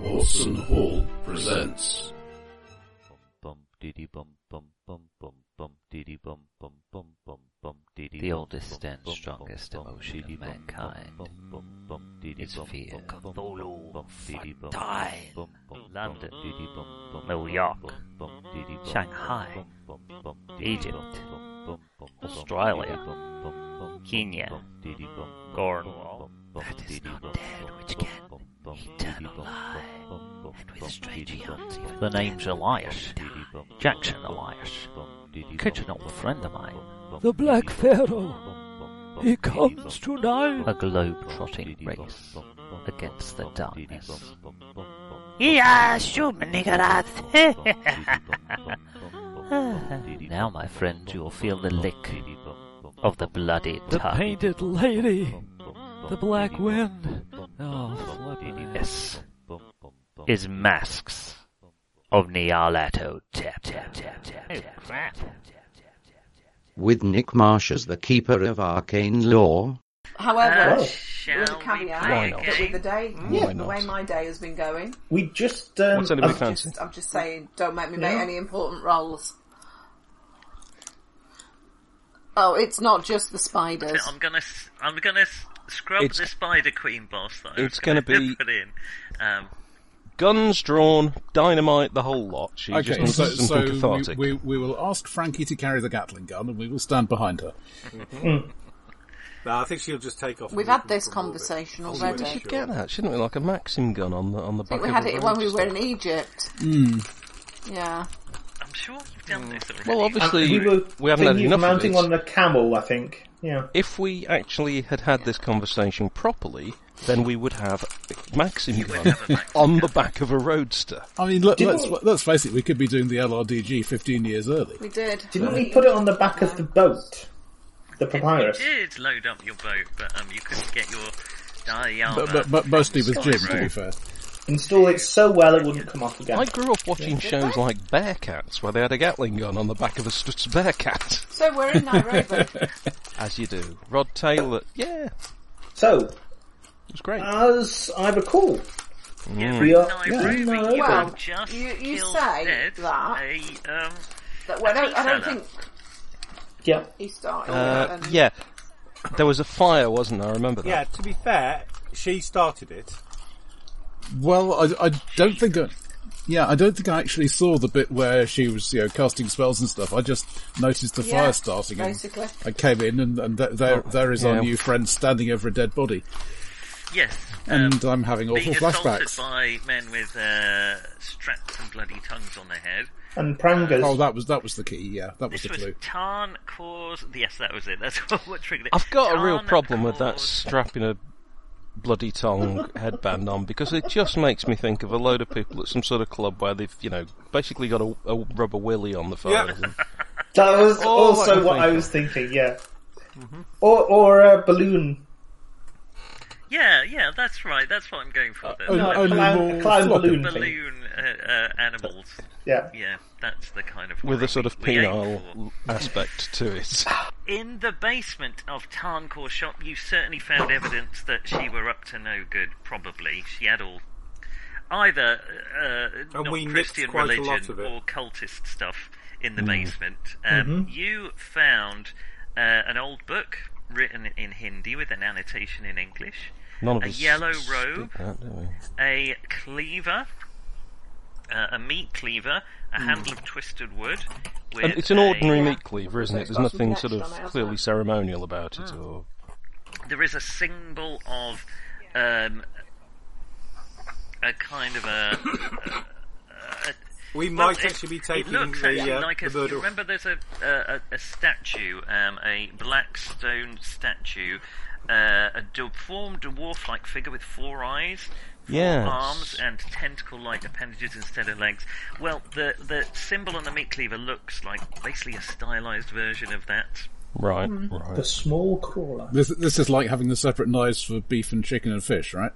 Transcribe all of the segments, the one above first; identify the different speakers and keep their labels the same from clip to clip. Speaker 1: Watson Hall presents.
Speaker 2: The oldest and strongest emotion of mankind is fear. Cthulhu, Fontaine, London, New York, Shanghai, Egypt, Australia, Kenya, Cornwall. That is not dead, which can eternalize. And with strange eons, even the name's Elias, Jackson Elias, Kitchen old friend of mine.
Speaker 3: The Black Pharaoh. He comes tonight.
Speaker 2: a globe-trotting race against the darkness. Yeah, shoot me, Now, my friend, you will feel the lick of the bloody
Speaker 3: The
Speaker 2: tongue.
Speaker 3: painted lady. The black wind. Oh, flippin' heck.
Speaker 2: Yes. Is masks of Nyarlathotep. Tap, tap, tap, tap, tap.
Speaker 4: with Nick Marsh as the keeper of arcane law.
Speaker 5: However,
Speaker 6: Oh.
Speaker 5: there was a
Speaker 2: Why
Speaker 5: caveat
Speaker 2: not?
Speaker 5: that with the day,
Speaker 6: Yeah.
Speaker 5: the way my day has been going,
Speaker 6: We just um,
Speaker 7: What's anybody
Speaker 6: I've-
Speaker 7: fancy?
Speaker 5: I'm just saying, don't make me make
Speaker 6: Yeah.
Speaker 5: any important roles. Oh, it's not just the spiders.
Speaker 8: I'm gonna, s- I'm gonna s- scrub
Speaker 7: It's-
Speaker 8: the Spider Queen boss that I was
Speaker 7: It's gonna be-
Speaker 8: put in. Um,
Speaker 7: Guns drawn, dynamite, the whole lot. She just
Speaker 9: Okay,
Speaker 7: needs
Speaker 9: so,
Speaker 7: something
Speaker 9: so
Speaker 7: cathartic.
Speaker 9: we, we, we will ask Frankie to carry the Gatling gun, and we will stand behind her.
Speaker 10: No, I think she'll just take off. and
Speaker 5: We've
Speaker 10: we
Speaker 5: had
Speaker 10: can
Speaker 5: this
Speaker 10: promote it.
Speaker 5: conversation
Speaker 10: I'll
Speaker 5: already.
Speaker 10: do
Speaker 7: We
Speaker 10: it,
Speaker 7: should
Speaker 10: sure.
Speaker 7: get that, shouldn't we? Like a Maxim gun on the on the
Speaker 5: I
Speaker 7: back
Speaker 5: think we
Speaker 7: of
Speaker 5: had
Speaker 7: the
Speaker 5: it
Speaker 7: road
Speaker 5: when we were
Speaker 7: stuff.
Speaker 5: in Egypt.
Speaker 6: Hmm.
Speaker 5: Yeah.
Speaker 8: I'm sure you've done this already.
Speaker 7: Well, obviously,
Speaker 8: Uh,
Speaker 7: we,
Speaker 8: we
Speaker 7: were,
Speaker 8: were
Speaker 7: haven't had
Speaker 6: thinking
Speaker 7: enough of
Speaker 6: mounting
Speaker 7: it.
Speaker 6: on the camel, I think. Yeah.
Speaker 7: If we actually had had this conversation properly, then we would have a Maxim gun on the back of a roadster.
Speaker 9: I mean, let,
Speaker 6: Did-
Speaker 9: let's let's face it, we could be doing the LRDG 15 years early.
Speaker 5: We did.
Speaker 6: Didn't we put it on the back of the boat? The papyrus.
Speaker 8: You did load up your boat, but um, you couldn't get your die armor.
Speaker 9: But, but, but mostly with Jim, to be fair.
Speaker 6: Install it so well it wouldn't come off again.
Speaker 7: I grew up watching shows like Bearcats, where they had a Gatling gun on the back of a Stutz Bearcat.
Speaker 5: So we're in Nairobi.
Speaker 7: As you do. Rod Taylor, yeah, it
Speaker 6: So,
Speaker 7: was great. Mm.
Speaker 6: as I recall,
Speaker 7: Hmm.
Speaker 8: yeah,
Speaker 6: we are-
Speaker 8: Nairobi,
Speaker 6: yeah.
Speaker 8: you
Speaker 6: Nairobi.
Speaker 8: have
Speaker 5: Well,
Speaker 8: just
Speaker 5: you- you
Speaker 8: killed
Speaker 5: say
Speaker 8: dead
Speaker 5: that.
Speaker 8: a, um,
Speaker 5: That- well, I, don't, I don't think
Speaker 6: yeah,
Speaker 5: he started.
Speaker 7: Uh,
Speaker 5: and
Speaker 7: yeah, there was a fire, wasn't there? I remember that.
Speaker 10: Yeah, to be fair, she started it.
Speaker 9: Well, I, I don't think I, yeah, I don't think I actually saw the bit where she was, you know, casting spells and stuff. I just noticed the
Speaker 5: Yeah,
Speaker 9: fire starting. and
Speaker 5: basically.
Speaker 9: I came in, and, and th- there there is
Speaker 7: Oh, yeah.
Speaker 9: our new friend standing over a dead body,
Speaker 8: yes. Um,
Speaker 9: and I'm having awful
Speaker 8: being assaulted
Speaker 9: flashbacks.
Speaker 8: by men with uh, straps and bloody tongues on their head.
Speaker 6: and prangas.
Speaker 9: Oh, that was that was the key. Yeah, that was
Speaker 8: This
Speaker 9: the
Speaker 8: was
Speaker 9: clue.
Speaker 8: Tarn Cause. Yes, that was it. That's what, what triggered it.
Speaker 7: I've got a real
Speaker 8: Tarn
Speaker 7: problem with that
Speaker 8: caused-
Speaker 7: strapping a bloody tongue headband on because it just makes me think of a load of people at some sort of club where they've, you know, basically got a, a rubber willy on the fire. And
Speaker 6: That was
Speaker 7: Oh, I
Speaker 6: also
Speaker 7: can
Speaker 6: what
Speaker 7: think
Speaker 6: I was thinking. Yeah,
Speaker 7: Mm-hmm.
Speaker 6: or or a balloon.
Speaker 8: Yeah, yeah, that's right. That's what I'm going for. Then.
Speaker 9: Oh,
Speaker 6: No, a
Speaker 9: only
Speaker 6: clown,
Speaker 9: more
Speaker 6: a clown
Speaker 9: floppy.
Speaker 6: balloon. Thing.
Speaker 8: balloon uh, uh, animals.
Speaker 6: Yeah.
Speaker 8: Yeah, that's the kind of
Speaker 7: With
Speaker 8: horror
Speaker 7: a sort of
Speaker 8: we- we aim
Speaker 7: penile
Speaker 8: for.
Speaker 7: aspect to it.
Speaker 8: In the basement of Tarncore shop, you certainly found evidence that she were up to no good. Probably she had all either uh,
Speaker 10: And we nipped
Speaker 8: non-Christian
Speaker 10: quite a
Speaker 8: religion
Speaker 10: lot of it. Mm. Mm-hmm.
Speaker 8: or cultist stuff in the basement. Um, You found uh, an old book written in Hindi with an annotation in English,
Speaker 7: None of
Speaker 8: A
Speaker 7: us
Speaker 8: yellow
Speaker 7: speak
Speaker 8: robe.
Speaker 7: That, do we?
Speaker 8: a cleaver, uh, a meat cleaver, a handle of twisted wood. With
Speaker 7: Mm. And it's an
Speaker 8: a-
Speaker 7: ordinary meat cleaver, isn't it? There's
Speaker 5: It's got some
Speaker 7: nothing sort of
Speaker 5: text on it, hasn't
Speaker 7: clearly
Speaker 5: it?
Speaker 7: ceremonial about
Speaker 8: Hmm.
Speaker 7: it, or
Speaker 8: there is a symbol of um, a kind of a.
Speaker 10: We
Speaker 8: well,
Speaker 10: might
Speaker 8: it-
Speaker 10: actually be taking
Speaker 8: It looks
Speaker 10: the,
Speaker 8: actually
Speaker 10: uh,
Speaker 8: like
Speaker 10: the
Speaker 8: a.
Speaker 10: bird
Speaker 8: You
Speaker 10: off.
Speaker 8: remember, there's a a, a, a statue, um, a black stone statue, uh, a d- formed dwarf-like figure with four eyes. Four
Speaker 7: Yes.
Speaker 8: arms and tentacle-like appendages instead of legs. Well, the the symbol on the meat cleaver looks like basically a stylized version of that.
Speaker 7: right, right.
Speaker 6: The small crawler.
Speaker 9: This this is like having the separate knives for beef and chicken and fish, right?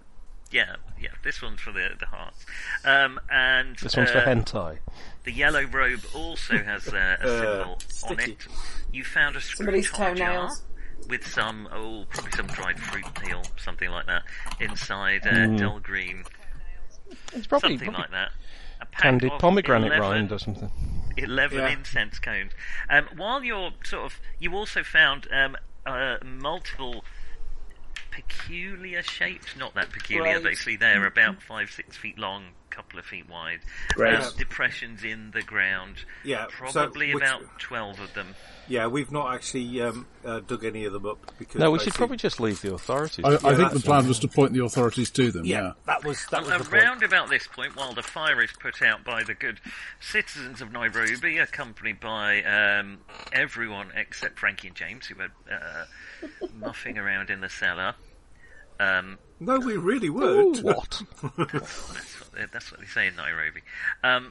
Speaker 8: Yeah, yeah. This one's for the the hearts, um, and
Speaker 7: This one's for
Speaker 8: uh,
Speaker 7: hentai.
Speaker 8: The yellow robe also has uh, a symbol on
Speaker 10: sticky.
Speaker 8: it. You found a screw
Speaker 5: Somebody's
Speaker 8: top jar
Speaker 5: toenails.
Speaker 8: with some,
Speaker 7: Hmm.
Speaker 8: oh, probably some dried fruit peel, something like that, inside uh, dull green
Speaker 7: It's probably
Speaker 8: something
Speaker 7: probably
Speaker 8: like that. A pack
Speaker 7: candied
Speaker 8: of
Speaker 7: pomegranate
Speaker 8: 11
Speaker 7: rind or something.
Speaker 8: 11
Speaker 7: Yeah.
Speaker 8: incense cones. Um, while you're sort of, you also found um, uh, multiple peculiar shapes, not that peculiar,
Speaker 11: Right.
Speaker 8: but actually
Speaker 10: Mm-hmm.
Speaker 8: they're about five, six feet long, couple of feet wide.
Speaker 10: Right.
Speaker 8: Um, depressions in the ground.
Speaker 10: Yeah, so
Speaker 8: Probably
Speaker 10: which-
Speaker 8: about 12 of them.
Speaker 10: Yeah, we've not actually um, uh, dug any of them up because
Speaker 7: No, we should
Speaker 10: basically-
Speaker 7: probably just leave the authorities.
Speaker 9: I, I
Speaker 10: Yeah,
Speaker 9: think the
Speaker 10: that's
Speaker 9: plan
Speaker 10: right.
Speaker 9: was to point the authorities to them. Yeah.
Speaker 10: that was that
Speaker 8: well, around about this point, while the fire is put out by the good citizens of Nairobi, accompanied by um, everyone except Frankie and James, who were uh, muffing around in the cellar. Um,
Speaker 10: No, we really weren't.
Speaker 7: what?
Speaker 8: that's, what they, uh, that's what they say in Nairobi. Um,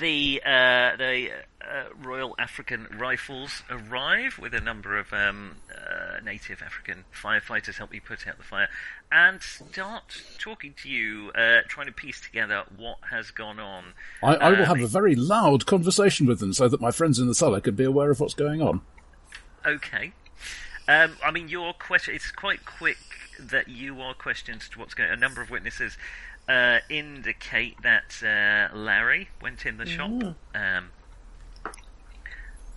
Speaker 8: the uh, the uh, Royal African Rifles arrive with a number of um, uh, native African firefighters help you put out the fire and start talking to you, uh, trying to piece together what has gone on.
Speaker 9: I, I will
Speaker 8: Um,
Speaker 9: have a very loud conversation with them so that my friends in the cellar can be aware of what's going on.
Speaker 8: Okay. Um, I mean, your question—it's quite quick that you are questions to what's going. A number of witnesses uh, indicate that uh, Larry went in the shop.
Speaker 11: Mm.
Speaker 8: Um,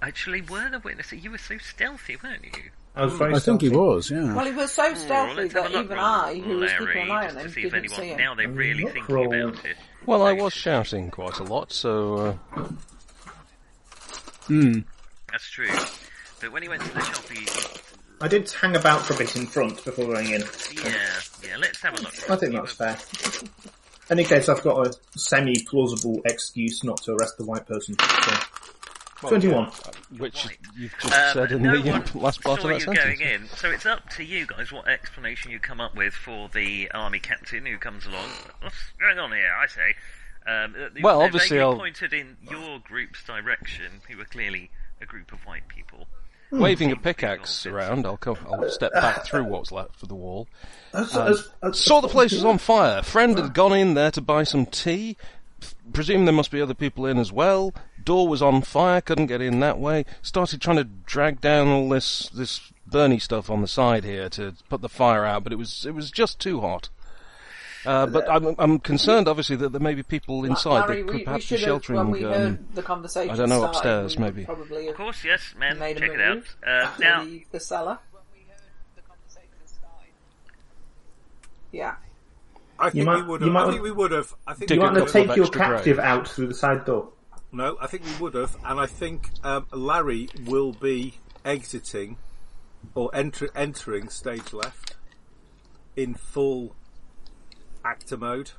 Speaker 8: actually, were the witnesses? You were so stealthy, weren't you?
Speaker 9: I think he was,
Speaker 6: Hmm.
Speaker 9: yeah.
Speaker 5: Well, he was so
Speaker 8: Hmm, Well,
Speaker 5: stealthy
Speaker 8: let's have
Speaker 5: that
Speaker 8: a look
Speaker 5: even I,
Speaker 8: round
Speaker 5: who was keeping
Speaker 8: Larry,
Speaker 5: an eye on
Speaker 8: just to
Speaker 5: him,
Speaker 8: see if
Speaker 5: didn't see
Speaker 8: anyone.
Speaker 5: him.
Speaker 8: Now they're really thinking about it.
Speaker 7: Well, I was shouting quite a lot, so. Uh,
Speaker 9: Hmm.
Speaker 8: That's true. But when he went to the shop, he,
Speaker 11: I did hang about for a bit in front before going in.
Speaker 8: yeah, yeah. Let's have a look.
Speaker 11: I think that's fair. Any case, I've got a semi-plausible excuse not to arrest the white person. So, Twenty-one.
Speaker 7: uh, Which you've just
Speaker 8: Um,
Speaker 7: said in
Speaker 8: no
Speaker 7: the
Speaker 8: one
Speaker 7: um, last part
Speaker 8: saw
Speaker 7: of that
Speaker 8: you
Speaker 7: sentence.
Speaker 8: going in, so it's up to you guys what explanation you come up with for the army captain who comes along. What's going on here? I say. Um, uh,
Speaker 7: Well,
Speaker 8: they
Speaker 7: obviously
Speaker 8: vaguely
Speaker 7: I'll-
Speaker 8: pointed in your group's direction, who were clearly a group of white people.
Speaker 11: Hmm.
Speaker 7: Waving a pickaxe around, I'll come, I'll step back through what's left of the wall.
Speaker 11: That's-
Speaker 7: Um,
Speaker 11: that's- that's- Ah.
Speaker 7: saw the place was on fire. Friend had gone in there to buy some tea. Presume there must be other people in as well. Door was on fire. Couldn't get in that way. Started trying to drag down all this this burny stuff on the side here to put the fire out, but it was it was just too hot. Uh, but I'm, I'm concerned, obviously, that there may be people inside
Speaker 5: Larry,
Speaker 7: that could
Speaker 5: we, we
Speaker 7: perhaps be
Speaker 5: should have,
Speaker 7: sheltering.
Speaker 5: when we
Speaker 7: um,
Speaker 5: heard the conversation
Speaker 7: I don't know,
Speaker 5: started,
Speaker 7: upstairs,
Speaker 5: we would
Speaker 7: maybe.
Speaker 5: probably
Speaker 8: Of course, yes, man.
Speaker 5: Made a
Speaker 8: Check it out.
Speaker 5: move.
Speaker 8: Uh, now,
Speaker 5: leave the cellar. Yeah.
Speaker 10: I think
Speaker 11: You might-
Speaker 10: we would.
Speaker 11: you
Speaker 10: Have,
Speaker 11: might
Speaker 10: I
Speaker 11: want-
Speaker 10: think we would have. I think
Speaker 11: Do you
Speaker 10: we
Speaker 11: want to
Speaker 10: would have-
Speaker 11: take your captive out through the side door?
Speaker 10: No, I think we would have, and I think um, Larry will be exiting or enter, entering stage left in full actor mode.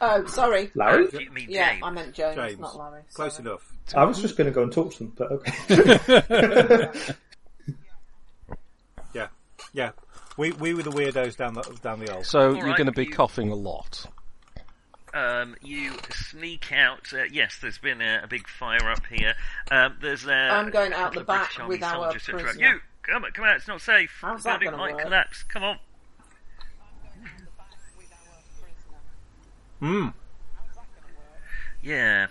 Speaker 5: Oh, sorry.
Speaker 11: Larry?
Speaker 10: Oh, you mean
Speaker 5: yeah,
Speaker 10: James.
Speaker 5: I meant James,
Speaker 10: James.
Speaker 5: not Larry.
Speaker 10: Close enough.
Speaker 11: I was just going to go and talk to them, but okay.
Speaker 10: Yeah, yeah. We we were the weirdos down the down the aisle.
Speaker 7: So
Speaker 8: All
Speaker 7: you're
Speaker 8: right,
Speaker 7: going to be
Speaker 8: you-
Speaker 7: coughing a lot.
Speaker 8: um, you sneak out. Uh, yes, there's been a, a big fire up here. Um, there's a,
Speaker 5: I'm going out
Speaker 8: a couple of
Speaker 5: the
Speaker 8: British
Speaker 5: back
Speaker 8: Army
Speaker 5: with our
Speaker 8: soldiers to try-
Speaker 5: prisoner.
Speaker 8: You come, come out. It's not safe.
Speaker 5: How's
Speaker 8: The
Speaker 5: that
Speaker 8: building
Speaker 5: gonna
Speaker 8: might
Speaker 5: work?
Speaker 8: collapse. Come on.
Speaker 10: Hmm.
Speaker 8: Yeah.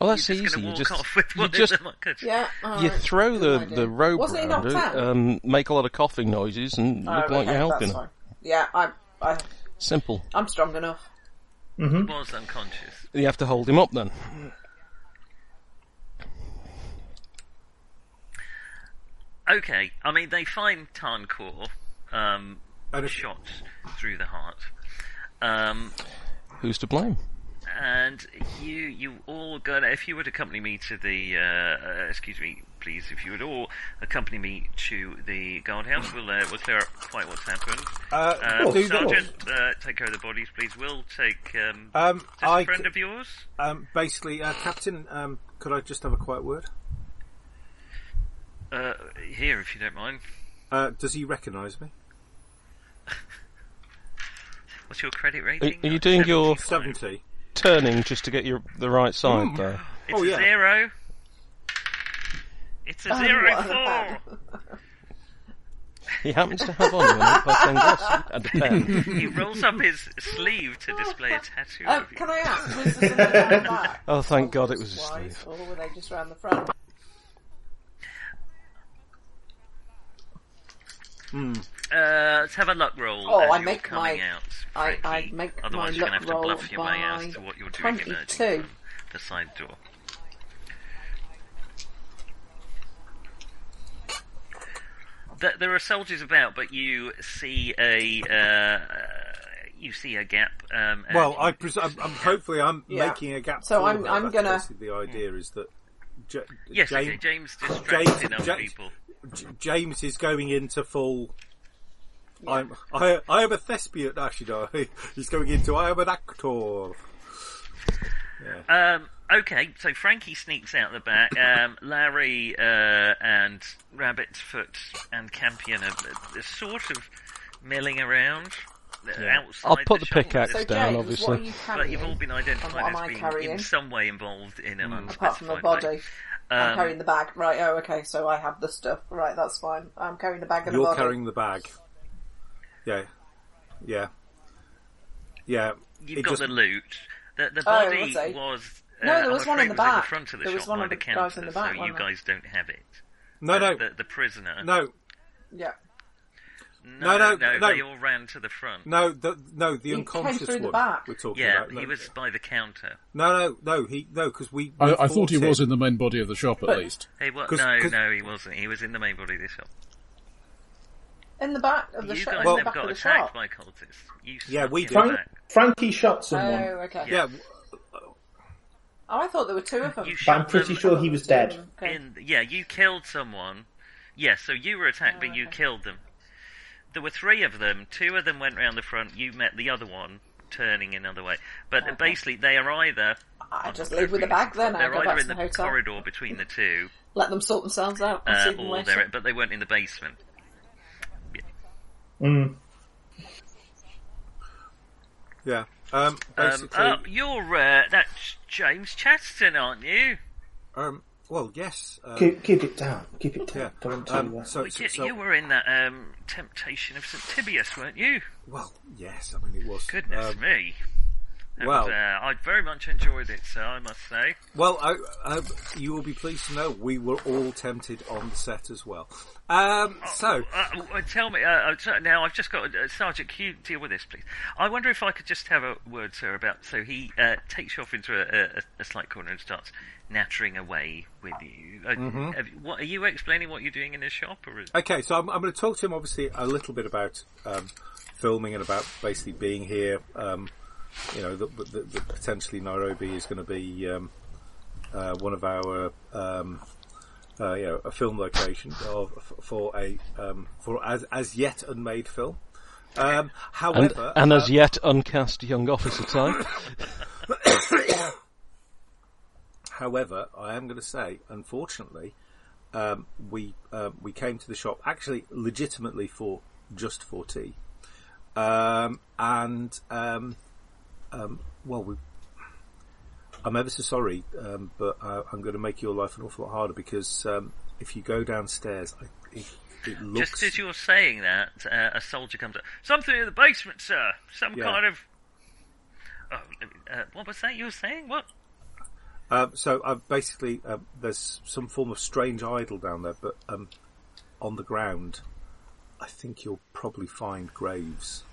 Speaker 7: Well, that's
Speaker 8: You're just
Speaker 7: Oh,
Speaker 8: gonna
Speaker 7: easy. You
Speaker 8: walk
Speaker 7: just,
Speaker 8: off with
Speaker 7: you
Speaker 8: what
Speaker 7: just
Speaker 8: is in my kitchen. Yeah, all
Speaker 7: you
Speaker 8: right.
Speaker 7: throw
Speaker 8: Good
Speaker 7: the,
Speaker 8: idea.
Speaker 7: the rope
Speaker 5: Oh, Wasn't he
Speaker 7: around
Speaker 5: knocked
Speaker 7: it,
Speaker 5: out?
Speaker 7: um, make a lot of coughing noises, and
Speaker 5: Oh,
Speaker 7: look like
Speaker 5: okay,
Speaker 7: you're helping.
Speaker 5: that's fine. Yeah, I, I,
Speaker 7: Simple.
Speaker 5: I'm strong enough.
Speaker 7: Mhm.
Speaker 8: Was unconscious.
Speaker 7: You have to hold him up then.
Speaker 8: Okay, I mean they find Tarncore um, shot through the heart, um,
Speaker 7: Who's to blame?
Speaker 8: and you you all gonna if you would accompany me to the uh, uh, excuse me please if you would all accompany me to the guardhouse we'll uh, we'll clear up quite what's happened.
Speaker 10: Uh, of course, of
Speaker 8: Sergeant, uh, take care of the bodies, please. We'll take um,
Speaker 10: Um,
Speaker 8: is this a
Speaker 10: I
Speaker 8: friend of yours.
Speaker 10: Um, basically, uh, Captain. Um, could I just have a quiet word?
Speaker 8: Uh, here, if you don't mind.
Speaker 10: Uh, does he recognise me?
Speaker 8: What's your credit
Speaker 7: Are,
Speaker 8: rating?
Speaker 7: are you doing your
Speaker 10: seventy
Speaker 7: turning just to get your the right side
Speaker 8: Mm.
Speaker 7: there?
Speaker 8: It's
Speaker 10: Oh,
Speaker 8: a zero. It's a
Speaker 5: Oh,
Speaker 8: zero
Speaker 5: what a
Speaker 8: four.
Speaker 7: He happens to have on him a glass and a pen.
Speaker 8: he rolls up his sleeve to display a tattoo.
Speaker 5: Oh,
Speaker 8: of you.
Speaker 5: can I ask? Was there something around the back?
Speaker 7: Oh, thank God it was his
Speaker 5: Wise,
Speaker 7: sleeve.
Speaker 5: or were they just around the front?
Speaker 8: Uh, let's have a luck roll. as
Speaker 5: Oh, I
Speaker 8: you're
Speaker 5: Oh, make my
Speaker 8: coming out.
Speaker 5: I, I
Speaker 8: Frankie.
Speaker 5: make my
Speaker 8: Otherwise, you're
Speaker 5: luck
Speaker 8: going to have to
Speaker 5: roll
Speaker 8: bluff your way out as to
Speaker 5: by
Speaker 8: what you're doing in Erding
Speaker 5: 22.
Speaker 8: from the side door. There, there are soldiers about, but you see a uh, you see a gap. Um, and
Speaker 10: Well,
Speaker 8: you-
Speaker 10: I pres- I'm, I'm hopefully I'm
Speaker 8: Yeah.
Speaker 10: making a gap.
Speaker 8: So
Speaker 10: for
Speaker 8: I'm-
Speaker 10: her.
Speaker 8: I'm
Speaker 10: That's
Speaker 8: gonna-
Speaker 10: basically the idea is that. J-
Speaker 8: Yes,
Speaker 10: James,
Speaker 8: okay, James distracted other
Speaker 10: Ja-
Speaker 8: people.
Speaker 10: J- James is going into full. I'm. I. I am a thespian. Actually, no. He's going into. I am an actor. Yeah.
Speaker 8: Um, okay, so Frankie sneaks out the back. Um, Larry uh, and Rabbitfoot and Campion are, are sort of milling around. uh,
Speaker 3: Yeah.
Speaker 8: Outside
Speaker 3: I'll put the
Speaker 8: shop.
Speaker 3: pickaxe So, down, James, obviously. what are you
Speaker 8: But you've
Speaker 5: carrying?
Speaker 8: all been
Speaker 5: And what
Speaker 8: identified
Speaker 5: am I
Speaker 8: as being
Speaker 5: carrying?
Speaker 8: in some way involved in an
Speaker 10: Mm.
Speaker 5: Apart from a
Speaker 8: unspecified
Speaker 5: body.
Speaker 8: way.
Speaker 5: I'm
Speaker 8: Um,
Speaker 5: carrying the bag. Right, oh, okay, so I have the stuff. Right, that's fine. I'm carrying the bag and the
Speaker 10: You're
Speaker 5: body.
Speaker 10: carrying the bag. Yeah. Yeah. Yeah.
Speaker 8: You've
Speaker 10: It
Speaker 8: got
Speaker 10: just-
Speaker 8: the loot. The, the
Speaker 5: Oh,
Speaker 8: body
Speaker 5: was I?
Speaker 8: was. Uh,
Speaker 5: No, there was
Speaker 8: I'm
Speaker 5: one
Speaker 8: afraid
Speaker 5: in the
Speaker 8: was
Speaker 5: back.
Speaker 8: front of the
Speaker 5: There
Speaker 8: shop
Speaker 5: was one
Speaker 8: by
Speaker 5: in
Speaker 8: the
Speaker 5: the- that was
Speaker 8: counter,
Speaker 5: in the back,
Speaker 8: so you
Speaker 5: wasn't there?
Speaker 8: guys don't have it.
Speaker 10: No,
Speaker 8: the,
Speaker 10: no.
Speaker 8: The, the prisoner.
Speaker 10: No.
Speaker 5: Yeah.
Speaker 8: No, no,
Speaker 10: No, no,
Speaker 8: no,
Speaker 10: no.
Speaker 8: They all ran to the front.
Speaker 10: No, the no, the
Speaker 5: He
Speaker 10: unconscious
Speaker 5: came through the
Speaker 10: one
Speaker 5: back.
Speaker 10: we're talking
Speaker 8: yeah,
Speaker 10: about. No,
Speaker 8: he was by the counter.
Speaker 10: no, no, no, he no, because we.
Speaker 9: I,
Speaker 10: we
Speaker 9: I thought he
Speaker 10: fought
Speaker 9: was
Speaker 10: him.
Speaker 9: in the main body of the shop at least.
Speaker 8: He was,
Speaker 10: 'Cause-
Speaker 8: no,
Speaker 10: 'cause-
Speaker 8: no, he wasn't. He was in the main body of this shop.
Speaker 5: In the back of the
Speaker 8: You
Speaker 5: shop.
Speaker 8: guys
Speaker 5: in the
Speaker 8: never
Speaker 5: back of
Speaker 8: got
Speaker 5: the
Speaker 8: attacked
Speaker 5: shop.
Speaker 8: by cultists. You
Speaker 10: Yeah, we
Speaker 8: snuck in
Speaker 10: did.
Speaker 8: back.
Speaker 11: Frankie shot someone.
Speaker 5: Oh, okay.
Speaker 10: Yeah.
Speaker 5: Oh, I thought there were two of them.
Speaker 11: But I'm pretty sure he was dead.
Speaker 8: In, yeah, you killed someone. Yes, so you were attacked,
Speaker 5: Oh,
Speaker 8: but you killed them. There were three of them. Two of them went round the front. You met the other one turning another way. But basically, they are either.
Speaker 5: I just leave with the bag then. I
Speaker 8: They're
Speaker 5: go
Speaker 8: either
Speaker 5: back to
Speaker 8: in
Speaker 5: the
Speaker 8: the
Speaker 5: hotel.
Speaker 8: corridor between the two,
Speaker 5: Let them sort themselves out. I'll
Speaker 8: uh,
Speaker 5: see them
Speaker 8: or they're,
Speaker 5: later.
Speaker 8: but they weren't in the basement.
Speaker 11: Mm.
Speaker 10: Yeah. Um.
Speaker 8: Um,
Speaker 10: Basically.
Speaker 8: oh, you're uh, that's James Chatterton, aren't you? oh,
Speaker 10: um, well, yes. Um,
Speaker 11: Keep, keep it down. Keep it down.
Speaker 10: Yeah.
Speaker 11: Don't
Speaker 10: Um,
Speaker 11: do that.
Speaker 10: so,
Speaker 8: Well,
Speaker 10: so,
Speaker 8: you, you were in that um, temptation of St Tibius, weren't you?
Speaker 10: Well, yes. I mean, it was.
Speaker 8: Goodness
Speaker 10: um,
Speaker 8: me. And,
Speaker 10: well-
Speaker 8: uh, I very much enjoyed it, sir. I must say.
Speaker 10: Well, I, I, you will be pleased to know we were all tempted on the set as well. Um, so,
Speaker 8: Uh, uh, tell me uh, uh, so- now. I've just got uh, Sergeant. Can you deal with this, please? I wonder if I could just have a word, sir, about. So he uh, takes you off into a, a, a slight corner and starts nattering away with you. Uh,
Speaker 10: Mhm.
Speaker 8: have you- what, are you explaining what you're doing in the shop, or is,
Speaker 10: Okay, so I'm, I'm going to talk to him obviously a little bit about um, filming and about basically being here. Um, you know, that that that potentially Nairobi is going to be um, uh, one of our, um, uh, you know, a film location of, f- for a um, for as as yet unmade film. Um,
Speaker 7: And,
Speaker 10: however,
Speaker 7: and
Speaker 5: uh,
Speaker 7: as yet uncast young officer type.
Speaker 10: However, I am going to say, unfortunately, um, we um we came to the shop actually legitimately for just for tea, um, and um, um, well, we, I'm ever so sorry, um, but uh, I'm going to make your life an awful lot harder because um, if you go downstairs, I, it, it looks
Speaker 8: Just as you're saying that, uh, a soldier comes up. Something in the basement, sir. Some
Speaker 10: Yeah.
Speaker 8: kind of. Oh, uh, what was that you were saying? What?
Speaker 10: Um, so uh, basically, um, there's some form of strange idol down there, but um, on the ground, I think you'll probably find graves.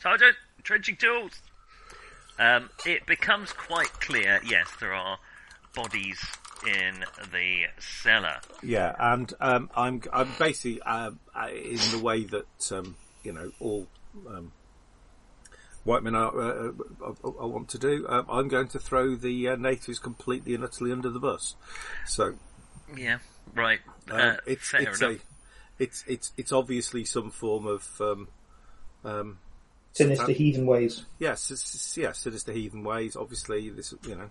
Speaker 8: Sergeant, trenching tools. Um, it becomes quite clear. Yes, there are bodies in the cellar.
Speaker 10: Yeah, and um, I'm I'm basically um, I- in the way that um, you know all um, white men are, uh, uh, I, I want to do. Um, I'm going to throw the uh, natives completely and utterly under the bus. So
Speaker 8: Yeah, right.
Speaker 10: Um,
Speaker 8: uh,
Speaker 10: it's
Speaker 8: fair
Speaker 10: it's
Speaker 8: enough.
Speaker 10: a, it's it's it's obviously some form of um, um,
Speaker 11: Sinister
Speaker 10: satan-
Speaker 11: heathen ways.
Speaker 10: Yes, it's, it's, yeah, sinister heathen ways. Obviously, this you know.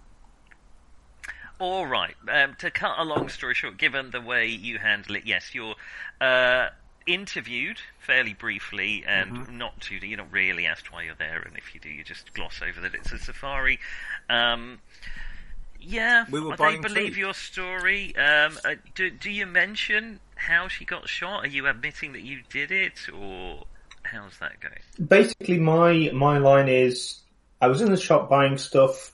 Speaker 8: All right. Um, to cut a long story short, given the way you handle it, yes, you're uh, interviewed fairly briefly and
Speaker 10: Mm-hmm.
Speaker 8: not too. You're not really asked why you're there, and if you do, you just gloss over that it's a safari. Um, yeah,
Speaker 10: We were
Speaker 8: they
Speaker 10: buying
Speaker 8: believe
Speaker 10: food.
Speaker 8: your story. Um, uh, do, do you mention how she got shot? Are you admitting that you did it, or how's that going?
Speaker 11: Basically, my my line is: I was in the shop buying stuff.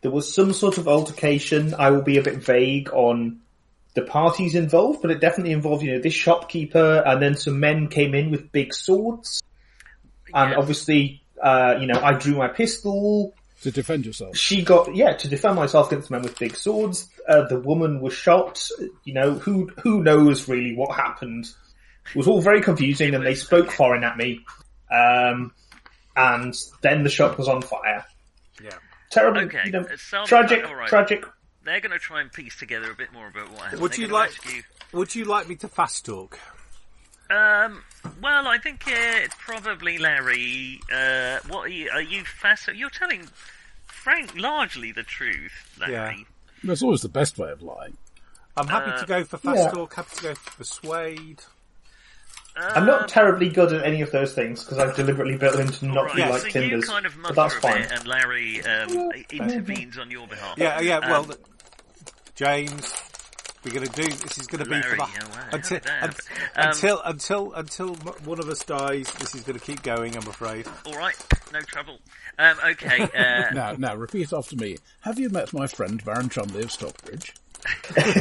Speaker 11: There was some sort of altercation. I will be a bit vague on the parties involved, but it definitely involved, you know, this shopkeeper, and then some men came in with big swords, and obviously Uh, you know, I drew my pistol.
Speaker 9: To defend yourself.
Speaker 11: She got, yeah, to defend myself against men with big swords. Uh, the woman was shot. You know, who, who knows really what happened? It was all very confusing and they spoke foreign at me. Um, and then the shop was on fire.
Speaker 10: Yeah.
Speaker 11: Terrible,
Speaker 8: Okay,
Speaker 11: you know,
Speaker 8: it sounds
Speaker 11: tragic,
Speaker 8: like- all right.
Speaker 11: tragic.
Speaker 8: They're going to try and piece together a bit more about what happened.
Speaker 10: Would
Speaker 8: They're
Speaker 10: you
Speaker 8: gonna
Speaker 10: like? Would you like me to fast talk?
Speaker 8: Um, well, I think uh, it's probably Larry. Uh, what are you? Are you fast? You're telling Frank largely the truth, Larry.
Speaker 9: That's always the best way of lying.
Speaker 10: I'm happy
Speaker 8: Uh,
Speaker 10: to go for fast
Speaker 11: yeah.
Speaker 10: talk. Happy to go for persuade.
Speaker 8: Um,
Speaker 11: I'm not terribly good at any of those things because I've deliberately built him to not
Speaker 8: Right,
Speaker 11: be like
Speaker 8: so
Speaker 11: Timbers.
Speaker 8: you kind of
Speaker 11: but
Speaker 8: mutter
Speaker 11: that's
Speaker 8: a
Speaker 11: fine.
Speaker 8: bit, and Larry um, intervenes on your behalf.
Speaker 10: Yeah, yeah.
Speaker 8: Um,
Speaker 10: Well, th- James, we're going to do this. Is going to be for
Speaker 8: Larry,
Speaker 10: the,
Speaker 8: yeah, well,
Speaker 10: until,
Speaker 8: yeah,
Speaker 10: un-
Speaker 8: but, um,
Speaker 10: until until until m- one of us dies. This is going to keep going. I'm afraid.
Speaker 8: all right, no trouble. Um, okay, uh,
Speaker 9: now, now, repeat after me. Have you met my friend Baron Chumley of Stockbridge?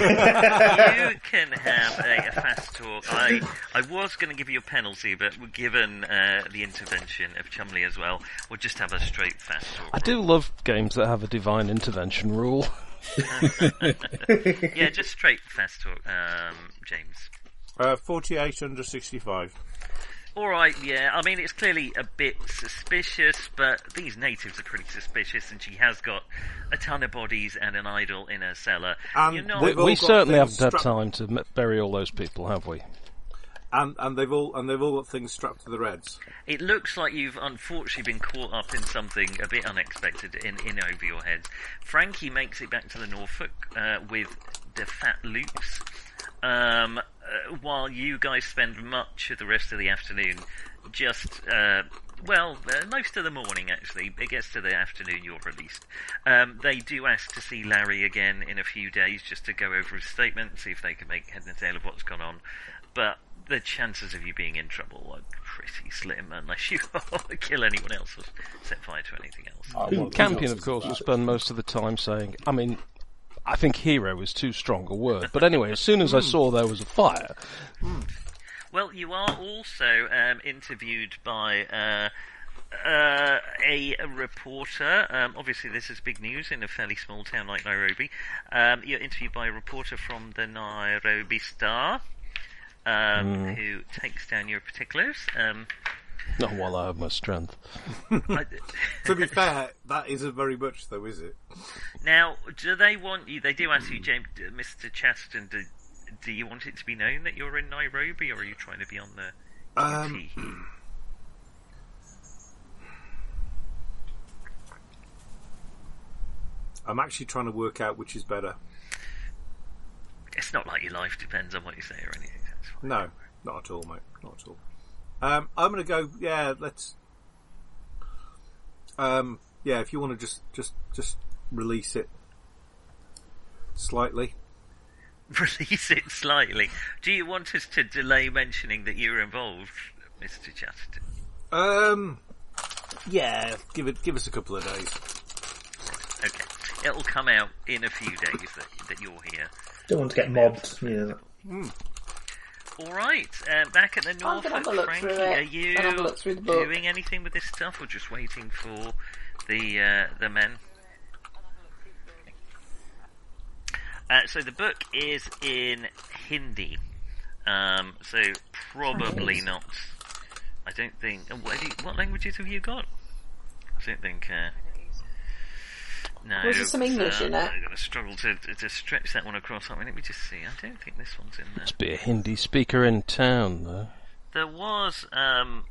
Speaker 8: you can have a, a fast talk. I I was going to give you a penalty, but given uh, the intervention of Chumley as well, we'll just have a straight fast talk.
Speaker 7: I do love games that have a divine intervention rule.
Speaker 8: yeah, just straight fast talk, um, James.
Speaker 10: Uh, Forty-eight under sixty-five.
Speaker 8: All right, yeah. I mean, it's clearly a bit suspicious, but these natives are pretty suspicious, and she has got a ton of bodies and an idol in her cellar.
Speaker 10: And
Speaker 8: You're not-
Speaker 7: We,
Speaker 10: They've all
Speaker 7: we
Speaker 10: got
Speaker 7: certainly
Speaker 10: things
Speaker 7: haven't had
Speaker 10: strapped-
Speaker 7: time to m- bury all those people, have we?
Speaker 10: And and they've all and they've all got things strapped to the reds.
Speaker 8: It looks like you've unfortunately been caught up in something a bit unexpected in, in over your head. Frankie makes it back to the Norfolk uh, with the fat loops, um, uh, while you guys spend much of the rest of the afternoon just, uh, well, uh, most of the morning actually. It gets to the afternoon you're released. Um, they do ask to see Larry again in a few days just to go over his statement and see if they can make head and tail of what's gone on. But the chances of you being in trouble are pretty slim unless you kill anyone else or set fire to anything else.
Speaker 9: Uh. Ah,
Speaker 7: Campion, of course, will spend most of the time saying, I mean, I think hero is too strong a word. But anyway, as soon as I saw there was a fire,
Speaker 8: Well, you are also um, interviewed by uh, uh, a a reporter. Um, obviously, this is big news in a fairly small town like Nairobi. Um, you're interviewed by a reporter from the Nairobi Star. Um,
Speaker 7: Mm.
Speaker 8: Who takes down your particulars? Um,
Speaker 7: not while I have my strength.
Speaker 8: I-
Speaker 10: To be fair, that isn't very much, though, is it?
Speaker 8: Now, do they want you? They do ask you, James, uh, Mr. Chaston, do, do you want it to be known that you're in Nairobi, or are you trying to be on the? E
Speaker 10: Um, I'm actually trying to work out which is better.
Speaker 8: It's not like your life depends on what you say or anything.
Speaker 10: No, not at all, mate. Not at all. Um, I'm going to go. Yeah, let's. Um, yeah, if you want to just just just release it slightly.
Speaker 8: Release it slightly. Do you want us to delay mentioning that you were involved, Mr. Chaston?
Speaker 10: Um, yeah, give it give us a couple of days.
Speaker 8: Okay, it'll come out in a few days that, that you're here.
Speaker 11: Don't want to get mobbed. Yeah.
Speaker 8: All right, um, back at the
Speaker 5: I'm
Speaker 8: Norfolk,
Speaker 5: gonna have a look
Speaker 8: Frankie,
Speaker 5: through it.
Speaker 8: are you
Speaker 5: I'll have a look through the book.
Speaker 8: doing anything with this stuff, or just waiting for the uh, the men? Uh, so the book is in Hindi, um, so probably
Speaker 2: Nice.
Speaker 8: not. I don't think. uh, What, have you- what languages have you got? I don't think. Uh, no.
Speaker 5: Was there some English
Speaker 8: uh,
Speaker 5: in it?
Speaker 8: I'm going to struggle to, to to stretch that one across. I mean, let me just see. I don't think this one's in there.
Speaker 7: Must be a Hindi speaker in town, though.
Speaker 8: There was um.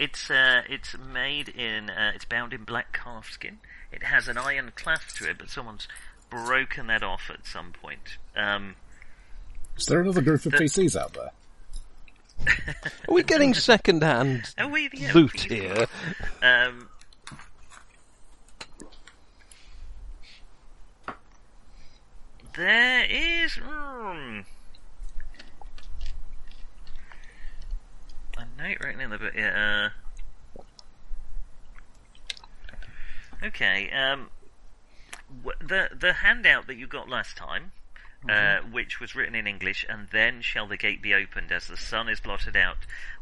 Speaker 8: It's uh, it's made in uh, it's bound in black calfskin. It has an iron clasp to it, but someone's broken that off at some point. Um,
Speaker 9: Is there another group of
Speaker 8: The-
Speaker 9: PCs out there?
Speaker 7: Are we getting second-hand
Speaker 8: are we the
Speaker 7: loot here?
Speaker 8: Um, there is. Hmm. I know it written in the book. Yeah. Uh, okay. Um, w- the the handout that you got last time uh, which was written in English, and then shall the gate be opened as the sun is blotted out.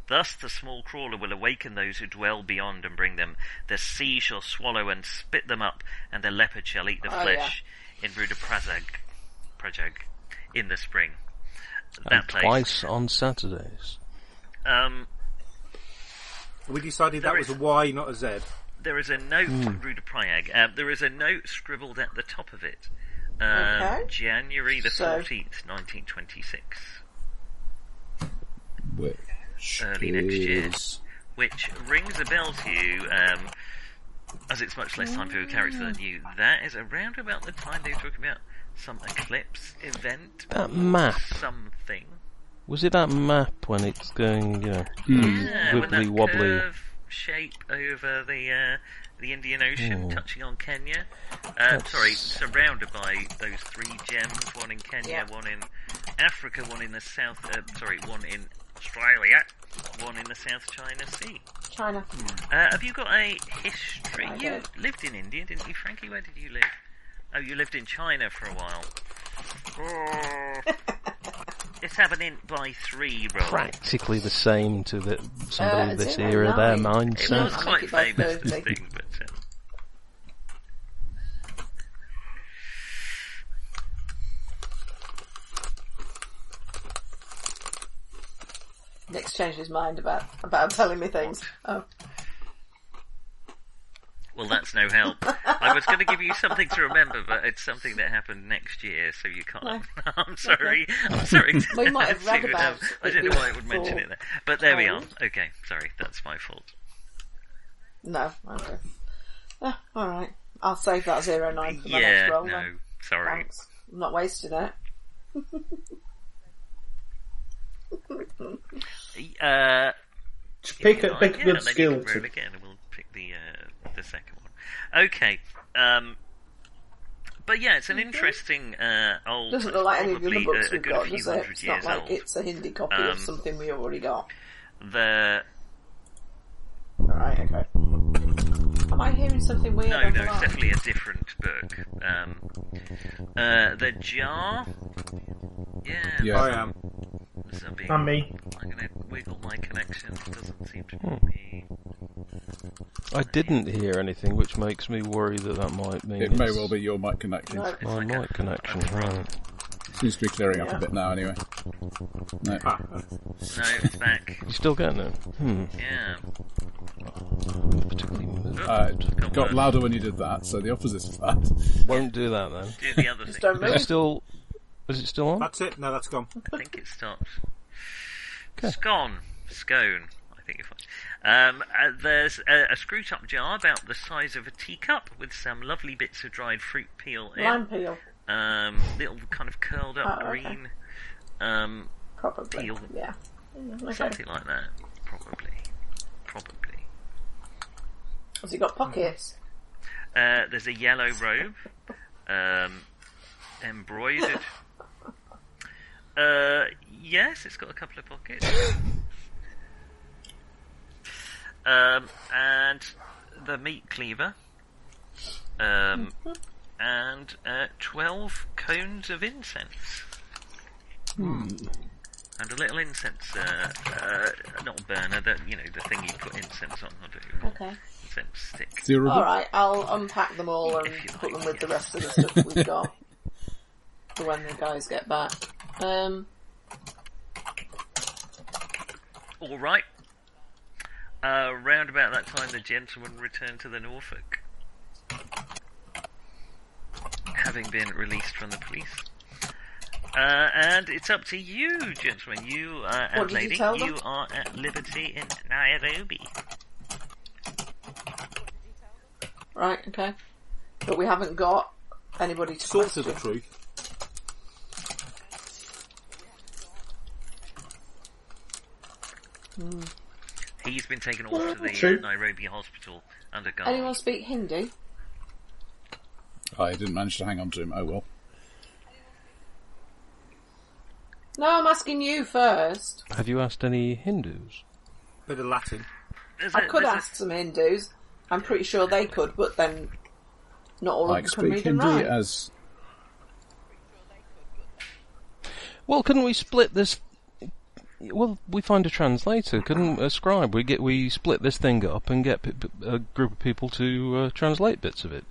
Speaker 8: Thus the small crawler will awaken those who dwell beyond and bring them. The sea shall swallow and spit them up, and the leopard shall eat the
Speaker 5: Oh,
Speaker 8: flesh in Ruda Prazag, Prajag in the spring.
Speaker 7: And
Speaker 8: That place.
Speaker 7: twice on Saturdays.
Speaker 8: Um,
Speaker 10: We decided that was a Y, not a Z.
Speaker 8: There is a note,
Speaker 10: Hmm.
Speaker 8: Ruda Prayag. Um, there is a note scribbled at the top of it. Um,
Speaker 5: Okay.
Speaker 8: January the
Speaker 5: So-
Speaker 8: fourteenth, nineteen twenty-six,
Speaker 9: Which
Speaker 8: early uh, next year,
Speaker 9: is-
Speaker 8: which rings a bell to you, um, as it's much less time for your character than you.
Speaker 5: Hmm.
Speaker 8: That is around about the time they were talking about some eclipse event.
Speaker 7: That map.
Speaker 8: Something.
Speaker 7: Was it that map when it's going, you know,
Speaker 8: Yeah, when
Speaker 7: wibbly
Speaker 8: that
Speaker 7: wobbly?
Speaker 8: curve shape over the uh, the Indian Ocean,
Speaker 7: Hmm.
Speaker 8: touching on Kenya. Uh,
Speaker 7: That's-
Speaker 8: sorry, surrounded by those three gems: one in Kenya, one in Africa, one in the South. Uh, sorry, one in Australia, one in the South China Sea.
Speaker 5: China.
Speaker 8: Uh, have you got a history?
Speaker 5: I
Speaker 8: You
Speaker 5: don't.
Speaker 8: lived in India, didn't you, Frankie? Where did you live? Oh, you lived in China for a while. Oh. Let's have an int by three roll.
Speaker 7: Practically the same to the, somebody
Speaker 8: Uh,
Speaker 7: of this
Speaker 8: zero,
Speaker 7: era, their
Speaker 8: nine. It
Speaker 7: mindset.
Speaker 8: was quite famous, this
Speaker 5: thirty.
Speaker 8: thing, but. Um,
Speaker 5: Nick's changed his mind about about telling me things. Oh,
Speaker 8: Well, that's no help. I was going to give you something to remember, but it's something that happened next year, so you can't.
Speaker 5: No.
Speaker 8: I'm sorry. I'm sorry.
Speaker 5: Oh, We might have read
Speaker 8: Stephen,
Speaker 5: about
Speaker 8: um, I don't know why I would
Speaker 5: before.
Speaker 8: mention it there. But there we are. Okay, sorry. That's my fault.
Speaker 5: no, okay. Ah, all right, I'll save that zero nine for my
Speaker 8: yeah,
Speaker 5: next roll.
Speaker 8: no.
Speaker 5: Then.
Speaker 8: Sorry.
Speaker 5: Thanks. I'm not wasting it.
Speaker 8: Uh,
Speaker 11: Just pick
Speaker 8: if you
Speaker 11: a- pick a
Speaker 8: like, yeah,
Speaker 11: good
Speaker 8: and then
Speaker 11: skill
Speaker 8: You can roll
Speaker 11: to-
Speaker 8: again, and we'll pick the uh, the second one. Okay. Um, but yeah, it's an interesting uh, old.
Speaker 5: Mm-hmm. Doesn't look like any of the
Speaker 8: probably a-
Speaker 5: other books
Speaker 8: a
Speaker 5: we've
Speaker 8: good
Speaker 5: got,
Speaker 8: few
Speaker 5: does it?
Speaker 8: hundred
Speaker 5: It's not
Speaker 8: years
Speaker 5: like
Speaker 8: old.
Speaker 5: it's a Hindi copy
Speaker 8: Um,
Speaker 5: of something we already got.
Speaker 8: The
Speaker 5: All right, okay. Am I hearing something weird?
Speaker 8: No,
Speaker 5: on
Speaker 8: no,
Speaker 5: the
Speaker 8: it's
Speaker 5: line?
Speaker 8: definitely a different book. Um, uh, the jar. Yeah.
Speaker 11: Yeah. I am.
Speaker 8: Zubby.
Speaker 11: And me.
Speaker 8: I'm gonna e, wiggle my connection. It doesn't seem to
Speaker 7: Hmm.
Speaker 8: be.
Speaker 7: I didn't hear anything, which makes me worry that that might mean
Speaker 9: It may
Speaker 7: it's
Speaker 9: well be your mic connection.
Speaker 7: my mic connection, right?
Speaker 9: Seems to be clearing up a bit now, anyway. No.
Speaker 8: Ah.
Speaker 10: Ah,
Speaker 8: No, it's back.
Speaker 7: You still getting it? Hmm.
Speaker 8: Yeah.
Speaker 7: Particularly moved.
Speaker 9: Uh, it got louder when you did that, so the opposite of that.
Speaker 7: Won't do that then.
Speaker 8: Do the other thing.
Speaker 7: Is it still? Is it still on?
Speaker 10: That's it. No, that's gone.
Speaker 8: I think it stopped. Scone. Scone. I think you're fine. Um, uh, there's a, a screwed-up jar about the size of a teacup with some lovely bits of dried fruit peel in.
Speaker 5: Lime peel.
Speaker 8: Um, little kind of curled up
Speaker 5: Oh, okay.
Speaker 8: green um,
Speaker 5: Probably.
Speaker 8: peel.
Speaker 5: Yeah. Mm, okay.
Speaker 8: Something like that. Probably. Probably.
Speaker 5: Has it got pockets?
Speaker 8: Uh, there's a yellow robe, um, embroidered. Uh, yes, it's got a couple of pockets. Um, and the meat cleaver. Um, and uh, 12 cones of incense. And a little incense, uh, uh, not burner, the, you know, the thing you put incense on, or do you want
Speaker 5: Okay.
Speaker 8: incense stick.
Speaker 5: All right, I'll unpack them all and put them with the rest of the stuff we've got for when the guys get back. Um,
Speaker 8: All right. Uh, round about that time, the gentleman returned to the Norfolk, having been released from the police. Uh, and it's up to you, gentlemen. You uh,
Speaker 5: What
Speaker 8: and
Speaker 5: did you
Speaker 8: lady,
Speaker 5: tell
Speaker 8: you,
Speaker 5: them?
Speaker 8: are at liberty in Nairobi.
Speaker 5: right, okay. But we haven't got anybody to
Speaker 10: Sort of the
Speaker 5: question.
Speaker 10: truth.
Speaker 5: Hmm.
Speaker 8: He's been taken off to the
Speaker 9: True.
Speaker 8: uh, Nairobi hospital under guard.
Speaker 5: Anyone speak Hindi?
Speaker 11: Ah.
Speaker 9: I didn't manage to hang on to him. Oh well.
Speaker 5: No, I'm asking you first.
Speaker 7: Have you asked any Hindus?
Speaker 10: Bit of Latin.
Speaker 5: I could ask some Hindus. I'm pretty sure they could, but then not all
Speaker 9: I
Speaker 5: of them can
Speaker 9: speak
Speaker 5: read and
Speaker 9: Hindi
Speaker 5: write.
Speaker 9: as
Speaker 7: Well, couldn't we split this? Well, we find a translator, couldn't a scribe? We get we split this thing up and get p- p- a group of people to uh, translate bits of it.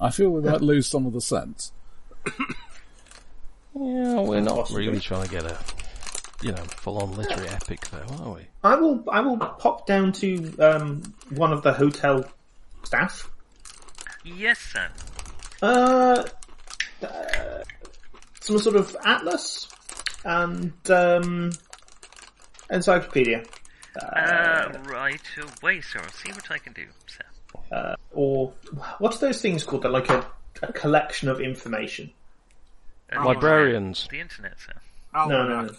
Speaker 9: I feel we might lose some of the sense.
Speaker 7: Yeah, we're not
Speaker 9: Possibly.
Speaker 7: really trying to get a you know full-on literary epic, though, are we?
Speaker 11: I will. I will pop down to um, one of the hotel staff.
Speaker 8: Yes, sir.
Speaker 11: Uh, uh, some sort of atlas and um, encyclopedia,
Speaker 8: Uh, right away, sir. I'll see what I can do, sir.
Speaker 11: uh, or what's those things called? They're like a, a collection of information.
Speaker 8: Uh,
Speaker 7: Librarians.
Speaker 8: The internet, sir.
Speaker 11: No, no, no.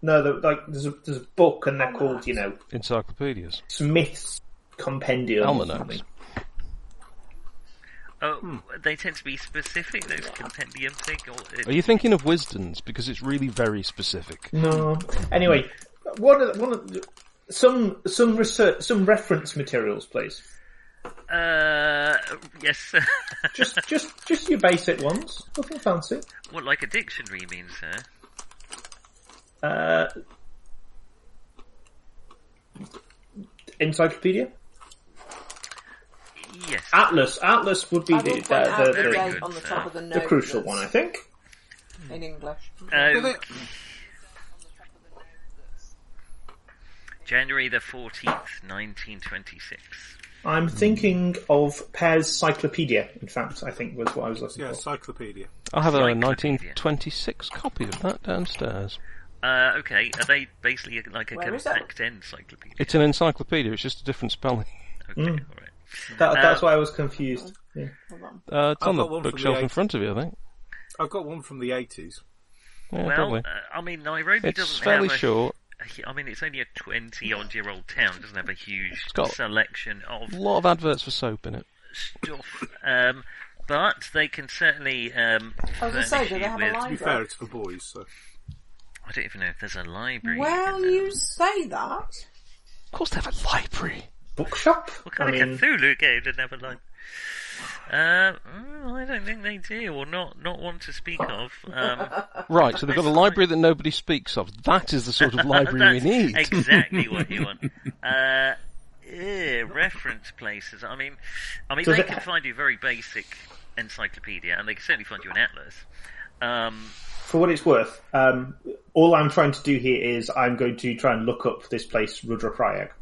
Speaker 11: No, they're like there's a, there's a book, and they're called you know
Speaker 7: Encyclopedias,
Speaker 11: Smith's Compendium. or
Speaker 7: Almanacs.
Speaker 11: something.
Speaker 8: Oh, they tend to be specific, those compendium thing. Or,
Speaker 7: Are you thinking of Wisdoms because it's really very specific?
Speaker 11: No. Anyway, what are, what are, some some research some reference materials, please.
Speaker 8: Uh, yes, sir.
Speaker 11: Just just just your basic ones. Nothing fancy.
Speaker 8: what, like a dictionary, you mean, sir?
Speaker 11: Uh, encyclopedia.
Speaker 8: Yes.
Speaker 11: Atlas. Atlas would be
Speaker 5: I
Speaker 11: the
Speaker 5: will
Speaker 11: the,
Speaker 5: point out
Speaker 11: the,
Speaker 5: the
Speaker 11: the-
Speaker 5: date on the top of the
Speaker 11: the
Speaker 5: note
Speaker 11: crucial
Speaker 5: that's
Speaker 11: one, I think.
Speaker 5: in English.
Speaker 8: Uh, January the 14th, 1926.
Speaker 11: I'm thinking of Pear's Cyclopedia. In fact, I think was what I was looking
Speaker 10: Yeah,
Speaker 11: for.
Speaker 10: encyclopedia.
Speaker 7: I have a 1926 copy of that downstairs.
Speaker 8: Uh, okay, are they basically like a
Speaker 5: Where is
Speaker 8: compact encyclopedia?
Speaker 7: It's an encyclopedia. It's just a different spelling.
Speaker 8: Okay,
Speaker 11: Mm.
Speaker 8: alright.
Speaker 11: That, that's
Speaker 8: Uh, um,
Speaker 11: why I was confused. Yeah.
Speaker 7: Uh, it's
Speaker 10: I've
Speaker 7: on the
Speaker 10: got one from the
Speaker 7: bookshelf in
Speaker 10: 80s.
Speaker 7: front of you, I think.
Speaker 10: I've got one from the 80s.
Speaker 7: Yeah,
Speaker 8: well,
Speaker 7: probably.
Speaker 8: uh, I mean, Nairobi
Speaker 7: It's
Speaker 8: doesn't
Speaker 7: fairly
Speaker 8: have a,
Speaker 7: short.
Speaker 8: I mean, it's only a 20 odd year old town, doesn't have a huge
Speaker 7: got-
Speaker 8: selection of
Speaker 7: A lot of adverts for soap in it.
Speaker 8: stuff. Um, but they can certainly. Um,
Speaker 5: I was gonna say,
Speaker 8: furnish
Speaker 5: do they
Speaker 8: you
Speaker 5: have a
Speaker 8: with...
Speaker 10: To be
Speaker 5: library?
Speaker 10: fair, it's for boys, so.
Speaker 8: I don't even know if there's a library.
Speaker 5: Well,
Speaker 8: in, um,
Speaker 5: you say that.
Speaker 7: Of course, they have a library.
Speaker 11: Bookshop.
Speaker 8: What
Speaker 11: I
Speaker 8: kind
Speaker 11: mean,
Speaker 8: of Cthulhu game didn't have a library? Uh, mm, I don't think they do, or not not one to speak of. Um,
Speaker 7: Right, so they've got a library that nobody speaks of. That is the sort of library we
Speaker 8: That's
Speaker 7: need.
Speaker 8: Exactly what you want. Uh, eh, reference places. I mean, I mean,
Speaker 11: Does
Speaker 8: they
Speaker 11: it-
Speaker 8: can find you very basic encyclopedia, and they can certainly find you an atlas. Um,
Speaker 11: for what it's worth, um, all I'm trying to do here is I'm going to try and look up this place Rudra Prayag.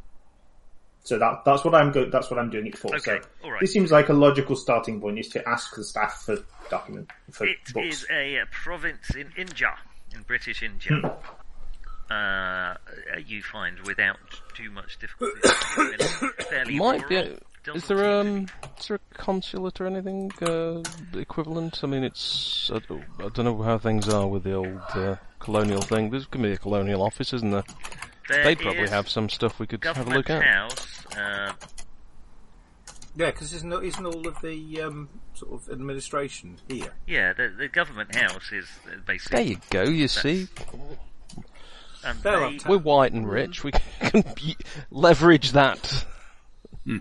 Speaker 11: So that that's what I'm go- that's what I'm doing it for. so
Speaker 8: Okay, all right.
Speaker 11: this seems like a logical starting point is to ask the staff for document for
Speaker 8: it is
Speaker 11: books.
Speaker 8: a uh, province in India, in British India. uh, you find without too much difficulty. fairly
Speaker 7: Might be.
Speaker 8: rural
Speaker 7: Is
Speaker 8: Dumbledore.
Speaker 7: there um, is there a consulate or anything uh, equivalent? I mean, it's I, I don't know how things are with the old uh, colonial thing. There's going to be a colonial office, isn't there?
Speaker 8: There
Speaker 7: They'd probably
Speaker 8: is
Speaker 7: have some stuff we could have a
Speaker 8: Government
Speaker 7: look at.
Speaker 8: House. Uh,
Speaker 10: Yeah, because isn't, isn't all of the um, sort of administration here?
Speaker 8: yeah, the, the government house is uh, basically.
Speaker 7: There you go. You see,
Speaker 8: And
Speaker 10: They'll
Speaker 8: they-
Speaker 10: have ta-
Speaker 7: we're white and rich. We can be- leverage that.
Speaker 8: Hmm.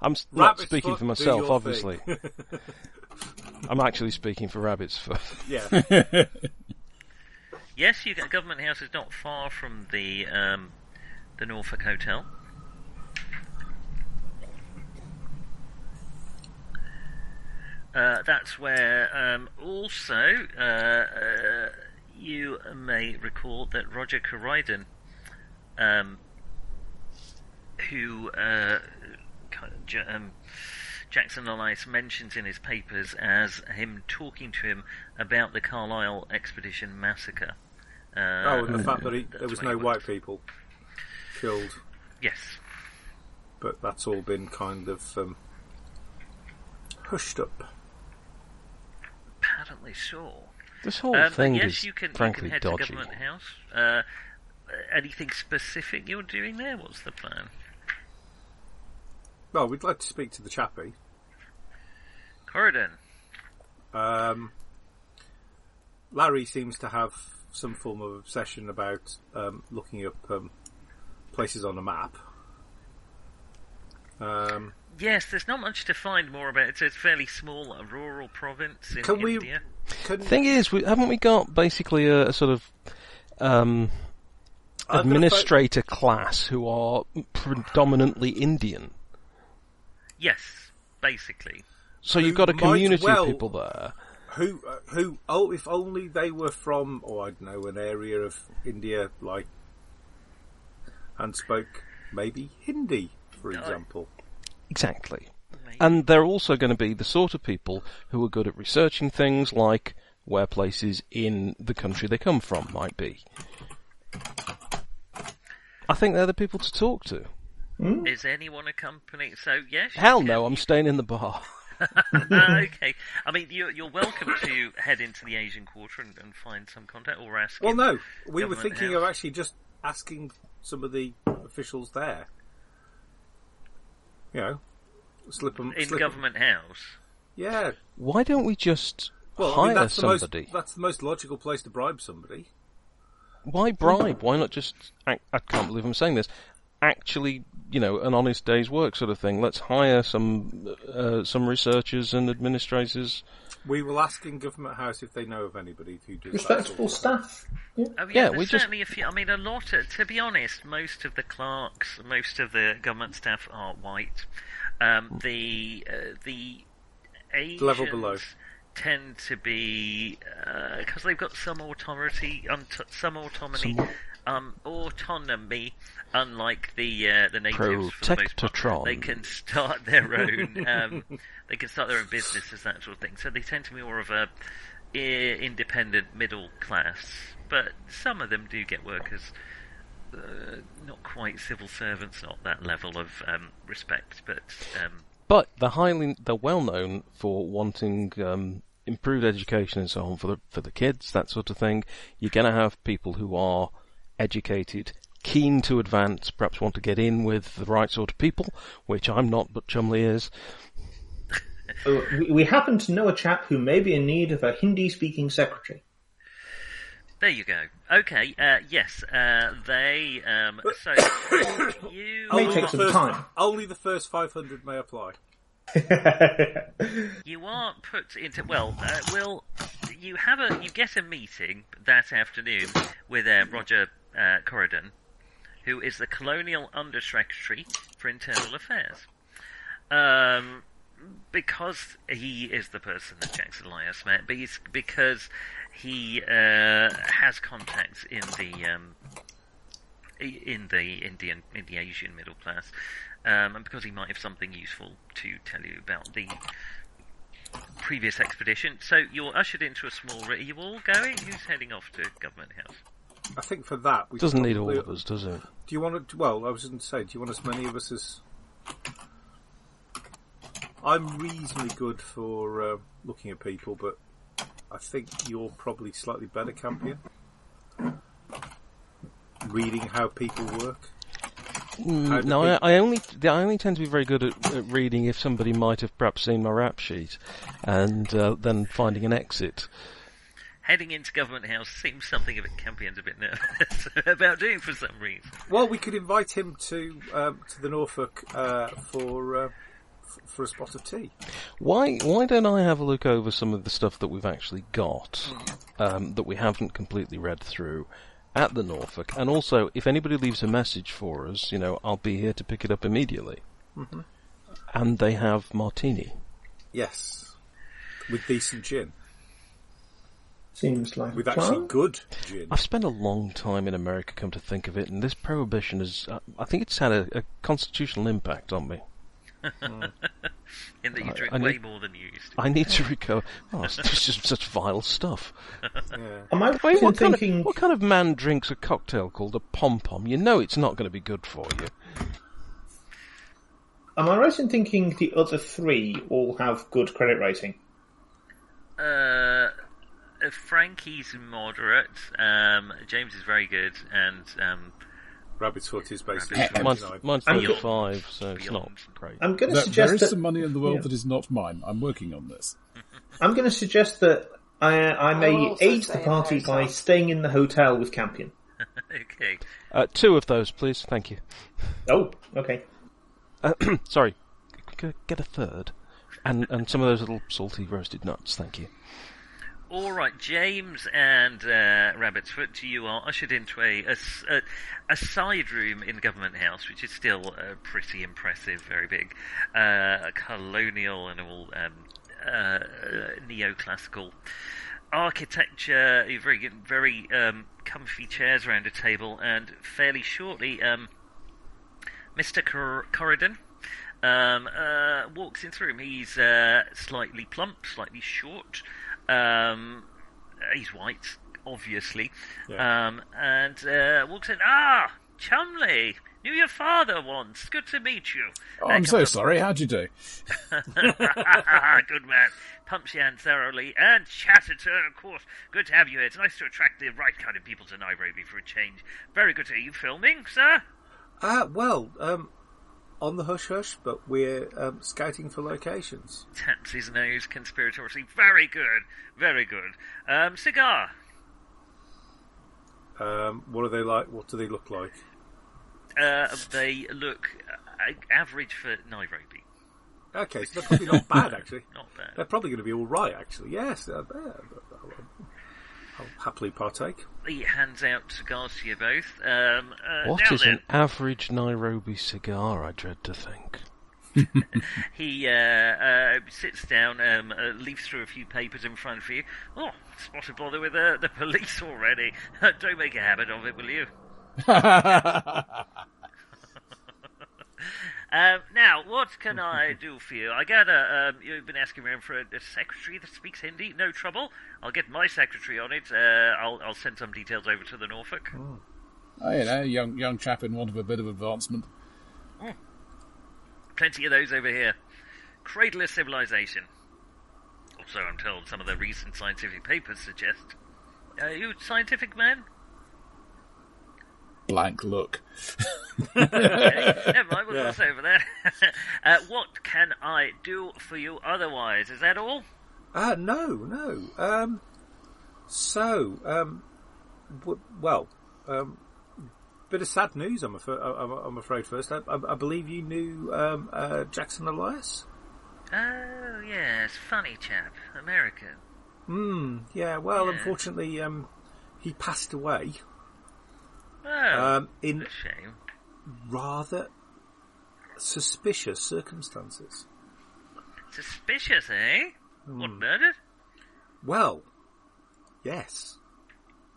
Speaker 7: I'm s- not
Speaker 10: Rabbit's
Speaker 7: speaking
Speaker 10: foot,
Speaker 7: for
Speaker 10: do
Speaker 7: myself,
Speaker 10: your
Speaker 7: obviously.
Speaker 10: thing.
Speaker 7: I'm actually speaking for rabbits. For
Speaker 10: yeah.
Speaker 8: yes, you get government house is not far from the um, the Norfolk Hotel. Uh, that's where um, also uh, uh, you may recall that Roger Corydon, um, who uh, kind of J- um, Jackson Elias mentions in his papers as him talking to him about the Carlisle expedition massacre. Uh,
Speaker 10: Oh, and the fact that he, there
Speaker 8: that's
Speaker 10: was
Speaker 8: where
Speaker 10: no
Speaker 8: he
Speaker 10: white people killed,
Speaker 8: Yes.
Speaker 10: but that's all been kind of um, hushed up.
Speaker 8: Apparently so.
Speaker 7: this whole
Speaker 8: Um,
Speaker 7: thing
Speaker 8: yes,
Speaker 7: is
Speaker 8: you can,
Speaker 7: frankly
Speaker 8: you can head
Speaker 7: dodgy.
Speaker 8: to Government House. Uh, anything specific you're doing there? What's the plan?
Speaker 10: Well, we'd like to speak to the chappie.
Speaker 8: Corridon.
Speaker 10: Um, Larry seems to have some form of obsession about um, looking up um, places on a map. Um,
Speaker 8: Yes, there's not much to find more about it. It's a fairly small, uh, rural province in
Speaker 10: Can we-
Speaker 8: India.
Speaker 10: could,
Speaker 7: Thing is, we, haven't we got basically a, a sort of um,
Speaker 10: I've got a pho-
Speaker 7: administrator class who are predominantly Indian?
Speaker 8: Yes, basically.
Speaker 7: So you've got a
Speaker 10: might
Speaker 7: community
Speaker 10: well-
Speaker 7: of people there.
Speaker 10: who uh, who oh if only they were from oh I don't know an area of India like and spoke maybe Hindi for example.
Speaker 7: Exactly. And they're also going to be the sort of people who are good at researching things like where places in the country they come from might be. I think they're the people to talk to.
Speaker 10: Hmm?
Speaker 8: Is anyone accompanying? So yes. you
Speaker 7: Hell
Speaker 8: can-
Speaker 7: no, I'm staying in the bar.
Speaker 8: okay. I mean, you're, you're welcome to head into the Asian quarter and, and find some contact, or ask.
Speaker 10: Well,
Speaker 8: in
Speaker 10: no, we were
Speaker 8: government
Speaker 10: thinking
Speaker 8: house.
Speaker 10: of actually just asking some of the officials there. You know, slip them
Speaker 8: in government house.
Speaker 10: Yeah,
Speaker 7: Why don't we just
Speaker 10: well, I
Speaker 7: hire
Speaker 10: mean, that's the
Speaker 7: somebody?
Speaker 10: most that's the most logical place to bribe somebody.
Speaker 7: Why bribe? Why not just? Act, I can't believe I'm saying this. Actually, you know, an honest day's work sort of thing. Let's hire some uh, some researchers and administrators.
Speaker 10: We will ask in government house if they know of anybody who does
Speaker 11: Respectable
Speaker 10: that sort of
Speaker 11: staff. Yeah.
Speaker 8: Oh yeah,
Speaker 7: Yeah, we
Speaker 8: there's
Speaker 7: just-
Speaker 8: certainly a few. I mean, a lot. Of, to be honest, most of the clerks, most of the government staff are white. Um, the uh, the Asians
Speaker 10: level below.
Speaker 8: tend to be because they've got some authority, um, t- some autonomy, um, autonomy. Unlike the uh, the natives, for the most part,
Speaker 7: Protectatron.
Speaker 8: they can start their own. Um, they can start their own businesses, that sort of thing. So they tend to be more of a i- independent middle class. But some of them do get work as uh, not quite civil servants, not that level of um, respect, but um,
Speaker 7: But they're highly, they're well known for wanting um, improved education and so on for the for the kids, that sort of thing. You're going to have people who are educated, keen to advance, perhaps want to get in with the right sort of people, which I'm not, but Chumley is.
Speaker 11: Uh, we, we happen to know a chap who may be in need of a Hindi-speaking secretary.
Speaker 8: there you go. Okay, uh, yes, uh, they. Um, so you
Speaker 11: May
Speaker 8: are-
Speaker 11: Uh, take some
Speaker 10: First-
Speaker 11: time.
Speaker 10: Only the first five hundred may apply.
Speaker 8: You aren't put into well. Uh, Will you have a you get a meeting that afternoon with uh, Roger uh, Corridon, who is the colonial undersecretary for internal affairs, um, because he is the person that Jackson Elias met, but he's because he uh, has contacts in the um, i- in the Indian in the Asian middle class, um, and because he might have something useful to tell you about the previous expedition. So you're ushered into a small room. Are you all going? Who's heading off to Government House?
Speaker 10: I think for that we
Speaker 7: Doesn't need all
Speaker 10: probably-
Speaker 7: of us, does it?
Speaker 10: Do you want to? Well, I was going to say, do you want as many of us as? I'm reasonably good for uh, looking at people, but I think you're probably slightly better, Campion. Reading how people work. How
Speaker 7: Mm,
Speaker 10: do
Speaker 7: no, I,
Speaker 10: people-
Speaker 7: I only I only tend to be very good at, at reading if somebody might have perhaps seen my rap sheet, and uh, then finding an exit.
Speaker 8: Heading into Government House seems something of a Campion's a bit nervous about doing for some reason.
Speaker 10: Well, we could invite him to um, to the Norfolk uh, for uh, f- for a spot of tea.
Speaker 7: Why why don't I have a look over some of the stuff that we've actually got um, that we haven't completely read through at the Norfolk, and also if anybody leaves a message for us, you know, I'll be here to pick it up immediately. Mm-hmm. And they have martini.
Speaker 10: Yes, with decent gin,
Speaker 11: Seems like
Speaker 10: with
Speaker 11: a
Speaker 10: actually
Speaker 11: plan.
Speaker 10: good gin.
Speaker 7: I've spent a long time in America, come to think of it, and this prohibition has, uh, I- I think it's had a, a constitutional impact on me.
Speaker 8: In that you
Speaker 7: I-
Speaker 8: drink
Speaker 7: I
Speaker 8: way
Speaker 7: need-
Speaker 8: more than you used to.
Speaker 7: I need to recover. Oh, it's just such vile stuff.
Speaker 10: Yeah.
Speaker 11: Am I right
Speaker 7: Wait,
Speaker 11: in
Speaker 7: what, kind
Speaker 11: thinking?
Speaker 7: of, what kind of man drinks a cocktail called a pom pom? You know it's not going to be good for you.
Speaker 11: Am I right in thinking the other three all have good credit rating?
Speaker 8: Uh, uh, Frankie's moderate. Um, James is very good, and um,
Speaker 10: Rabbit's foot is basically
Speaker 8: Rabbit's
Speaker 7: Mine's,
Speaker 10: 29.
Speaker 7: mine's
Speaker 11: I'm-
Speaker 7: 35, so it's not
Speaker 8: Beyond.
Speaker 7: great.
Speaker 11: I'm going to
Speaker 9: There- there
Speaker 11: suggest
Speaker 9: is
Speaker 11: that
Speaker 9: some money in the world
Speaker 11: yeah.
Speaker 9: that is not mine. I'm working on this.
Speaker 11: I'm going to suggest that I, I
Speaker 5: will
Speaker 11: may
Speaker 5: also
Speaker 11: aid
Speaker 5: stay
Speaker 11: the
Speaker 5: in
Speaker 11: party
Speaker 5: the hotel.
Speaker 11: by staying in the hotel with Campion.
Speaker 8: okay.
Speaker 7: Uh, two of those, please. Thank you.
Speaker 11: Oh, okay.
Speaker 7: Uh, sorry, G- get a third, and and some of those little salty roasted nuts. Thank you.
Speaker 8: All right, James and uh, Rabbit's Foot, you are ushered into a, a s- a- a side room in Government House, which is still uh, pretty impressive, very big, uh, colonial and all um, uh, neoclassical architecture. Very good, very um, comfy chairs around a table, and fairly shortly, um, Mr. Cor- Corridon um, uh, walks into the room. He's uh, slightly plump, slightly short. Um, uh, he's white, obviously.
Speaker 12: Yeah.
Speaker 8: Um, and uh, walks in. Ah, Chumley, knew your father once. Good to meet you.
Speaker 9: Oh,
Speaker 8: Uh,
Speaker 9: I'm
Speaker 8: come
Speaker 9: so
Speaker 8: up-
Speaker 9: sorry. How'd you do?
Speaker 8: Good man. Pumps your hand thoroughly and chatters to her, of course. Good to have you here. It's nice to attract the right kind of people to Nairobi for a change. Very good to are you filming, sir?
Speaker 10: Uh, well, um, on the hush hush, but we're um, scouting for locations.
Speaker 8: Taps his nose conspiratoriously. Very good. Very good. Um, cigar.
Speaker 10: Um, what are they like? What do they look like?
Speaker 8: Uh, they look uh, average for Nairobi.
Speaker 10: Okay, so they're probably not bad, actually.
Speaker 8: Not bad.
Speaker 10: They're probably going to be all right, actually. Yes, they're, they I'll happily partake.
Speaker 8: He hands out cigars to you both. Um, uh,
Speaker 7: What
Speaker 8: now
Speaker 7: is
Speaker 8: then,
Speaker 7: an average Nairobi cigar? I dread to think.
Speaker 8: He uh, uh, sits down, um, uh, leaves through a few papers in front of you. Oh, spotted bother with uh, the police already. Don't make a habit of it, will you? Um, now, what can I do for you? I gather um, you've been asking around for a, a secretary that speaks Hindi. No trouble. I'll get my secretary on it. Uh, I'll, I'll send some details over to the Norfolk.
Speaker 9: Oh, you know, young young chap in want of a bit of advancement.
Speaker 8: Plenty of those over here. Cradle of civilization. Also, I'm told some of the recent scientific papers suggest. Are you a scientific man?
Speaker 9: Blank look.
Speaker 8: okay, never mind, we'll
Speaker 9: Yeah.
Speaker 8: cross over that. uh, what can I do for you otherwise? Is that all?
Speaker 10: Ah, no, no. Um, so, um, w- well, um, bit of sad news. I'm, af- I'm, I'm afraid. First, I, I, I believe you knew um, uh, Jackson Elias.
Speaker 8: Oh, yes, funny chap. American.
Speaker 10: Hmm. Yeah. Well,
Speaker 8: Yeah.
Speaker 10: unfortunately, um, he passed away.
Speaker 8: Oh,
Speaker 10: um, in
Speaker 8: a shame.
Speaker 10: rather suspicious circumstances.
Speaker 8: Suspicious, eh? What,
Speaker 10: Hmm.
Speaker 8: murdered?
Speaker 10: Well, yes,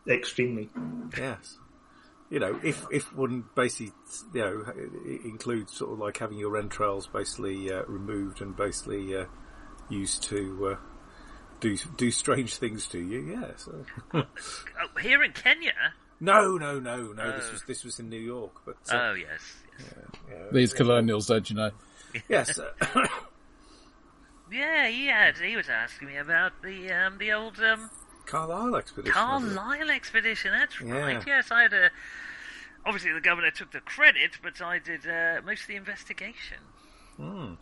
Speaker 11: extremely.
Speaker 10: Yes, you know, if if one basically you know it includes sort of like having your entrails basically uh, removed and basically uh, used to uh, do do strange things to you. Yes.
Speaker 8: Oh, here in Kenya?
Speaker 10: no, no, no, no. This
Speaker 8: Oh.
Speaker 10: was this was in New York, but uh,
Speaker 8: Oh, yes, yes.
Speaker 10: yeah,
Speaker 9: These
Speaker 10: yeah.
Speaker 9: colonials, don't you know?
Speaker 10: Yes. uh,
Speaker 8: Yeah, he had. He was asking me about the um, the old um,
Speaker 10: Carlisle expedition. wasn't it?
Speaker 8: Carlisle expedition. That's
Speaker 10: Yeah.
Speaker 8: right. Yes, I had a. Obviously, the governor took the credit, but I did uh, most of the investigation.
Speaker 10: Hmm.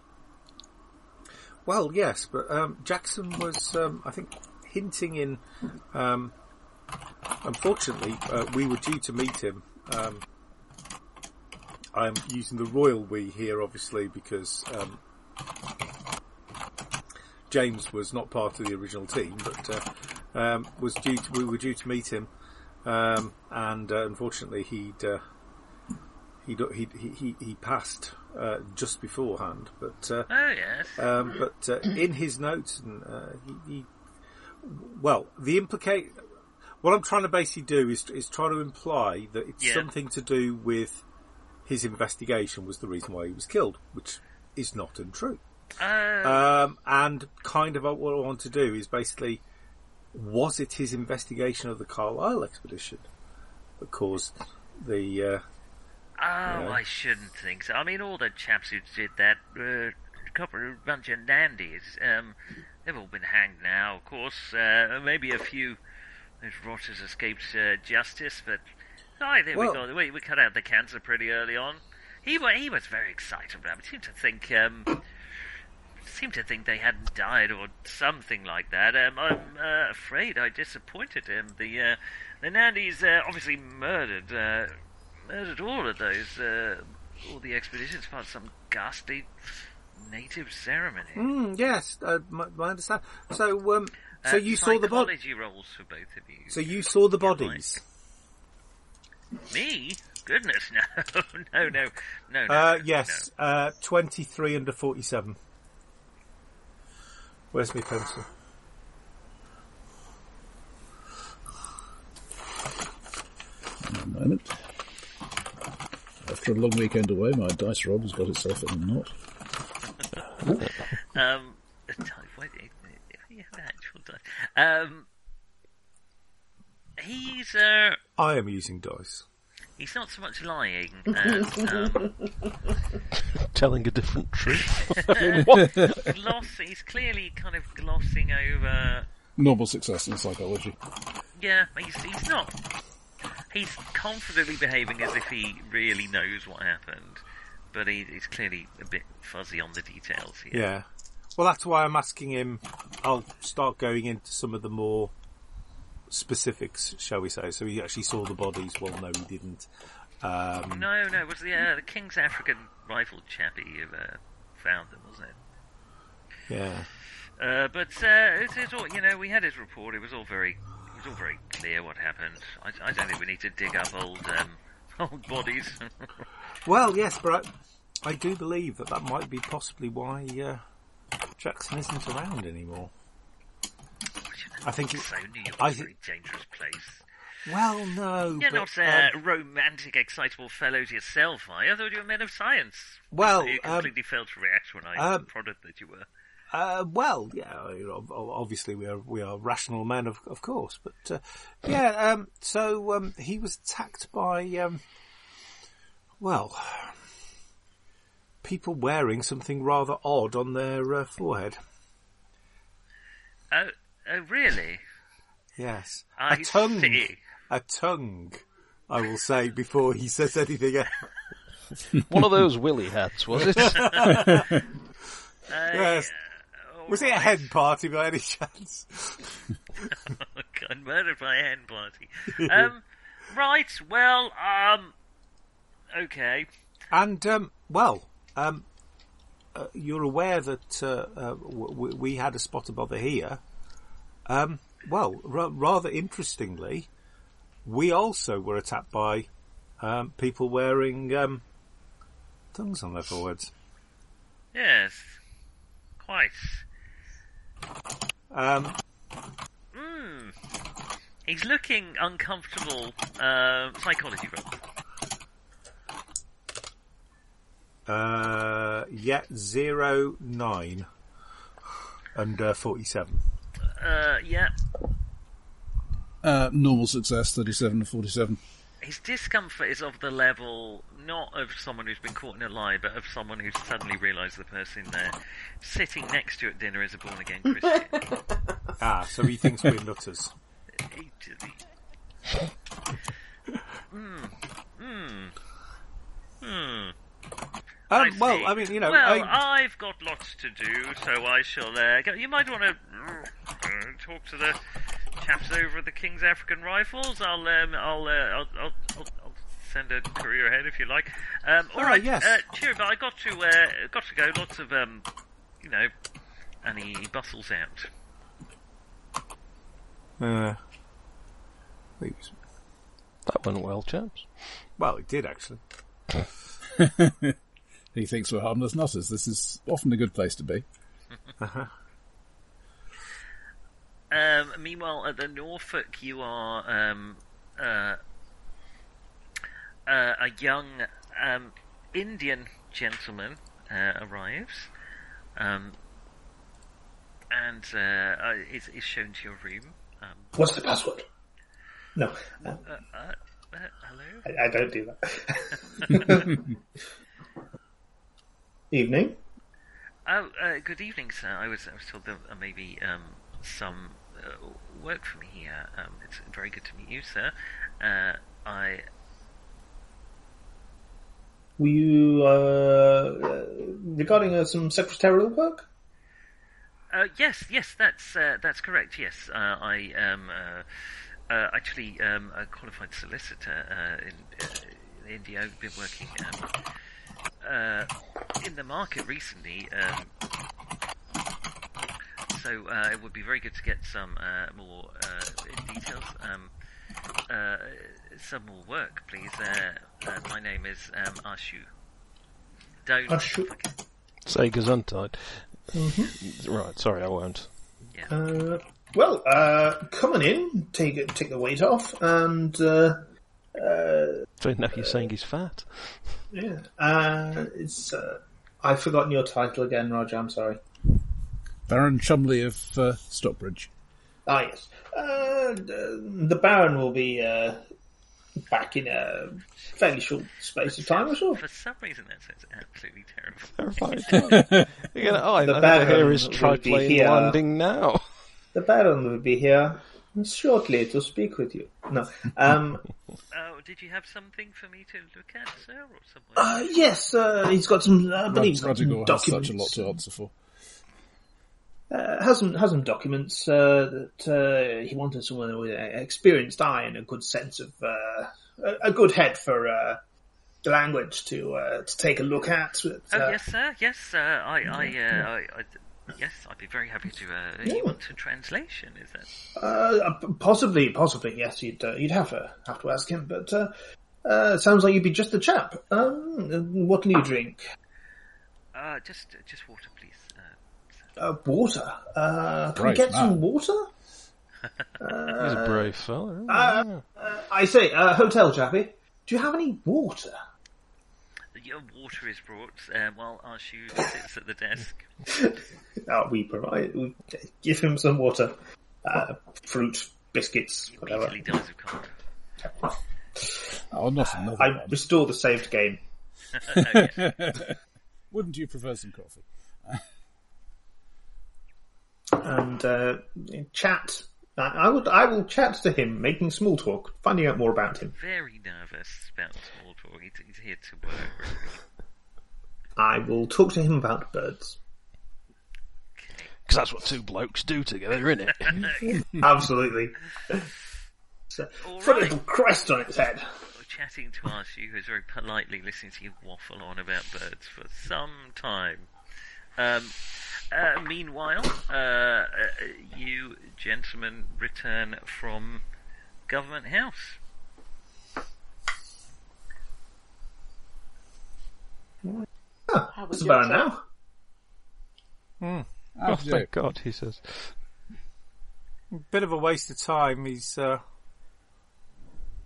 Speaker 10: Well, yes, but um, Jackson was, um, I think, hinting in. Um, unfortunately, uh, we were due to meet him. Um, I'm using the royal we here, obviously, because um, James was not part of the original team, but uh, um, was due. To, we were due to meet him, um, and uh, unfortunately, he'd. Uh, he do- he he he, he passed uh, just beforehand, but uh,
Speaker 8: Oh, yes.
Speaker 10: um, but uh, in his notes and uh, he, he well the implicate what I'm trying to basically do is is try to imply that it's
Speaker 8: Yeah.
Speaker 10: something to do with his investigation was the reason why he was killed, which is not untrue.
Speaker 8: Uh, oh,
Speaker 10: Um, and kind of what I want to do is basically, was it his investigation of the Carlisle expedition that caused the uh,
Speaker 8: Oh, I shouldn't think so. I mean, all the chaps who did that, uh, a couple of bunch of dandies, um, they've all been hanged now, of course. Uh, maybe a few those rotters escaped uh, justice, but I think
Speaker 10: Well-
Speaker 8: we got we, we cut out the cancer pretty early on. He wa- he was very excited about it. Seemed to think um, seemed to think they hadn't died or something like that. Um, I'm uh, afraid I disappointed him. The uh, the Nandis uh, obviously murdered uh, murdered all of those uh, all the expeditions part of some ghastly native ceremony.
Speaker 10: Mm, yes, uh, my, my understand. So, um, so
Speaker 8: Uh,
Speaker 10: you saw the body.
Speaker 8: psychology rolls for both of you.
Speaker 10: So you saw the bodies.
Speaker 8: Me? Goodness, no, no, no, no. no
Speaker 10: Uh,
Speaker 8: no,
Speaker 10: yes, uh, twenty-three under forty-seven. Where's my pencil?
Speaker 9: One moment. After a long weekend away, my dice roll has got itself in a knot.
Speaker 8: no. Um, type, wait, if you have an actual type. Um, he's uh,
Speaker 10: I am using dice.
Speaker 8: he's not so much lying as um,
Speaker 7: Telling a different truth.
Speaker 8: gloss. He's clearly kind of glossing over.
Speaker 9: Normal success in psychology.
Speaker 8: Yeah, he's, he's not. He's confidently behaving as if he really knows what happened, but he, he's clearly a bit fuzzy on the details here.
Speaker 10: Yeah. Well, that's why I'm asking him. I'll start going into some of the more specifics, shall we say. So he actually saw the bodies. Well, no, he didn't. Um,
Speaker 8: No, no, it was the uh, the King's African rifle chappy who uh, found them, wasn't it?
Speaker 10: Yeah.
Speaker 8: Uh, but uh, it's, it's all you know. We had his report. It was all very, it was all very clear what happened. I, I don't think we need to dig up old um, old bodies.
Speaker 10: Well, yes, but I, I do believe that that might be possibly why uh, Jackson isn't around anymore. I think it-
Speaker 8: so. New York's
Speaker 10: I
Speaker 8: a
Speaker 10: thi-
Speaker 8: very dangerous place.
Speaker 10: Well, no.
Speaker 8: You're
Speaker 10: but,
Speaker 8: not uh,
Speaker 10: um,
Speaker 8: romantic, excitable fellows yourself, are you? I thought you were men of science.
Speaker 10: Well,
Speaker 8: you
Speaker 10: um,
Speaker 8: completely failed to react when I
Speaker 10: um,
Speaker 8: prodded that you were.
Speaker 10: Uh, well, yeah, you know, ob- obviously we are we are rational men, of of course, but uh, yeah. Um, so um, he was attacked by um, well people wearing something rather odd on their uh, forehead.
Speaker 8: Oh, oh really?
Speaker 10: Yes,
Speaker 8: I
Speaker 10: a tongue,
Speaker 8: see.
Speaker 10: a tongue. I will say before he says anything else.
Speaker 7: One of those willy hats, was it?
Speaker 8: Oh,
Speaker 10: yes. Was it a hen party by any chance?
Speaker 8: God, murdered by a hen party. Um, right. Well, um, okay.
Speaker 10: And um, well, um, uh, you're aware that uh, uh, w- w- we had a spot above here. Um, well, ra- rather interestingly, we also were attacked by um, people wearing um, tongues on their foreheads.
Speaker 8: Yes. Quite.
Speaker 10: Um,
Speaker 8: Hmm. He's looking uncomfortable. Uh, psychology roll.
Speaker 10: uh, yeah, zero nine and uh, forty-seven.
Speaker 8: Uh, yeah.
Speaker 9: Uh, normal success, 37 and 47.
Speaker 8: His discomfort is of the level not of someone who's been caught in a lie, but of someone who's suddenly realised the person they're sitting next to at dinner is a born again Christian.
Speaker 10: Ah, so he thinks we're nutters.
Speaker 8: He- he- Hmm. Hmm. Hmm.
Speaker 10: Um,
Speaker 8: I
Speaker 10: well,
Speaker 8: see.
Speaker 10: I mean, you know,
Speaker 8: Well,
Speaker 10: I-
Speaker 8: I... have got lots to do, so I shall. Uh, go. You might want to talk to the chaps over at the King's African Rifles. I'll, um, I'll, uh, I'll, I'll, I'll, I'll send a courier ahead if you like. Um, all
Speaker 10: Ah,
Speaker 8: right,
Speaker 10: yes.
Speaker 8: Uh, cheer, but I got to, uh, got to go. Lots of, um, you know, and he bustles out.
Speaker 10: Uh, he was
Speaker 7: That went well, chaps.
Speaker 10: Well, it did actually.
Speaker 9: He thinks we're harmless nutters. This is often a good place to be.
Speaker 8: Um, meanwhile, at the Norfolk, you are um, uh, uh, a young um, Indian gentleman uh, arrives, um, and uh, uh, is, is shown to your room. Um,
Speaker 11: What's the password? No,
Speaker 8: uh, uh, uh, hello.
Speaker 11: I, I don't do that. Evening.
Speaker 8: Oh, uh, good evening, sir. I was I was told there may be um, some uh, work for me here. Um, it's very good to meet you, sir. Uh, I
Speaker 11: Were you uh, uh, regarding uh, some secretarial work?
Speaker 8: Uh, yes, yes, that's uh, that's correct. Yes, uh, I am uh, uh, actually um, a qualified solicitor uh, in uh, in India. I've been working um, uh, in the market recently, um, so uh, it would be very good to get some uh, more uh, details. Um, uh, some more work, please. Uh, uh, my name is um, Ashu. Don't
Speaker 11: Ashu.
Speaker 7: Say Gesundheit.
Speaker 11: Mhm.
Speaker 7: Right, sorry, I won't.
Speaker 11: Uh, well, uh, coming in, take it, take the weight off, and uh, uh,
Speaker 7: So now you're saying he's fat.
Speaker 11: yeah, uh, it's. Uh, I've forgotten your title again, Roger. I'm sorry.
Speaker 9: Baron Chumley of uh, Stockbridge.
Speaker 11: Ah, yes. Uh, the Baron will be uh, back in a fairly short space of time, I'm sure.
Speaker 8: For some reason, that sounds absolutely terrible.
Speaker 7: You're gonna, oh, I, I hear his
Speaker 11: will be
Speaker 7: triplane
Speaker 11: here.
Speaker 7: landing now.
Speaker 11: The Baron will be here shortly to speak with you. No. Um,
Speaker 8: Oh, did you have something for me to look at, sir, or something?
Speaker 11: uh, yes, uh, he's got some. I believe he's got
Speaker 9: Rod-
Speaker 11: some
Speaker 9: Rodrigo has such
Speaker 11: documents.
Speaker 9: a lot to answer for.
Speaker 11: uh, has some has some documents uh, that uh, he wanted someone with an experienced eye and a good sense of uh, a, a good head for uh, the language to uh, to take a look at. But,
Speaker 8: Oh
Speaker 11: uh,
Speaker 8: yes, sir. Yes, uh, I, I, uh, I, I, yes, I'd be very happy to. Uh, you want a translation? Is that?
Speaker 11: Uh, p- possibly, possibly, yes. You'd uh, you'd have to have to ask him, but uh, uh, sounds like you'd be just the chap. Um, what can you drink?
Speaker 8: Uh, just, just water, please. Uh,
Speaker 11: Uh, water. Uh, can we
Speaker 7: Brave
Speaker 11: get some
Speaker 7: man.
Speaker 11: water?
Speaker 7: he's a
Speaker 11: Uh,
Speaker 7: brave fella. isn't he?
Speaker 11: uh, uh, I say, uh, hotel chappy. Do you have any water?
Speaker 8: your water is brought uh, while Arshu sits at the desk.
Speaker 11: Oh, we provide. We give him some water, uh, fruit, biscuits, whatever.
Speaker 8: Immediately dies of cold.
Speaker 9: Oh, not another
Speaker 11: I restore the saved game.
Speaker 8: Oh,
Speaker 9: one. Wouldn't you prefer some coffee?
Speaker 11: and uh, chat. I, I would, I will chat to him, making small talk, finding out more about him.
Speaker 8: Very nervous about small talk. He's, he's here to work. Really.
Speaker 11: I will talk to him about birds.
Speaker 7: Because that's what two blokes do together, isn't it?
Speaker 9: Hmm.
Speaker 11: Absolutely. So, Put a crest on its head.
Speaker 8: We're Chatting to Arshu, who's very politely listening to you waffle on about birds for some time. Um, uh, meanwhile, uh, uh, you gentlemen return from Government House.
Speaker 5: How was
Speaker 11: It's
Speaker 5: your
Speaker 11: about
Speaker 5: trip?
Speaker 11: now.
Speaker 7: Hmm.
Speaker 9: How
Speaker 7: Oh,
Speaker 9: do you
Speaker 7: thank God, he says.
Speaker 10: Bit of a waste of time. He's uh,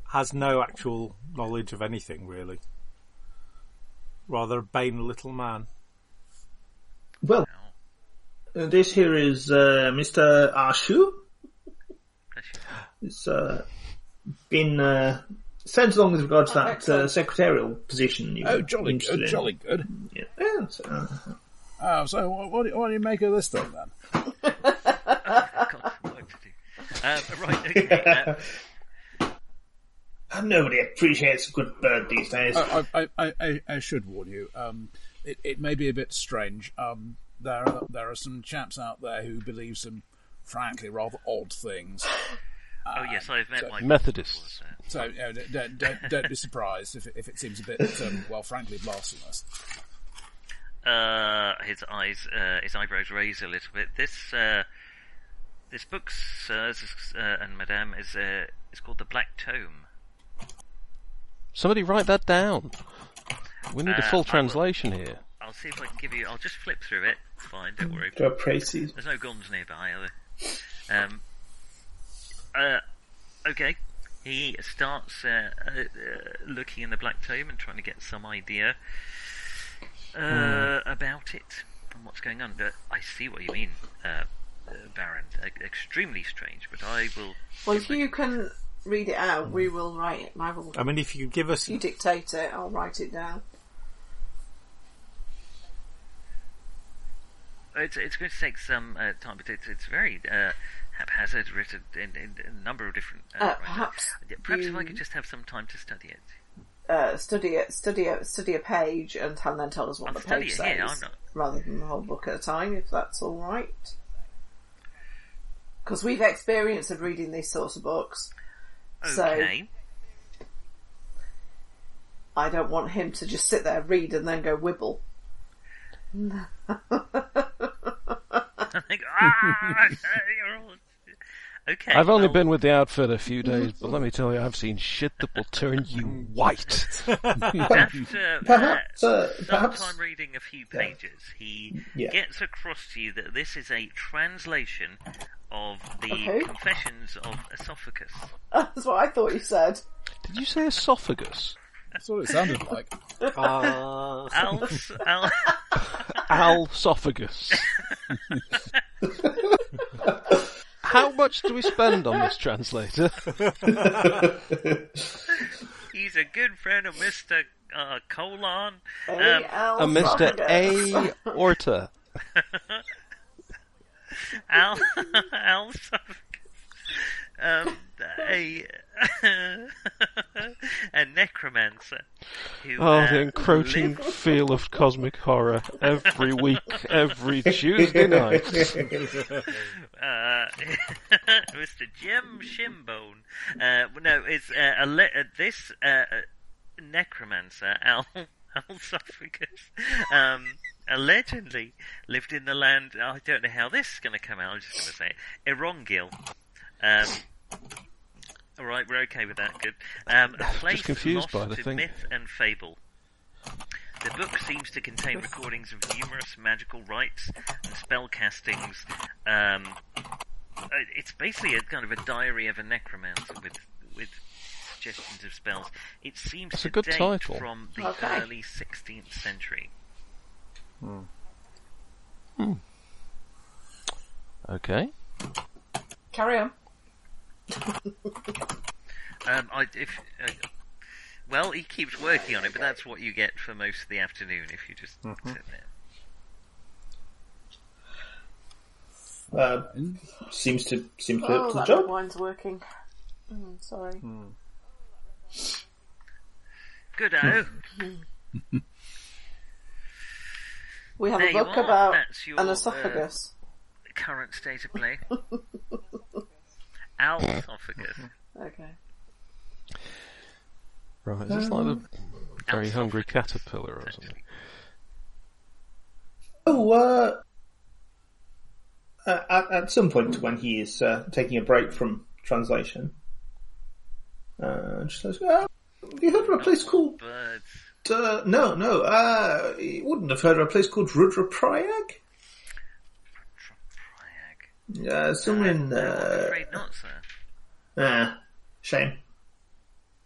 Speaker 10: has no actual knowledge of anything really. Rather a bane little man.
Speaker 11: Well, uh, this here is uh, Mr. Ashu. It's uh, been uh, sent along with regard to that uh, secretarial position. You
Speaker 9: Oh,
Speaker 11: were
Speaker 9: jolly
Speaker 11: interested
Speaker 9: good,
Speaker 11: in.
Speaker 9: jolly good.
Speaker 11: Yeah, yeah, so, uh,
Speaker 9: Oh, so what, what, do you- what do you make of this thing then?
Speaker 8: Um, right, okay. Uh,
Speaker 11: nobody appreciates a good bird these days.
Speaker 9: I, I, I, I, I should warn you. Um, it, it may be a bit strange. Um, there are there are some chaps out there who believe some, frankly, rather odd things.
Speaker 8: oh yes, I've met my
Speaker 7: Methodists.
Speaker 9: So you know, don't, don't don't be surprised if it, if it seems a bit um, well, frankly, blasphemous.
Speaker 8: Uh, his eyes, uh, his eyebrows raise a little bit. This, uh, this book, sirs uh, and madame, is uh, is called the Black Tome.
Speaker 7: Somebody write that down. We need
Speaker 8: Uh,
Speaker 7: a
Speaker 8: I will.
Speaker 7: full translation here.
Speaker 8: I'll see if I can give you. I'll just flip through it. It's fine, don't worry.
Speaker 11: Do I praise you?
Speaker 8: There's no guns nearby, are there? Um. Uh, okay. He starts uh, uh, uh, looking in the Black Tome and trying to get some idea uh, about it and what's going on. But I see what you mean, uh, uh, Baron. E- extremely strange, but I will.
Speaker 5: Well, if you can read it out, we will write it. And I
Speaker 11: Um,
Speaker 5: will.
Speaker 10: I mean, if you could give us
Speaker 5: You dictate it. I'll write it down.
Speaker 8: It's, it's going to take some uh, time, but it's, it's very uh, haphazard, written in, in a number of different. Uh,
Speaker 5: Uh,
Speaker 8: writers.
Speaker 5: perhaps
Speaker 8: perhaps if I
Speaker 5: you-
Speaker 8: could just have some time to study it.
Speaker 5: Uh, study it. Study it. Study a page, and, and then tell us what
Speaker 8: I'll
Speaker 5: the
Speaker 8: study
Speaker 5: page
Speaker 8: it here,
Speaker 5: says,
Speaker 8: I'm not-
Speaker 5: rather than the whole book at a time, if that's all right. Because we've experience of reading these sorts of books. So-
Speaker 8: Okay.
Speaker 5: I don't want him to just sit there, read, and then go wibble.
Speaker 8: Like, ah, you're all- okay.
Speaker 7: I've only
Speaker 8: well,
Speaker 7: been with the outfit a few days, but let me tell you, I've seen shit that will turn you white.
Speaker 8: After
Speaker 11: Perhaps,
Speaker 8: uh,
Speaker 11: uh,
Speaker 8: some
Speaker 11: perhaps-
Speaker 8: time reading a few pages, he
Speaker 11: Yeah.
Speaker 8: gets across to you that this is a translation of the
Speaker 5: Okay.
Speaker 8: Confessions of Esophagus.
Speaker 5: That's what I thought you said.
Speaker 7: Did you say esophagus?
Speaker 9: That's what it sounded like.
Speaker 10: Ah.
Speaker 8: Al's, Al-
Speaker 7: Alsophagus. How much do we spend on this translator?
Speaker 8: he's a good friend of Mister uh, Colon. Um,
Speaker 7: A Mr. Uh, A. Orta.
Speaker 8: Al, Al um, a, a necromancer. Who,
Speaker 7: Oh,
Speaker 8: uh,
Speaker 7: the encroaching
Speaker 8: lived-
Speaker 7: feel of cosmic horror every week, every Tuesday
Speaker 8: uh,
Speaker 7: night.
Speaker 8: Mr. Jim Shimbone. Uh, no, it's uh, a le- uh, this uh, necromancer, Al Alsophagus, um, allegedly lived in the land. I don't know how this is going to come out. I'm just going to say it. Erongil. Um, all right, we're okay with that. Good. Um, a place lost
Speaker 7: confused by the
Speaker 8: to
Speaker 7: thing.
Speaker 8: myth and fable. The book seems to contain recordings of numerous magical rites and spell castings. Um, uh, it's basically a kind of a diary of a necromancer with with suggestions of spells. It seems
Speaker 7: That's
Speaker 8: to
Speaker 7: a good
Speaker 8: date
Speaker 7: title.
Speaker 8: from the
Speaker 5: Okay.
Speaker 8: early 16th century.
Speaker 7: Okay.
Speaker 5: Carry on.
Speaker 8: Um, I, if uh, well, he keeps working on it, but that's what you get for most of the afternoon if you just
Speaker 7: Mm-hmm.
Speaker 8: sit there.
Speaker 11: Uh, seems to seem to,
Speaker 5: Oh,
Speaker 11: to the
Speaker 5: that
Speaker 11: job.
Speaker 5: wine's working. Mm, sorry.
Speaker 8: Good oh.
Speaker 5: We have
Speaker 8: There
Speaker 5: a
Speaker 8: you
Speaker 5: book
Speaker 8: are.
Speaker 5: about
Speaker 8: That's your,
Speaker 5: an
Speaker 8: uh,
Speaker 5: esophagus.
Speaker 8: current state of play. Alsophagus.
Speaker 7: Mm-hmm.
Speaker 5: Okay.
Speaker 7: Right, is this like the very hungry caterpillar or something?
Speaker 11: Oh, uh, at, at some point when he is uh, taking a break from translation, uh, just says, "Oh, "Have you heard of a place called?"
Speaker 8: Birds.
Speaker 11: Uh, no, no. Uh, you wouldn't have heard of a place called Rudra Prayag.
Speaker 8: Priag.
Speaker 11: Yeah, Uh, somewhere in.
Speaker 8: No, I'm
Speaker 11: Uh,
Speaker 8: afraid not, sir.
Speaker 11: ah, shame.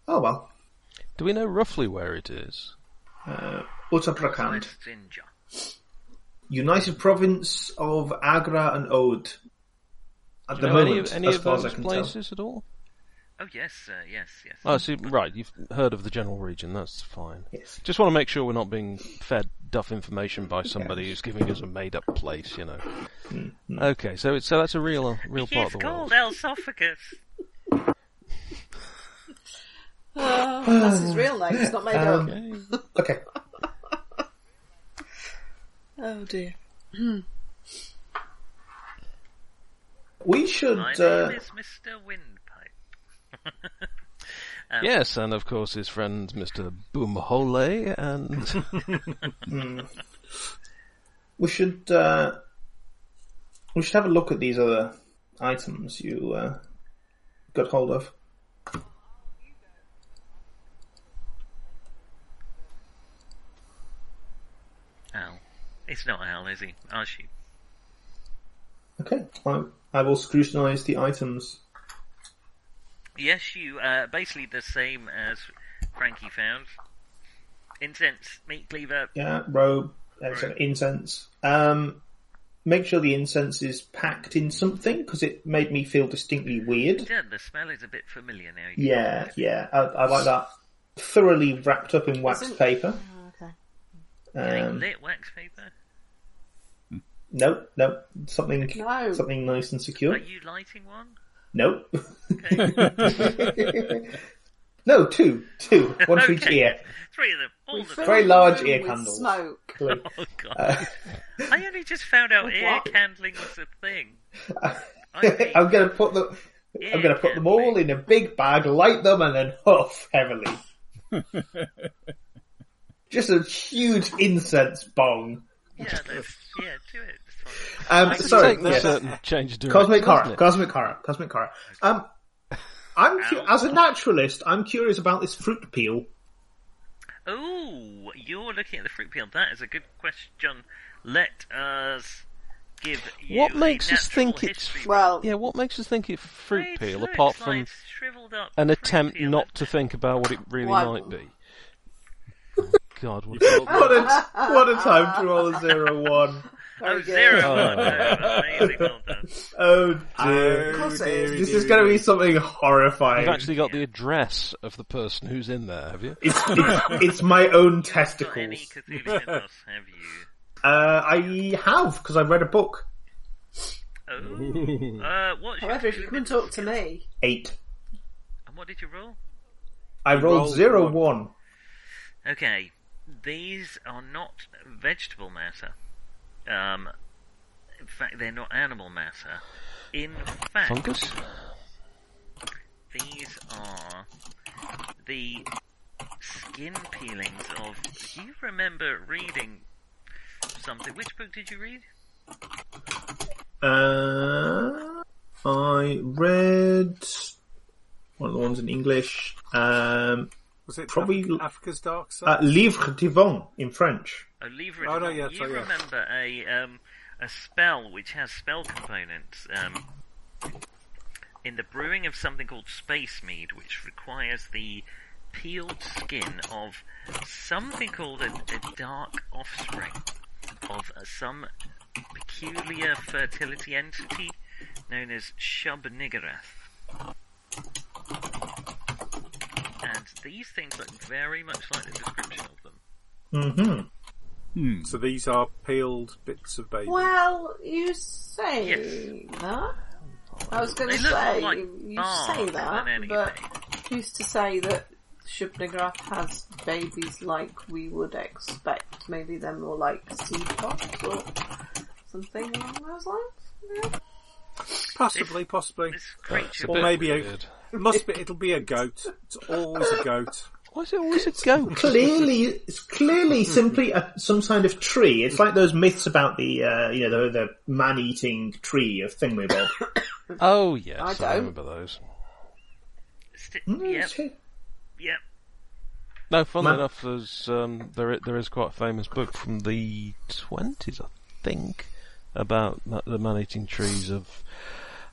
Speaker 11: Oh well,
Speaker 7: Do we know roughly where it is?
Speaker 11: uh, Uttarakhand,
Speaker 8: West Ginger.
Speaker 11: United Province of Agra and Oud. At
Speaker 7: Do you
Speaker 11: the
Speaker 7: know
Speaker 11: moment,
Speaker 7: any of, any
Speaker 11: as
Speaker 7: of
Speaker 11: far as I
Speaker 7: those
Speaker 11: can
Speaker 7: places at all?
Speaker 8: Oh yes, sir. Yes, yes.
Speaker 7: Oh, see, right, you've heard of the general region, that's fine.
Speaker 11: tell. Yes.
Speaker 7: Just want to make sure we're not being fed duff information by somebody who's giving us a made-up place, you know.
Speaker 11: Mm-hmm.
Speaker 7: Okay, so it's, so that's a real, real part of
Speaker 8: He's
Speaker 7: the
Speaker 8: called
Speaker 7: world.
Speaker 8: Alsophagus.
Speaker 5: Oh, that's his real name. It's not made up.
Speaker 11: Um, okay.
Speaker 5: Oh dear.
Speaker 11: We
Speaker 8: My
Speaker 11: should. Uh,
Speaker 8: name is Mr. Windpipe.
Speaker 7: Yes, and of course his friend Mr. Boomhole and
Speaker 11: we should. Uh, we should have a look at these other items you uh, got hold of.
Speaker 8: Al. It's not Al, is he? Are she?
Speaker 11: Okay, I, I will scrutinise the items.
Speaker 8: Yes, you. Uh, basically the same as Frankie found. Incense, meat cleaver.
Speaker 11: Yeah, robe, etc. Incense. Um, make sure the incense is packed in something because it made me feel distinctly weird.
Speaker 8: Yeah, the smell is a bit familiar now. You
Speaker 11: Yeah, yeah, I, I like that. Thoroughly wrapped up in wax
Speaker 5: Isn't-
Speaker 11: paper.
Speaker 5: Oh, okay.
Speaker 11: Um,
Speaker 8: lit wax paper.
Speaker 11: nope, nope. Something,
Speaker 5: No.
Speaker 11: something nice and
Speaker 8: Are
Speaker 11: secure.
Speaker 8: you lighting one?
Speaker 11: Nope.
Speaker 8: Okay.
Speaker 11: no, two, two, one for each
Speaker 8: Okay.
Speaker 11: ear.
Speaker 8: Three of them. All of them.
Speaker 11: Very
Speaker 5: Fill
Speaker 11: large
Speaker 5: the
Speaker 11: ear
Speaker 5: room with
Speaker 11: candles.
Speaker 5: Smoke.
Speaker 11: Three.
Speaker 8: Oh god!
Speaker 11: Uh,
Speaker 8: I only just found out air
Speaker 5: What?
Speaker 8: candling was a thing.
Speaker 11: I'm gonna put them. I'm gonna put them all in a big bag, light them, and then huff heavily. Just a huge incense bong.
Speaker 8: Yeah, that's, yeah, do it.
Speaker 11: Um,
Speaker 8: I can
Speaker 11: sorry,
Speaker 8: take that
Speaker 11: yeah.
Speaker 8: certain change of direction,
Speaker 11: Cosmic
Speaker 8: doesn't
Speaker 11: horror,
Speaker 8: it?
Speaker 11: cosmic horror, cosmic horror. Um, I'm cu- as a naturalist, I'm curious about this fruit peel.
Speaker 8: Oh, you're looking at the fruit peel. That is a good question. Let us give you
Speaker 7: What
Speaker 8: a
Speaker 7: makes us
Speaker 8: natural
Speaker 7: think it's
Speaker 8: history
Speaker 5: well?
Speaker 7: Yeah, what makes us think it's fruit peel
Speaker 8: looks
Speaker 7: apart
Speaker 8: like
Speaker 7: from
Speaker 8: shriveled up
Speaker 7: an attempt not to think about what it really
Speaker 8: Why-
Speaker 7: might be? Oh, God, what
Speaker 11: What a, what a time to roll a zero one.
Speaker 5: Very good.
Speaker 8: Oh,
Speaker 11: Oh
Speaker 7: dear.
Speaker 11: dear.
Speaker 7: Oh, dearie,
Speaker 11: this is
Speaker 7: dearie,
Speaker 11: going to be
Speaker 7: dearie.
Speaker 11: something horrifying.
Speaker 7: You've actually got the address of the person who's in there, have you?
Speaker 11: It's, it's, it's my own
Speaker 8: Any
Speaker 11: testicles.
Speaker 8: Cthulhu mythos have you?
Speaker 11: Uh, I have because I read a book.
Speaker 8: Oh, uh, what's your
Speaker 5: However, if you can talk to me,
Speaker 11: Eight.
Speaker 8: and what did you roll?
Speaker 11: I
Speaker 8: You
Speaker 11: rolled
Speaker 8: rolled
Speaker 11: zero one.
Speaker 8: Okay, these are not vegetable matter. Um, in fact, they're not animal matter. In fact,
Speaker 7: Fungus?
Speaker 8: these are the skin peelings of. Do you remember reading something? Which book did you read?
Speaker 11: Uh, I read one of the ones in English. Um,
Speaker 10: Was it
Speaker 11: probably
Speaker 10: Africa's Dark Side?
Speaker 11: uh, Livre divin in French?
Speaker 8: Oliver,
Speaker 10: Oh, no,
Speaker 8: Renault,
Speaker 10: yeah,
Speaker 8: you
Speaker 10: sorry, yeah.
Speaker 8: remember a um, a spell which has spell components um, in the brewing of something called space mead, which requires the peeled skin of something called a, a dark offspring of uh, some peculiar fertility entity known as Shub Niggurath. And these things look very much like the description of them.
Speaker 11: Mm-hmm.
Speaker 9: Hmm.
Speaker 10: So these are peeled bits of baby.
Speaker 5: well, you say that. I was going
Speaker 8: They
Speaker 5: to
Speaker 8: look
Speaker 5: say
Speaker 8: like
Speaker 5: you
Speaker 8: bark
Speaker 5: say
Speaker 8: more
Speaker 5: that,
Speaker 8: than
Speaker 5: but you used to say that Shubnagraph has babies like we would expect. Maybe they're more like seed pods or something along those lines. Yeah.
Speaker 10: Possibly, possibly.
Speaker 8: That's
Speaker 7: a
Speaker 10: or
Speaker 7: bit
Speaker 10: maybe a,
Speaker 7: weird.
Speaker 10: it must be. It'll be a goat. It's always a goat.
Speaker 7: Why is it always a goat?
Speaker 11: Clearly, it's clearly simply a, some kind of tree. It's like those myths about the uh, you know the, the man eating tree of Thingamabob.
Speaker 7: Oh, yes,
Speaker 11: I
Speaker 7: I,
Speaker 11: don't.
Speaker 7: remember those.
Speaker 8: Sti-
Speaker 11: Mm,
Speaker 8: yep.
Speaker 11: okay.
Speaker 8: Yep.
Speaker 7: No, funnily
Speaker 11: Man-
Speaker 7: enough, there's um, there i- there is quite a famous book from the twenties, I think, about ma- the man-eating trees of,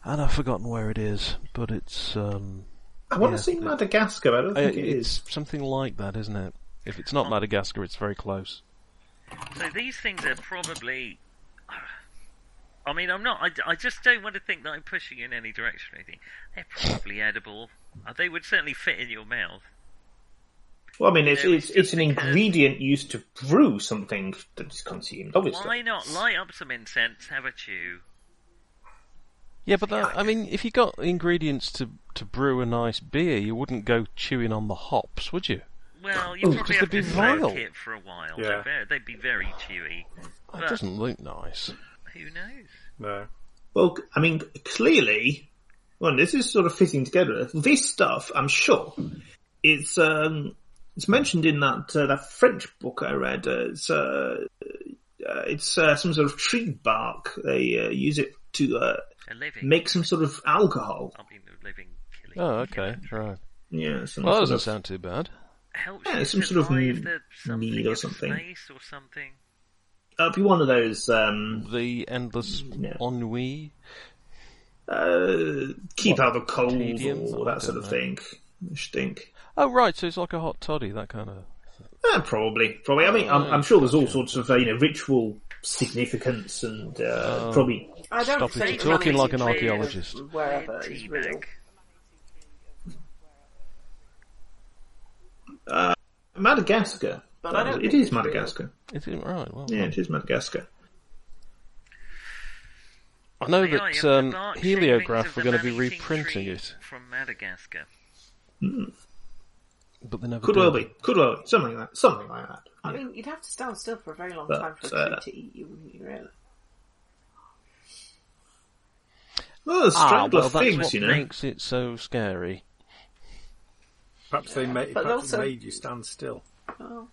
Speaker 7: and I've forgotten where it is, but it's um,
Speaker 11: I want
Speaker 7: yeah,
Speaker 11: to see
Speaker 7: it-
Speaker 11: Madagascar. I don't think
Speaker 7: uh,
Speaker 11: it is.
Speaker 7: it's something like that, isn't it? If it's not Madagascar, it's very close.
Speaker 8: So these things are probably. I mean, I'm not. I, I just don't want to think that I'm pushing you in any direction or anything. They're probably edible. Uh, They would certainly fit in your mouth.
Speaker 11: Well, I mean, it's it's, it's an ingredient used to brew something that is consumed. Obviously,
Speaker 8: Why not light up some incense, have a chew?
Speaker 7: Yeah, but that, I mean, if you got ingredients to to brew a nice beer, you wouldn't go chewing on the hops, would you?
Speaker 8: Well, you
Speaker 7: Ooh,
Speaker 8: probably
Speaker 7: 'cause
Speaker 8: have
Speaker 7: they'd
Speaker 8: to
Speaker 7: be
Speaker 8: soak
Speaker 7: vile.
Speaker 8: it for a while.
Speaker 7: Yeah.
Speaker 8: They're very, they'd be very chewy.
Speaker 7: It
Speaker 8: But
Speaker 7: doesn't look nice.
Speaker 8: who knows?
Speaker 10: No.
Speaker 11: Well, c- I mean, c- clearly, well, this is sort of fitting together. This stuff, I'm sure, it's um, it's mentioned in that uh, that French book I read. Uh, it's uh, uh, it's uh, some sort of tree bark. They uh, use it to uh,
Speaker 8: A living.
Speaker 11: make some sort of alcohol.
Speaker 8: I mean, a living killing.
Speaker 7: Oh, okay, right.
Speaker 11: Yeah, some
Speaker 7: well, that
Speaker 11: sort
Speaker 7: doesn't
Speaker 11: of-
Speaker 7: sound too bad.
Speaker 8: Helps
Speaker 11: Yeah,
Speaker 8: you
Speaker 11: some
Speaker 8: to
Speaker 11: sort of
Speaker 8: survive
Speaker 11: m-
Speaker 8: the something
Speaker 11: mead or
Speaker 8: in
Speaker 11: something.
Speaker 8: space or something.
Speaker 11: It'd be one of those um,
Speaker 7: The endless ennui
Speaker 11: uh, keep out of the cold
Speaker 7: Tedium?
Speaker 11: or
Speaker 7: I
Speaker 11: that sort
Speaker 7: don't
Speaker 11: of
Speaker 7: know.
Speaker 11: thing. I should think.
Speaker 7: Oh right, so it's like a hot toddy, that kind of.
Speaker 11: Eh, probably, probably. I mean, I'm, I'm sure there's all sorts of uh, you know ritual significance and uh,
Speaker 7: Oh.
Speaker 11: probably.
Speaker 5: I
Speaker 7: Stop
Speaker 5: don't
Speaker 7: it,
Speaker 5: think
Speaker 7: you're talking like an
Speaker 5: managing to
Speaker 7: archaeologist.
Speaker 5: live Wherever is real.
Speaker 11: Uh, Madagascar.
Speaker 5: But I don't
Speaker 11: it
Speaker 5: think
Speaker 11: is
Speaker 5: it's real.
Speaker 11: Madagascar.
Speaker 7: Is it right? Well,
Speaker 11: Yeah, it is Madagascar.
Speaker 7: I know
Speaker 8: They are,
Speaker 7: that
Speaker 8: yeah, the
Speaker 7: um,
Speaker 8: bark shavings of
Speaker 7: Heliograph
Speaker 8: the
Speaker 7: were going to be
Speaker 8: man-eating
Speaker 7: reprinting
Speaker 8: tree
Speaker 7: it,
Speaker 8: from Madagascar.
Speaker 7: but they never
Speaker 11: Could
Speaker 7: did.
Speaker 11: well be. Could well be. Something like something like that.
Speaker 5: I mean, you'd have to stand still for a very long
Speaker 11: But,
Speaker 5: time for a
Speaker 11: uh,
Speaker 5: tree to eat you, wouldn't you? Really?
Speaker 11: Well, the
Speaker 7: Ah,
Speaker 11: strangler
Speaker 7: well, that's
Speaker 11: figs,
Speaker 7: what
Speaker 11: you know.
Speaker 7: makes it so scary.
Speaker 10: Perhaps they made,
Speaker 5: but
Speaker 10: perhaps
Speaker 5: also-
Speaker 10: it made you stand still.
Speaker 5: Oh.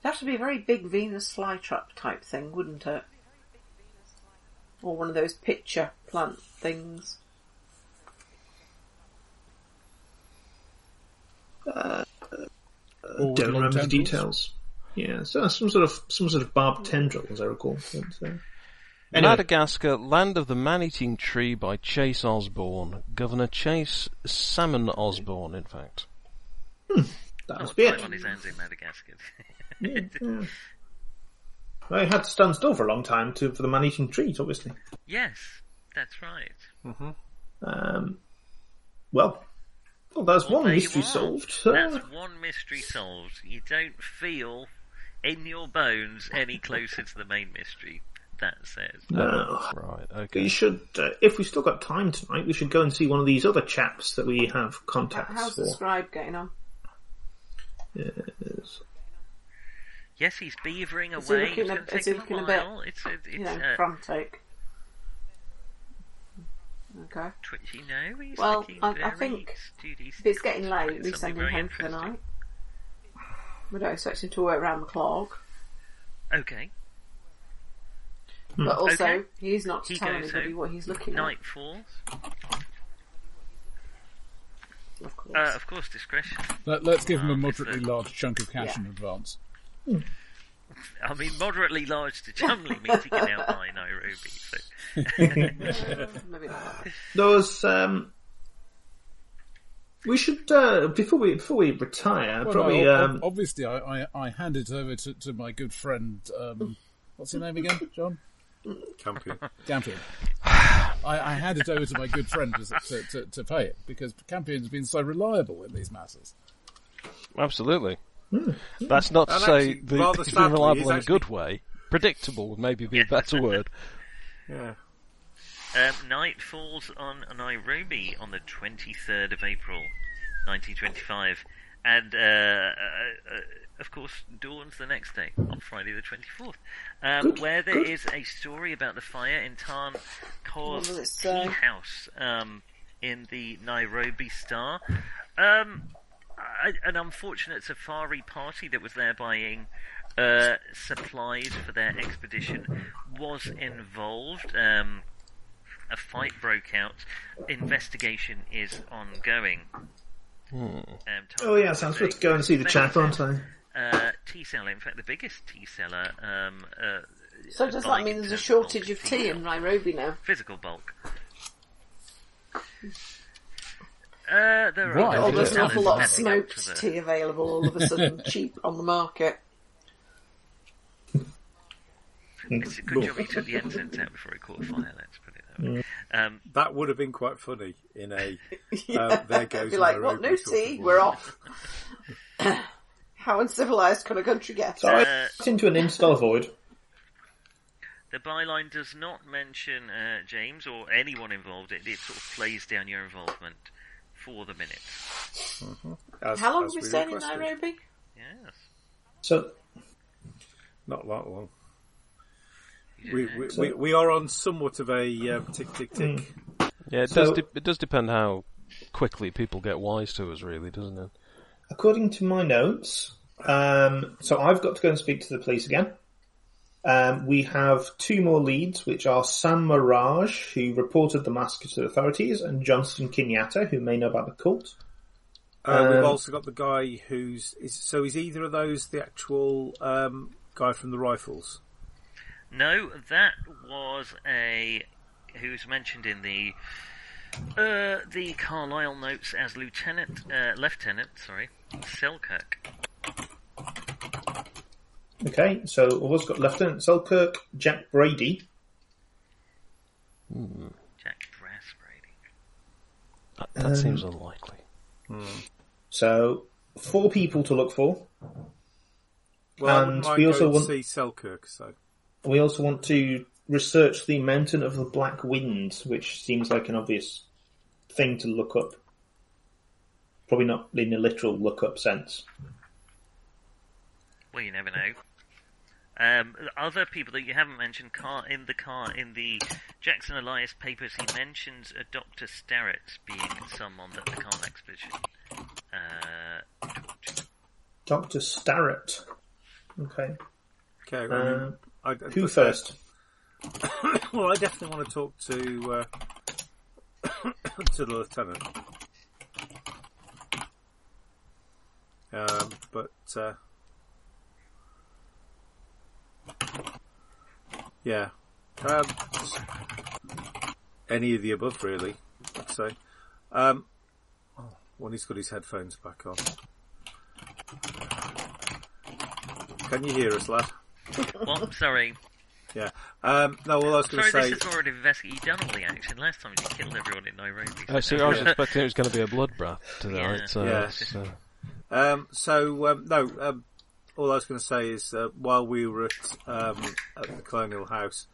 Speaker 5: It'd have to be a very big Venus flytrap type thing, wouldn't it? Or one of those picture plant things.
Speaker 11: Uh,
Speaker 5: Or long
Speaker 11: don't remember the
Speaker 5: tendrils?
Speaker 11: details. Yeah, so that's some sort of some sort of barbed tendril, as I recall. But, uh, anyway,
Speaker 7: Madagascar, land of the man-eating tree by Chase Osborne. Governor Chase Salmon Osborne, in fact.
Speaker 11: that
Speaker 8: Oh,
Speaker 11: must be
Speaker 8: time
Speaker 11: it.
Speaker 8: on his hands in Madagascar.
Speaker 11: Yeah, yeah. I had to stand still for a long time to for the man-eating treat, obviously.
Speaker 8: yes, that's right.
Speaker 10: Mm-hmm.
Speaker 11: Um, well, well, that's one
Speaker 8: There you
Speaker 11: mystery
Speaker 8: are.
Speaker 11: solved. Uh,
Speaker 8: That's one mystery solved. You don't feel in your bones any closer to the main mystery. That says.
Speaker 11: No.
Speaker 7: Right,
Speaker 11: okay. We should, uh, if we still got time tonight, we should go and see one of these other chaps that we have contacts
Speaker 5: How's the
Speaker 11: for.
Speaker 5: scribe getting on?
Speaker 11: Yes.
Speaker 8: Yes, he's beavering
Speaker 5: Is he
Speaker 8: away. It's
Speaker 5: looking a,
Speaker 8: gonna take
Speaker 5: is he
Speaker 8: him a
Speaker 5: looking a bit,
Speaker 8: while. It's a, it's
Speaker 5: you know,
Speaker 8: a
Speaker 5: frantic? Okay.
Speaker 8: twitchy no. He's
Speaker 5: Well,
Speaker 8: looking
Speaker 5: I, I
Speaker 8: very
Speaker 5: think
Speaker 8: studious.
Speaker 5: if it's getting late, we
Speaker 8: Something
Speaker 5: send him
Speaker 8: very
Speaker 5: home for the night. We don't expect him to work round the clock.
Speaker 8: Okay.
Speaker 11: Hmm.
Speaker 5: But also,
Speaker 8: Okay.
Speaker 5: he's not to
Speaker 8: He
Speaker 5: tell
Speaker 8: goes
Speaker 5: anybody
Speaker 8: home.
Speaker 5: what he's looking
Speaker 8: Night falls.
Speaker 5: at. Of course.
Speaker 8: Uh, of course, discretion.
Speaker 9: Let, let's give him
Speaker 8: Ah,
Speaker 9: a
Speaker 8: it's
Speaker 9: moderately
Speaker 8: the-
Speaker 9: large chunk of cash
Speaker 8: Yeah.
Speaker 9: in advance.
Speaker 8: I mean, moderately large to Chumley meeting in Outline Nairobi. So.
Speaker 5: Maybe not.
Speaker 11: Those, um, we should, uh, before we, before we retire,
Speaker 9: Well,
Speaker 11: probably,
Speaker 9: no, ob-
Speaker 11: um,
Speaker 9: obviously, I, I, I hand it over to, to my good friend. Um, what's your name again, John?
Speaker 10: Campion.
Speaker 9: Campion. I, I hand it over to my good friend to, to, to, to pay it because Campion's been so reliable in these matters.
Speaker 7: Absolutely.
Speaker 11: Hmm.
Speaker 7: That's not to
Speaker 9: And
Speaker 7: say
Speaker 9: actually,
Speaker 7: the,
Speaker 9: rather
Speaker 7: he's
Speaker 9: sadly,
Speaker 7: been reliable
Speaker 9: he's
Speaker 7: in a good way. Predictable would maybe be a better word.
Speaker 10: Yeah.
Speaker 8: Um, night falls on Nairobi on the 23rd of April, 1925. And, uh, uh, uh, of course, dawns the next day, on Friday the 24th, um, where there is a story about the fire in Tarn
Speaker 5: What does it
Speaker 8: Kaur's
Speaker 5: say?
Speaker 8: Tea House um, in the Nairobi Star. Um, a- an unfortunate safari party that was there buying uh, supplies for their expedition was involved. Um, a fight broke out. Investigation is ongoing. Um,
Speaker 11: oh yeah, sounds good to go and see the chap, aren't I?
Speaker 8: Uh, tea seller, in fact, the biggest tea seller. Um, uh,
Speaker 5: So does
Speaker 8: by
Speaker 5: that mean there's a
Speaker 8: internal
Speaker 5: shortage
Speaker 8: bulk
Speaker 5: of tea in Nairobi now?
Speaker 8: Physical bulk. Uh, there are
Speaker 5: Oh, there's an
Speaker 8: sellers
Speaker 5: awful lot of
Speaker 8: stepping up to
Speaker 5: smoked
Speaker 8: the-
Speaker 5: tea available all of a sudden, cheap on the market.
Speaker 8: It's a good job he took the entrance out before it caught fire. Let's put it that way.
Speaker 5: Mm.
Speaker 8: Um,
Speaker 10: That would have been quite funny in a.
Speaker 5: Yeah,
Speaker 10: uh, there goes
Speaker 5: be like, what
Speaker 10: Nairobi
Speaker 5: new
Speaker 10: sort of
Speaker 5: tea?
Speaker 10: voice.
Speaker 5: We're off. How uncivilized can a country get?
Speaker 11: So I walked into an install void.
Speaker 8: The byline does not mention uh, James or anyone involved. It, it sort of plays down your involvement for the minute.
Speaker 10: As,
Speaker 5: How long
Speaker 10: as
Speaker 5: have we stayed in
Speaker 10: requested.
Speaker 5: Nairobi?
Speaker 8: Yes.
Speaker 11: So,
Speaker 10: Not that long. We, we, we, we are on somewhat of a um, tick tick tick.
Speaker 11: hmm.
Speaker 7: Yeah, it,
Speaker 11: So-
Speaker 7: does de- it does depend how quickly people get wise to us, really, doesn't it?
Speaker 11: according to my notes, um, so I've got to go and speak to the police again. Um, we have two more leads, which are Sam Mirage, who reported the massacre to the authorities, and Johnston Kenyatta, who may know about the cult.
Speaker 10: Uh, we've
Speaker 11: Um,
Speaker 10: also got the guy who's is, so is either of those the actual um, guy from the rifles?
Speaker 8: No, that was a who's mentioned in the uh, the Carlisle notes as Lieutenant uh, Lieutenant, sorry, Selkirk.
Speaker 11: Okay, so we've also got Lieutenant Selkirk, Jack Brady,
Speaker 8: Jack Brass Brady.
Speaker 7: That, that seems unlikely.
Speaker 11: so four people to look for.
Speaker 10: Well,
Speaker 11: And
Speaker 10: I
Speaker 11: we
Speaker 10: we
Speaker 11: also
Speaker 10: also
Speaker 11: want-
Speaker 10: see Selkirk. So
Speaker 11: We also want to research the Mountain of the Black Wind, which seems like an obvious thing to look up. Probably not in a literal look up sense.
Speaker 8: Well, you never know. Um, other people that you haven't mentioned car in the car in the Jackson Elias papers, he mentions a Doctor Starrett being someone that the Carl expedition uh,
Speaker 11: Doctor Starrett. Okay.
Speaker 10: Okay.
Speaker 11: Uh,
Speaker 10: I mean, I, I-
Speaker 11: who first?
Speaker 10: well, I definitely want to talk to uh, to the lieutenant. Um, but uh, yeah, um, any of the above, really. I'd say. Um, oh, when he's got his headphones back on. Can you hear us, lad?
Speaker 8: Well, sorry.
Speaker 10: Yeah. Um, no, well, I was going
Speaker 8: Sorry,
Speaker 10: to say.
Speaker 8: this is already investigated. You done all the action. Last time you killed everyone in Nairobi.
Speaker 10: I see, I was
Speaker 7: expecting it was going to be a bloodbath tonight.
Speaker 8: Yeah.
Speaker 7: so
Speaker 10: Yeah.
Speaker 7: it's, uh,
Speaker 10: Um, so um, no, um, all I was going to say is uh, while we were at, um, at the Colonial House,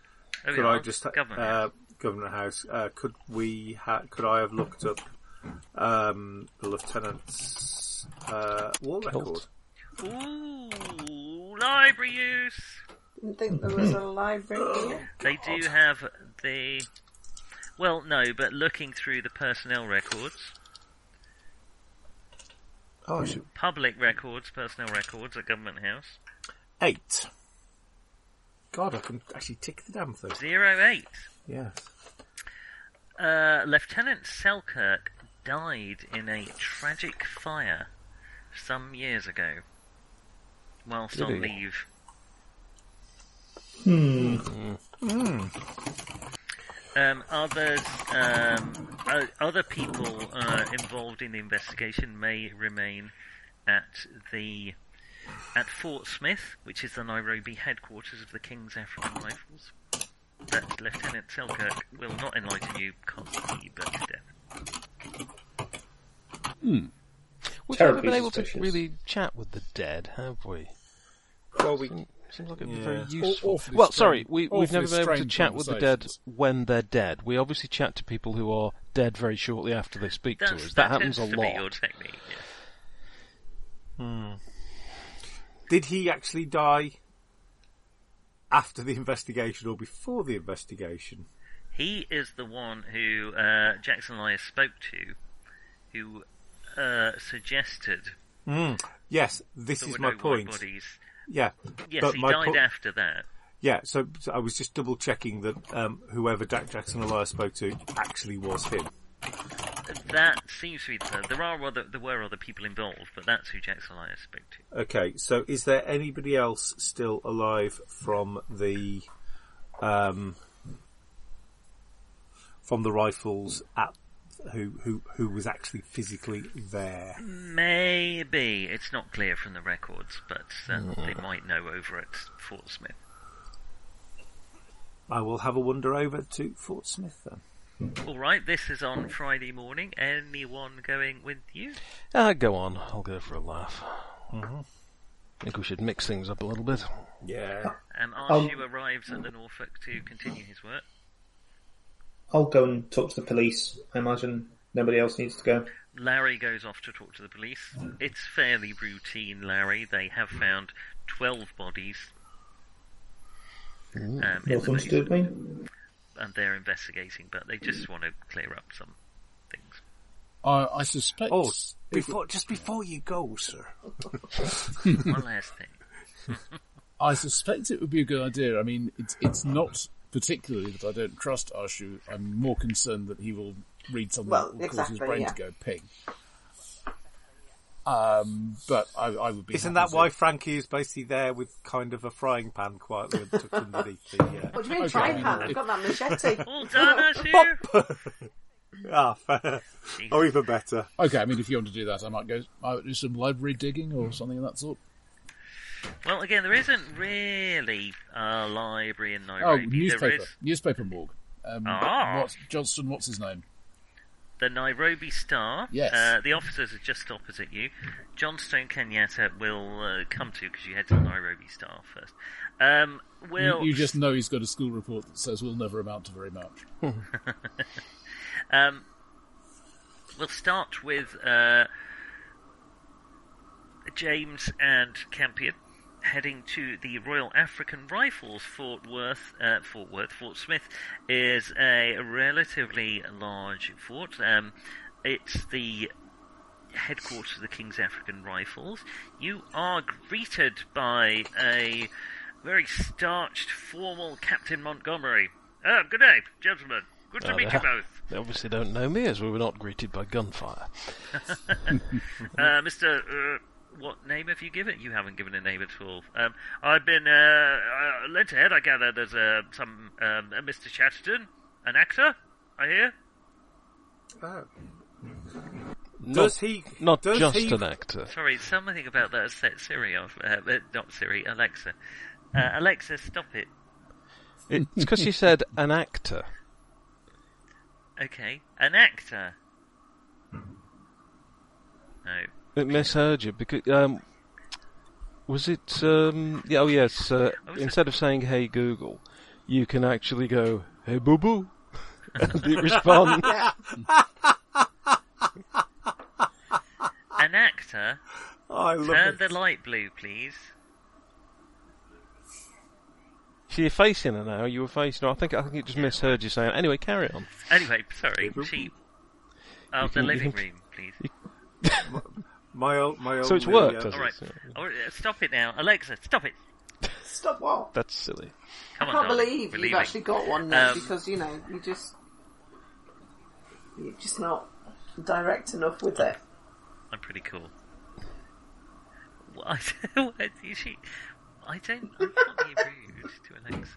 Speaker 8: Oh,
Speaker 10: could
Speaker 8: yeah,
Speaker 10: I just
Speaker 8: Government
Speaker 10: uh,
Speaker 8: House.
Speaker 10: Government House? Uh, could we? Ha- could I have looked up um, the lieutenant's uh, war record?
Speaker 8: Ooh, library use.
Speaker 5: Didn't think there was a library here.
Speaker 8: They do have the. Well, no, but looking through the personnel records,
Speaker 10: Oh, I should-
Speaker 8: public records, personnel records at Government House,
Speaker 10: eight. God, I can actually tick the damn thing.
Speaker 8: zero eight.
Speaker 10: Yeah.
Speaker 8: Uh, Lieutenant Selkirk died in a tragic fire some years ago whilst
Speaker 11: Did
Speaker 8: on
Speaker 11: he?
Speaker 8: leave.
Speaker 11: Hmm.
Speaker 8: Um, others, um, o- other people uh, involved in the investigation may remain at the at Fort Smith, which is the Nairobi headquarters of the King's African Rifles. But Lieutenant Selkirk will not enlighten you, constantly, but to death.
Speaker 7: hmm. We've never
Speaker 8: Terribly
Speaker 7: been able to
Speaker 8: suspicious.
Speaker 7: really chat with the dead, have we?
Speaker 10: Well, we
Speaker 7: seems like
Speaker 10: it'd
Speaker 7: be
Speaker 10: Yeah.
Speaker 7: very
Speaker 10: Aw-
Speaker 7: useful.
Speaker 10: awfully
Speaker 7: Well,
Speaker 10: strange-
Speaker 7: sorry, we, we've
Speaker 10: awfully
Speaker 7: never been able to
Speaker 10: strange
Speaker 7: chat with the dead
Speaker 10: conversations.
Speaker 7: when they're dead. We obviously chat to people who are dead very shortly after they speak to
Speaker 8: That's-
Speaker 7: us.
Speaker 8: that
Speaker 7: That, happens a
Speaker 8: tends to Be your
Speaker 7: lot.
Speaker 8: technique. yeah. Hmm.
Speaker 10: Did he actually die after the investigation or before the investigation?
Speaker 8: He is the one who uh, Jackson Elias spoke to, who uh, suggested.
Speaker 10: Mm. Yes, this
Speaker 8: There
Speaker 10: is
Speaker 8: were
Speaker 10: my
Speaker 8: no white
Speaker 10: point.
Speaker 8: bodies.
Speaker 10: Yeah,
Speaker 8: Yes,
Speaker 10: but
Speaker 8: he
Speaker 10: my
Speaker 8: died
Speaker 10: po-
Speaker 8: after that.
Speaker 10: Yeah, so, so I was just double checking that um, whoever Jack Jackson Elias spoke to actually was him.
Speaker 8: That seems to be the. There are other, there were other people involved, but that's who Jackson Elias spoke to.
Speaker 10: Okay, so is there anybody else still alive from the um, from the rifles at who who who was actually physically there?
Speaker 8: Maybe it's not clear from the records, but uh,
Speaker 10: Mm.
Speaker 8: they might know over at Fort Smith.
Speaker 10: I will have a wander over to Fort Smith then.
Speaker 8: All right, this is on Friday morning. Anyone going with you?
Speaker 7: Ah, go on. I'll go for a laugh. Mm-hmm. I think we should mix things up a little bit.
Speaker 10: Yeah.
Speaker 8: Um,
Speaker 11: Um,
Speaker 8: Arshu arrives at the Norfolk to continue his work.
Speaker 11: I'll go and talk to the police. I imagine nobody else needs to go.
Speaker 8: Larry goes off to talk to the police. It's fairly routine, Larry. They have found 12 bodies um,
Speaker 10: Mm.
Speaker 8: in the
Speaker 11: Nothing to do with me.
Speaker 8: basement, and they're investigating, but they just want to clear up some things.
Speaker 9: I, I suspect.
Speaker 10: Oh, before just before you go, sir.
Speaker 8: One last thing.
Speaker 9: I suspect it would be a good idea. I mean, it's it's not particularly that I don't trust Arshu. I'm more concerned that he will read something
Speaker 5: Well,
Speaker 9: that will cause his
Speaker 5: exactly,
Speaker 9: brain
Speaker 5: yeah.
Speaker 9: to go ping. Um, but I, I would be.
Speaker 10: Isn't
Speaker 9: happy
Speaker 10: that why
Speaker 9: to-
Speaker 10: Frankie is basically there with kind of a frying pan quietly tucked underneath the? Uh...
Speaker 5: What do you mean,
Speaker 9: Okay,
Speaker 5: frying
Speaker 9: I
Speaker 5: pan?
Speaker 9: mean,
Speaker 5: I've got that machete.
Speaker 8: All done, Arshu!
Speaker 10: Bop! ah, fair. Oh, even better.
Speaker 9: Okay, I mean, if you want to do that, I might go. I might do some library digging or something of that sort.
Speaker 8: Well, again, there isn't really a library in
Speaker 9: oh,
Speaker 8: Nairobi. there
Speaker 9: newspaper,
Speaker 8: is
Speaker 9: newspaper morgue. Um,
Speaker 8: Ah.
Speaker 9: what, Johnston, what's his name?
Speaker 8: the Nairobi Star.
Speaker 9: Yes.
Speaker 8: Uh, the officers are just opposite you. Johnstone Kenyatta will uh, come to because you head to the Nairobi Star first. Um, will
Speaker 9: you, you just know he's got a school report that says we'll never amount to very much.
Speaker 8: Um, we'll start with uh, James and Campion heading to the Royal African Rifles. Fort Worth, uh, Fort Worth, Fort Smith is a relatively large fort. Um, it's the headquarters of the King's African Rifles, you are greeted by a very starched, formal Captain Montgomery. Oh, good day, gentlemen. Good to
Speaker 7: Oh,
Speaker 8: meet
Speaker 7: they-
Speaker 8: you both.
Speaker 7: They obviously don't know me, as we were not greeted by gunfire.
Speaker 8: Uh, Mr. Uh, what name have you given? You haven't given a name at all. Um, I've been uh, uh, lent ahead. I gather there's uh, some um, uh, Mr. Chatterton, an actor. I hear.
Speaker 10: Oh.
Speaker 7: Does Not- he- not does just he- an actor.
Speaker 8: Sorry, something about that set Siri off. Uh, uh, not Siri, Alexa. Uh, Alexa, stop it.
Speaker 7: It's because you said an actor.
Speaker 8: Okay, an actor. No.
Speaker 7: It misheard you because um, was it? Um, yeah, oh yes. Uh, instead of saying "Hey Google," you can actually go "Hey Boo Boo," and it responds.
Speaker 8: An actor.
Speaker 10: Ah. I love
Speaker 8: Turn
Speaker 10: it.
Speaker 8: the light blue, please.
Speaker 7: So you're facing her now. You were facing her. I think I think it just misheard you saying. Anyway, carry on.
Speaker 8: Anyway, sorry. She. Oh, the
Speaker 7: You can- you
Speaker 8: living
Speaker 7: can-
Speaker 8: room, please.
Speaker 10: My old, my old.
Speaker 7: So it's
Speaker 10: lady,
Speaker 7: worked,
Speaker 10: uh,
Speaker 7: has it?
Speaker 8: All right. All right, uh, Stop it now, Alexa. Stop it.
Speaker 5: Stop what?
Speaker 7: That's silly.
Speaker 8: Come
Speaker 5: I
Speaker 8: on,
Speaker 5: can't
Speaker 8: darling,
Speaker 5: believe
Speaker 8: we're
Speaker 5: you've
Speaker 8: leaving.
Speaker 5: actually got one now
Speaker 8: Um,
Speaker 5: because you know you just you're just not direct enough with it.
Speaker 8: I'm pretty cool. What? Why is she? I don't. I can't be rude to Alexa.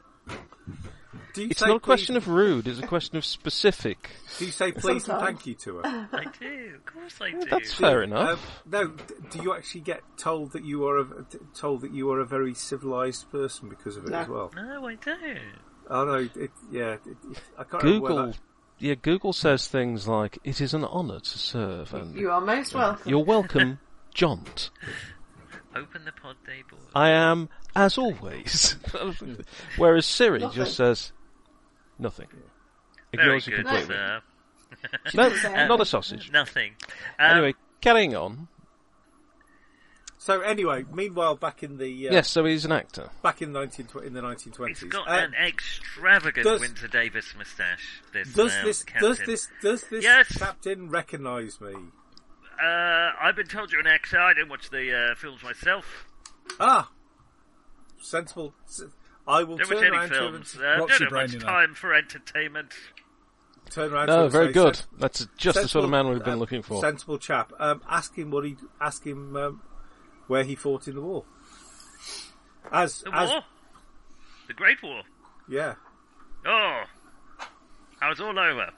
Speaker 10: Do you
Speaker 7: It's
Speaker 10: say
Speaker 7: not a
Speaker 10: please-
Speaker 7: question of rude. It's a question of specific.
Speaker 10: Do you say please and thank you to her?
Speaker 8: I do. Of course, I do.
Speaker 7: that's fair enough.
Speaker 10: Um, no, d- do you actually get told that you are a, t- told that you are a very civilized person because of it
Speaker 8: No.
Speaker 10: as well?
Speaker 8: No, I don't.
Speaker 10: Oh no, it, yeah, it, it, I can't remember where
Speaker 7: Google. Yeah, Google says things like "It is an honour to serve," and
Speaker 5: You are most welcome.
Speaker 7: "You're welcome, Jont."
Speaker 8: Open the pod day board.
Speaker 7: I am, as always. Whereas Siri
Speaker 8: Nothing.
Speaker 7: just says nothing.
Speaker 8: Very
Speaker 7: Ignores you
Speaker 8: good,
Speaker 7: completely.
Speaker 8: sir.
Speaker 7: No,
Speaker 8: Uh,
Speaker 7: not a sausage.
Speaker 8: Nothing. Um,
Speaker 7: Anyway, carrying on.
Speaker 10: that- So anyway, meanwhile, back in the uh,
Speaker 7: Yes, so he's an actor.
Speaker 10: back in nineteen in the nineteen
Speaker 8: He's
Speaker 10: twenties.
Speaker 8: got an extravagant
Speaker 10: uh, does-
Speaker 8: Windsor Davis moustache. This
Speaker 10: does
Speaker 8: um,
Speaker 10: this
Speaker 8: captain.
Speaker 10: does this does this
Speaker 8: Yes.
Speaker 10: captain recognise me?
Speaker 8: Uh, I've been told you're an actor. I don't watch the uh, films myself.
Speaker 10: Ah, sensible. s- I will
Speaker 8: Don't watch
Speaker 10: turn
Speaker 8: any
Speaker 10: around to him.
Speaker 8: films. Uh,
Speaker 10: Roxy
Speaker 8: don't have much
Speaker 10: Browning, I-
Speaker 8: time for entertainment.
Speaker 10: turn around. to him
Speaker 7: No,
Speaker 10: and
Speaker 7: very
Speaker 10: say,
Speaker 7: good.
Speaker 10: "Sen-
Speaker 7: That's just the sort of
Speaker 10: sensible-
Speaker 7: man we've been
Speaker 10: um,
Speaker 7: looking for.
Speaker 10: Sensible chap. Um, ask him what he ask him um, where he fought in the war. As
Speaker 8: The
Speaker 10: as
Speaker 8: war, the Great War.
Speaker 10: yeah.
Speaker 8: Oh, I was all over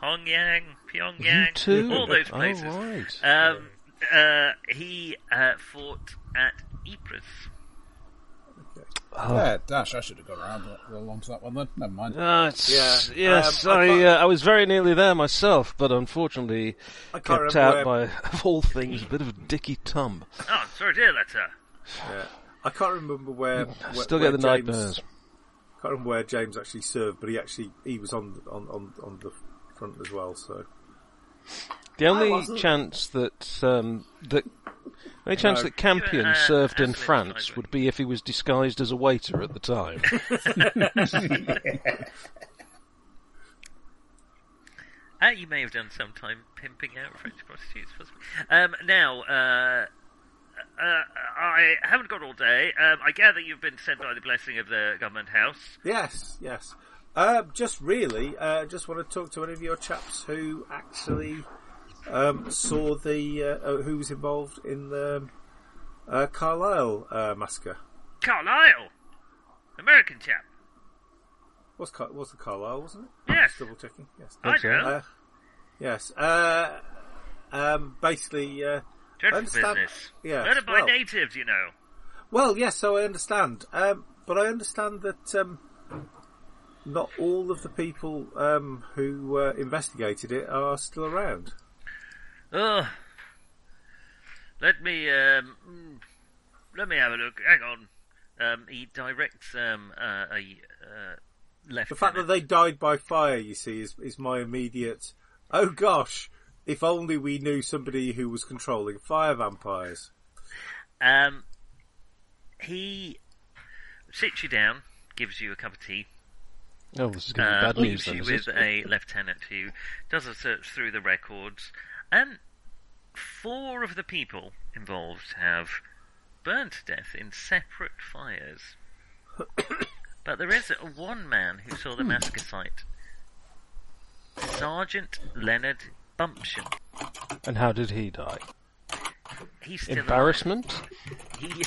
Speaker 8: Hong Yang, Pyongyang,
Speaker 7: You too?
Speaker 8: all those
Speaker 7: Oh,
Speaker 8: places.
Speaker 7: right.
Speaker 8: Um, uh, he uh, fought at Ypres.
Speaker 10: Oh.
Speaker 9: Yeah, dash. I should have got around that- along to that one then. Never mind.
Speaker 7: Ah, it's-
Speaker 9: Yeah,
Speaker 7: Yes,
Speaker 9: um, I
Speaker 7: I,
Speaker 9: can't-
Speaker 7: uh, I was very nearly there myself, but unfortunately
Speaker 10: I can't
Speaker 7: kept
Speaker 10: remember
Speaker 7: out by,
Speaker 10: where-
Speaker 7: of all things, a bit of Dicky Tum.
Speaker 8: Oh, I'm sorry uh, to hear that, sir.
Speaker 10: Yeah. I can't remember where.
Speaker 7: I
Speaker 10: where-
Speaker 7: Mm, still get
Speaker 10: where
Speaker 7: the
Speaker 10: James-
Speaker 7: nightmares.
Speaker 10: Can't remember where James actually served, but he actually he was on on on, on the front as well. So
Speaker 7: The only
Speaker 10: wasn't.
Speaker 7: chance that um, that the only chance
Speaker 10: No.
Speaker 7: that Campion
Speaker 10: Uh,
Speaker 7: served in
Speaker 10: Ashley,
Speaker 7: France would be if he was disguised as a waiter at the time.
Speaker 8: Uh, you may have done some time pimping out French prostitutes, possibly. Um, now, uh, uh, I haven't got all day. Um, I gather you've been sent by the blessing of the government house.
Speaker 10: yes, yes. Uh, just really, uh, just want to talk to any of your chaps who actually um, saw the uh, uh, who was involved in the um, uh, Carlisle uh, massacre.
Speaker 8: Carlisle, American chap.
Speaker 10: Was Car- was the Carlisle, wasn't it?
Speaker 8: Yes.
Speaker 10: Just double checking. Yes.
Speaker 8: I know.
Speaker 10: Uh, yes. Uh, um, basically, uh,
Speaker 8: Dreadful
Speaker 10: understand-
Speaker 8: business.
Speaker 10: Yeah.
Speaker 8: Murdered by
Speaker 10: well,
Speaker 8: natives, you know.
Speaker 10: well, yes. So I understand, um, but I understand that um, not all of the people um, who uh, investigated it are still around.
Speaker 8: Oh, let me um, mm, let me have a look. Hang on. Um, he directs um, uh, a uh, left.
Speaker 10: The fact that they died by fire, you see, is is my immediate. Oh gosh! If only we knew somebody who was controlling fire vampires.
Speaker 8: Um, he sits you down, gives you a cup of tea,
Speaker 7: oh, this is going to be
Speaker 8: uh,
Speaker 7: bad news
Speaker 8: leaves
Speaker 7: then.
Speaker 8: you
Speaker 7: is
Speaker 8: with
Speaker 7: it?
Speaker 8: a lieutenant who does a search through the records and four of the people involved have burned to death in separate fires. but there is one man who saw the massacre site Sergeant Leonard Bumption.
Speaker 7: And how did he die?
Speaker 8: He's still
Speaker 7: Embarrassment?
Speaker 8: alive. He,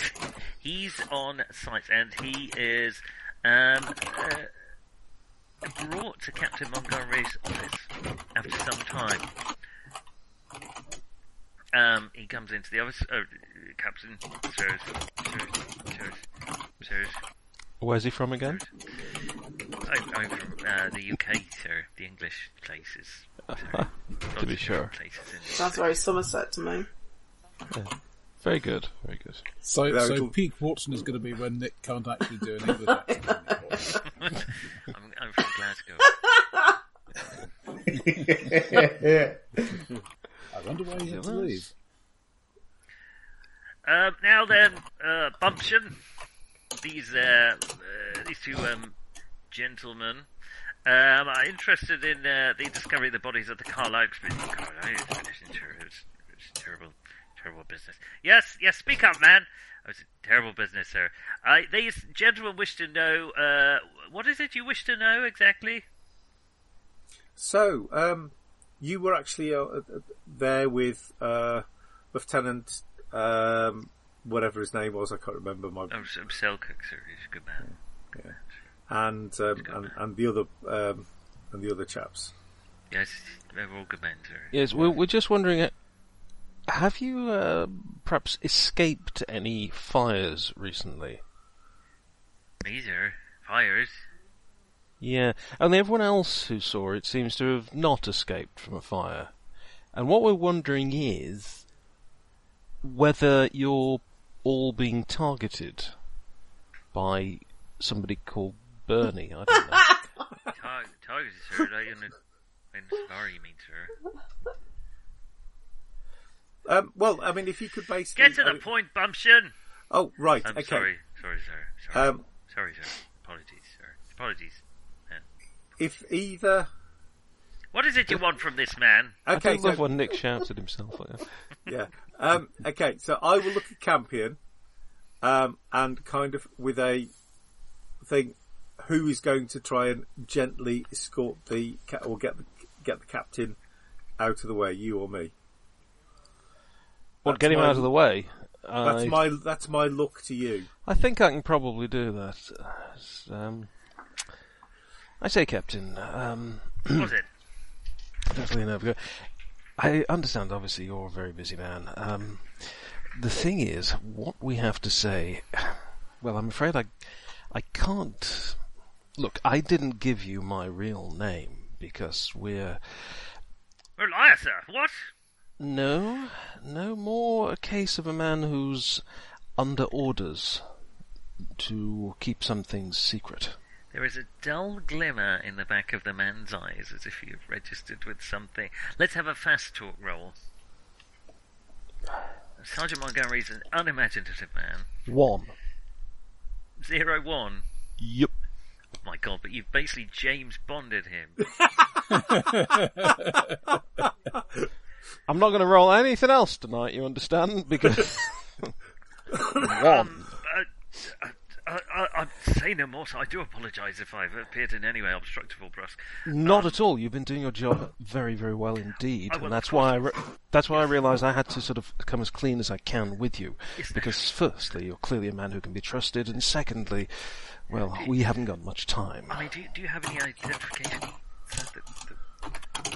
Speaker 8: he's on site and he is um, uh, brought to Captain Montgomery's office after some time. Um, he comes into the office. Oh, Captain, sirs, sirs, sirs, sirs.
Speaker 7: Where's he from again?
Speaker 8: I'm, I'm from uh, the UK, sir. The English places. Sir.
Speaker 7: to be sure.
Speaker 8: Places in
Speaker 5: Sounds very Somerset to me.
Speaker 7: Very good, very good.
Speaker 9: So,
Speaker 7: Very
Speaker 9: so
Speaker 7: cool.
Speaker 9: peak Watson is going to be when Nick can't actually do an English accent.
Speaker 8: I'm, I'm from Glasgow.
Speaker 9: I wonder why he had to
Speaker 8: Yes.
Speaker 9: leave.
Speaker 8: Um, now then, uh, Bumption, these uh, uh, these two um, gentlemen um, are interested in uh, the discovery of the bodies of the Carlisle expedition. Carlisle expedition, sure, it was, it was terrible, terrible business. Yes, yes, speak up, man. It was a terrible business, sir. I, these gentlemen wish to know uh, what is it you wish to know exactly?
Speaker 10: So, um, you were actually uh, uh, there with uh, Lieutenant, um, whatever his name was, I can't remember my.
Speaker 8: I'm, Oh, I'm Selkirk, sir. He's a good man.
Speaker 10: Yeah. And, um, and and the other um, and the other chaps.
Speaker 8: Yes, they're all good men, sir.
Speaker 7: Yes, we're, we're just wondering, uh, have you uh, perhaps escaped any fires recently?
Speaker 8: Me, sir. Fires.
Speaker 7: Yeah, and everyone else who saw it seems to have not escaped from a fire. And what we're wondering is whether you're all being targeted by somebody called Bernie. I don't know.
Speaker 8: Tog, Tog is sir. Like in a, in a scar, you mean, sir?
Speaker 10: Um, well, I mean, if you could basically
Speaker 8: Get to the point, Bumption.
Speaker 10: Oh, right.
Speaker 8: I'm
Speaker 10: okay.
Speaker 8: sorry, sorry, sir. Sorry,
Speaker 10: Um,
Speaker 8: sorry, sir. Apologies, sir. Apologies. man.
Speaker 10: If either.
Speaker 8: What is it you want from this man?
Speaker 7: I
Speaker 10: Okay,
Speaker 7: do love
Speaker 10: so-
Speaker 7: when Nick shouts at himself. Like that.
Speaker 10: yeah. Um, okay, so I will look at Campion, um, and kind of with a thing, who is going to try and gently escort the ca- or get the get the captain out of the way, you or me?
Speaker 7: Well,
Speaker 10: That's
Speaker 7: get him
Speaker 10: my-
Speaker 7: out of the way.
Speaker 10: That's
Speaker 7: I-
Speaker 10: my that's my look to you.
Speaker 7: I think I can probably do that. It's, Um, I say, Captain. Um,
Speaker 8: What was it?
Speaker 7: Definitely no. because I understand, obviously, you're a very busy man. Um, the thing is, what we have to say. Well, I'm afraid I, I can't. Look, I didn't give you my real name because we're
Speaker 8: We're a liar, sir. What?
Speaker 7: no, no more a case of a man who's under orders to keep some things secret.
Speaker 8: There is a dull glimmer in the back of the man's eyes, as if he had registered with something. Let's have a fast talk roll. Sergeant Montgomery is an unimaginative man.
Speaker 7: One.
Speaker 8: Zero one.
Speaker 7: Yep.
Speaker 8: My God, but you've basically James Bonded him.
Speaker 7: I'm not going to roll anything else tonight, you understand? Because. One.
Speaker 8: Uh, I, I, I'd say no more, so I do apologise if I've appeared in any way obstructive or brusque.
Speaker 7: Not at all. You've been doing your job very, very well indeed,
Speaker 8: I will,
Speaker 7: and
Speaker 8: of
Speaker 7: that's
Speaker 8: course.
Speaker 7: why I re- that's why I realised I had to sort of come as clean as I can with you, because firstly, you're clearly a man who can be trusted, and secondly, well, we haven't got much time.
Speaker 8: I mean, do you, do you have any identification? The- the-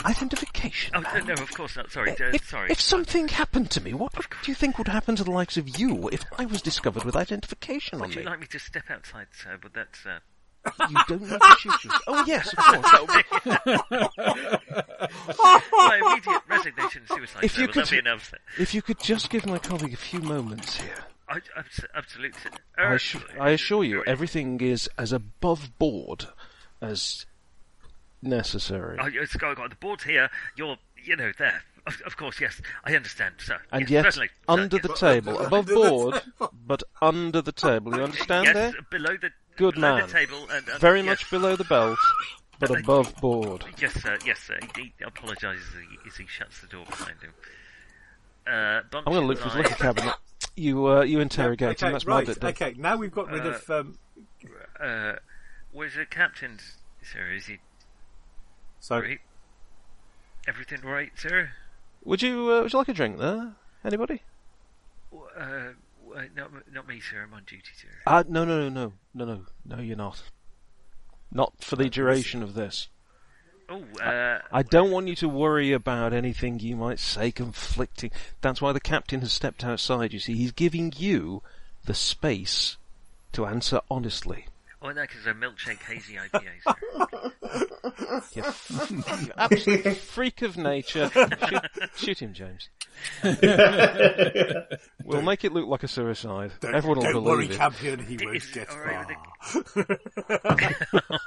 Speaker 7: Identification.
Speaker 8: Oh, no, no, of course not. Sorry, uh,
Speaker 7: If,
Speaker 8: sorry.
Speaker 7: if something happened to me, what do you think would happen to the likes of you if I was discovered with identification on
Speaker 8: Would you
Speaker 7: me?
Speaker 8: like me to step outside, sir? Would that, uh...
Speaker 7: You don't need to shoot yourself. Oh yes, of course. That would be...
Speaker 8: My immediate resignation and suicide,
Speaker 7: If
Speaker 8: sir.
Speaker 7: you
Speaker 8: Would
Speaker 7: could-
Speaker 8: that be enough, sir?
Speaker 7: If you could just give my colleague a few moments here.
Speaker 8: I, abs- absolute, sir.
Speaker 7: I,
Speaker 8: Er,
Speaker 7: assu- I assure you, everything is as above board as necessary.
Speaker 8: Oh, yes, go, go. The board's here. You're, you know, there. Of, of course, yes. I understand, sir.
Speaker 7: And
Speaker 8: yes,
Speaker 7: yet,
Speaker 8: certainly, sir,
Speaker 7: under the
Speaker 8: yes.
Speaker 7: table, above
Speaker 8: Under the
Speaker 7: board, but under the table. You understand
Speaker 8: yes,
Speaker 7: there?
Speaker 8: below the
Speaker 7: Good
Speaker 8: below
Speaker 7: man.
Speaker 8: the table and uh,
Speaker 7: Very
Speaker 8: yes.
Speaker 7: much below the belt, but above board.
Speaker 8: Yes, sir. Yes, sir. He, he apologises as he, as he shuts the door behind him. Uh, Bunch
Speaker 7: I'm going to look for his liquor cabinet. You uh, you interrogate
Speaker 10: okay,
Speaker 7: him. That's
Speaker 10: right.
Speaker 7: my bit. done.
Speaker 10: okay, now we've got rid
Speaker 8: Uh,
Speaker 10: of. Um,
Speaker 8: Uh, was the captain's, sir? Is he
Speaker 7: Uh,
Speaker 10: Sorry.
Speaker 8: everything right, sir?
Speaker 7: Would you uh, would you like a drink there? Anybody?
Speaker 8: W- Uh, w- not m- not me, sir. I'm on duty, sir.
Speaker 7: Uh, no, no, no, no, no, no, no. You're not. Not for the duration of this.
Speaker 8: Oh, uh,
Speaker 7: I don't want you to worry about anything you might say conflicting. That's why the captain has stepped outside. You see, he's giving you the space to answer honestly.
Speaker 8: oh no, because they're milkshake hazy IPA, sir.
Speaker 7: You, f- you absolute freak of nature. Shoot, shoot him, James. we'll
Speaker 10: Don't-
Speaker 7: make it look like a suicide.
Speaker 10: Don't-
Speaker 7: Everyone will
Speaker 10: don't
Speaker 7: believe
Speaker 10: worry,
Speaker 7: it.
Speaker 10: champion, he won't get
Speaker 8: Oh,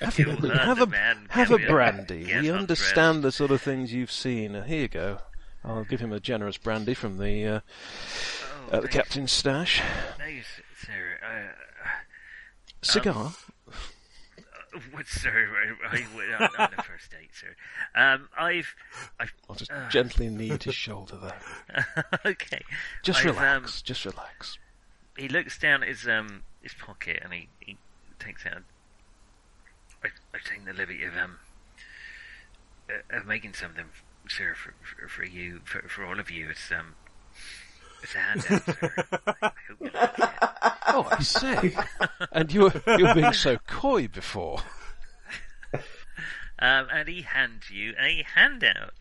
Speaker 7: have
Speaker 10: You
Speaker 7: a,
Speaker 10: learn
Speaker 7: have
Speaker 10: the
Speaker 7: a,
Speaker 10: man,
Speaker 7: have a
Speaker 10: Gabriel.
Speaker 7: brandy.
Speaker 10: Get
Speaker 7: we
Speaker 10: undressed.
Speaker 7: understand the sort of things you've seen. Uh, Here you go. I'll give him a generous brandy from the uh, uh, the
Speaker 8: thanks.
Speaker 7: captain's stash.
Speaker 8: No, you s- sir. Uh,
Speaker 7: Cigar.
Speaker 8: uh, what, sir? I, I, would- on, on the first date, sir. Um, I've, I've
Speaker 7: I'll just
Speaker 8: uh,
Speaker 7: gently knead his shoulder there.
Speaker 8: okay.
Speaker 7: Just
Speaker 8: I've, um,
Speaker 7: relax. just relax.
Speaker 8: he looks down at his um his pocket and he, he takes out. I, I've taken the liberty of um uh, of making something, sir, for for, for you for, for all of you. It's um it's a handout, sir. I hope you like it.
Speaker 7: Oh, I see. and you were, you were being so coy before.
Speaker 8: Um, and he hands you a handout.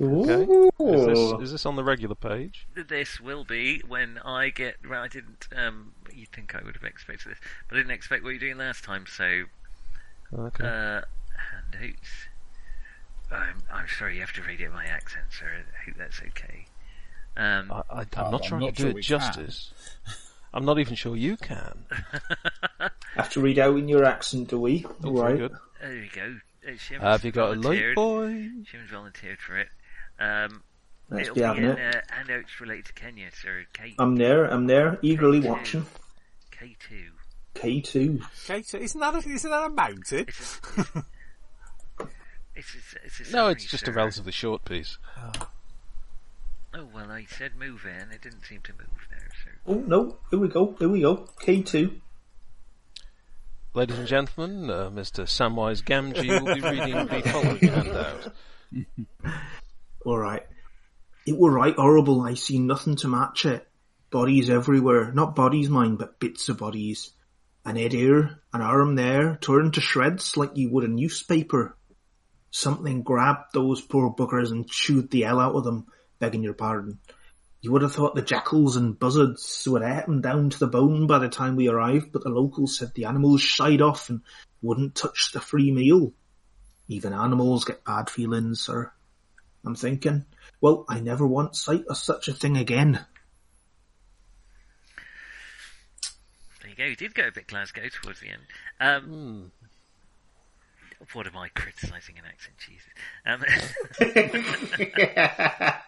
Speaker 7: Is this, is this on the regular page?
Speaker 8: This will be when I get. Well, I didn't. Um, you would think I would have expected this, but I didn't expect what you were doing last time. So
Speaker 7: Okay.
Speaker 8: Uh, handouts. I'm, I'm sorry, you have to read it in my accent, sir. I hope that's okay. Um,
Speaker 7: I, I, I'm not trying to do it justice. I'm not even sure you can.
Speaker 11: Have to read out in your accent, do we?
Speaker 7: All
Speaker 11: right.
Speaker 7: good.
Speaker 8: There we go. Uh, Shim's
Speaker 7: Have you got a
Speaker 8: volunteered.
Speaker 7: light boy?
Speaker 8: Shim's volunteered for it. Um,
Speaker 11: Let's
Speaker 8: it'll
Speaker 11: be
Speaker 8: be
Speaker 11: having
Speaker 8: in,
Speaker 11: it.
Speaker 8: uh, handouts related to Kenya, sir. K-
Speaker 11: I'm there. I'm there, eagerly
Speaker 8: K2.
Speaker 11: watching.
Speaker 8: K2.
Speaker 11: K two.
Speaker 10: Cato, isn't that a, isn't that a mountain?
Speaker 8: It's, it's, it's a
Speaker 7: No,
Speaker 8: summary,
Speaker 7: it's just a
Speaker 8: sir.
Speaker 7: relatively short piece.
Speaker 8: Oh, well, I said move it, and it didn't seem to move there, so...
Speaker 11: Oh no! Here we go. Here we go. K two.
Speaker 7: Ladies and gentlemen, uh, Mr. Samwise Gamgee will be reading the following handout.
Speaker 11: All right. It were right horrible. I seen nothing to match it. Bodies everywhere. Not bodies, mind, but bits of bodies. An head here, an arm there, torn to shreds like you would a newspaper. Something grabbed those poor buggers and chewed the hell out of them, begging your pardon. You would have thought the jackals and buzzards would have them down to the bone by the time we arrived, but the locals said the animals shied off and wouldn't touch the free meal. Even animals get bad feelings, sir. I'm thinking, well, I never want sight of such a thing again.
Speaker 8: There you go. He did go a bit Glasgow towards the end. Um,
Speaker 7: Hmm.
Speaker 8: What am I criticising an accent? Jesus.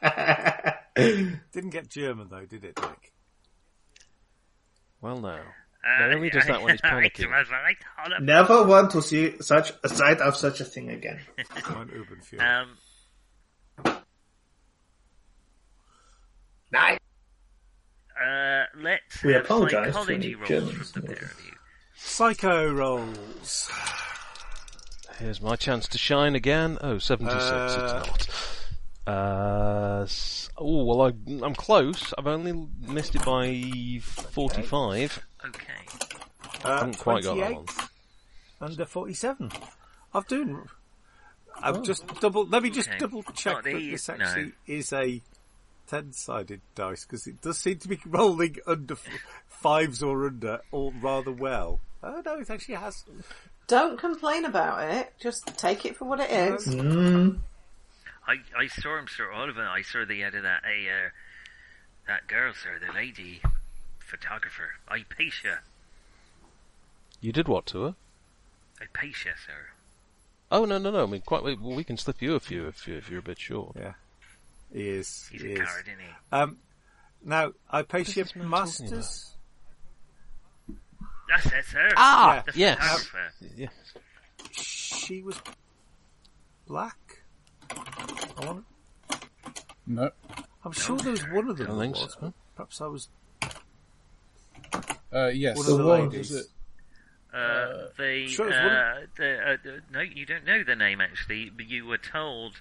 Speaker 8: Um,
Speaker 10: Didn't get German though, did it, Nick?
Speaker 7: Well, no. No, he only does that when he's panicking.
Speaker 11: Never want to see such a sight of such a thing again.
Speaker 10: Mein Urban Fury.
Speaker 8: um,
Speaker 11: Nice.
Speaker 8: Uh, let's
Speaker 11: We
Speaker 8: have
Speaker 11: apologise for
Speaker 8: psychology
Speaker 11: any
Speaker 8: rolls
Speaker 11: Germans
Speaker 8: from the
Speaker 11: in
Speaker 8: pair of you.
Speaker 10: Psycho rolls.
Speaker 7: Here's my chance to shine again. Oh, 76,
Speaker 10: Uh,
Speaker 7: it's not. Uh, s- oh, well, I, I'm close. I've only missed it by 45.
Speaker 8: Okay.
Speaker 10: Uh,
Speaker 7: haven't quite got that
Speaker 10: 28 Under forty-seven. I've doing. I've just double. Let me just
Speaker 8: Oh. Okay.
Speaker 10: double check
Speaker 8: Not
Speaker 10: that
Speaker 8: the-
Speaker 10: this
Speaker 8: no.
Speaker 10: actually is a ten-sided dice because it does seem to be rolling under f- fives or under, or rather well. Oh no, it actually has.
Speaker 5: Don't complain about it. Just take it for what it is.
Speaker 7: Mm-hmm.
Speaker 8: I, I saw him, Sir Oliver. I saw the head of that, a, uh, that girl, sir, the lady photographer. Hypatia.
Speaker 7: You did what to her?
Speaker 8: Hypatia, sir.
Speaker 7: Oh, no, no, no. I mean, quite. We, well, we can slip you a few if, you, if you're a bit short.
Speaker 10: Yeah. He is.
Speaker 8: He's
Speaker 10: he
Speaker 8: a
Speaker 10: is.
Speaker 8: coward, isn't he?
Speaker 10: Um, now, Hypatia
Speaker 7: man talking about?
Speaker 10: Masters.
Speaker 8: That's it, sir.
Speaker 7: Ah,
Speaker 8: the
Speaker 7: yes.
Speaker 8: photographer.
Speaker 7: Yeah.
Speaker 10: She was black. I want
Speaker 9: No.
Speaker 10: I'm sure there was one of them.
Speaker 9: I think
Speaker 10: that was,
Speaker 9: so.
Speaker 10: Perhaps I was.
Speaker 9: Uh, yes,
Speaker 10: One of the
Speaker 9: there was,
Speaker 10: ladies.
Speaker 9: was it?
Speaker 8: Uh, the,
Speaker 10: sure, it's one
Speaker 8: uh, the uh, no, you don't know the name actually, but you were told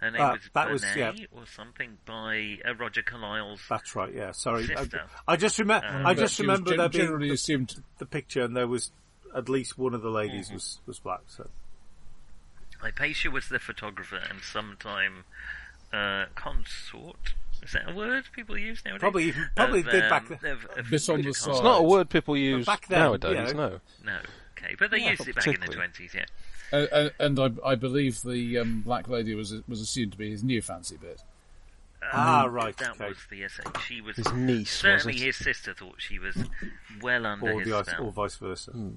Speaker 8: her name
Speaker 10: Ah,
Speaker 8: was
Speaker 10: that was-
Speaker 8: Bernay
Speaker 10: yeah.
Speaker 8: or something by uh, Roger Carlyle's.
Speaker 10: That's right. Yeah. Sorry. I,
Speaker 8: Sister.
Speaker 10: I just remember.
Speaker 8: Um,
Speaker 10: I
Speaker 8: but
Speaker 10: just
Speaker 8: she was
Speaker 10: remember
Speaker 8: gen-
Speaker 10: there being
Speaker 8: generally
Speaker 10: the,
Speaker 9: assumed
Speaker 10: the picture, and there was at least one of the ladies
Speaker 8: Mm-hmm.
Speaker 10: was was black. So
Speaker 8: Hypatia was the photographer and sometime uh, consort. Is that a word people use nowadays?
Speaker 10: Probably even- probably
Speaker 8: Of,
Speaker 10: did back
Speaker 8: um,
Speaker 10: then.
Speaker 8: of- of
Speaker 9: This on the
Speaker 8: Roger
Speaker 9: side.
Speaker 8: Carlyle.
Speaker 7: It's not a word people use
Speaker 8: back then,
Speaker 7: nowadays,
Speaker 8: you
Speaker 7: no.
Speaker 8: know. No. Okay, but they
Speaker 7: Yeah,
Speaker 8: used
Speaker 7: not
Speaker 8: it back in the
Speaker 7: particularly.
Speaker 8: twenties. Yeah.
Speaker 9: Uh, uh, and I, I believe the um, black lady was was assumed to be his new fancy bit.
Speaker 10: Ah,
Speaker 8: Um,
Speaker 10: right,
Speaker 8: That was the essay. She was
Speaker 9: His niece, was
Speaker 8: Certainly,
Speaker 9: it?
Speaker 8: his sister thought she was well under
Speaker 10: or
Speaker 8: his
Speaker 10: the ice,
Speaker 8: spell.
Speaker 10: or vice versa.
Speaker 7: Hmm.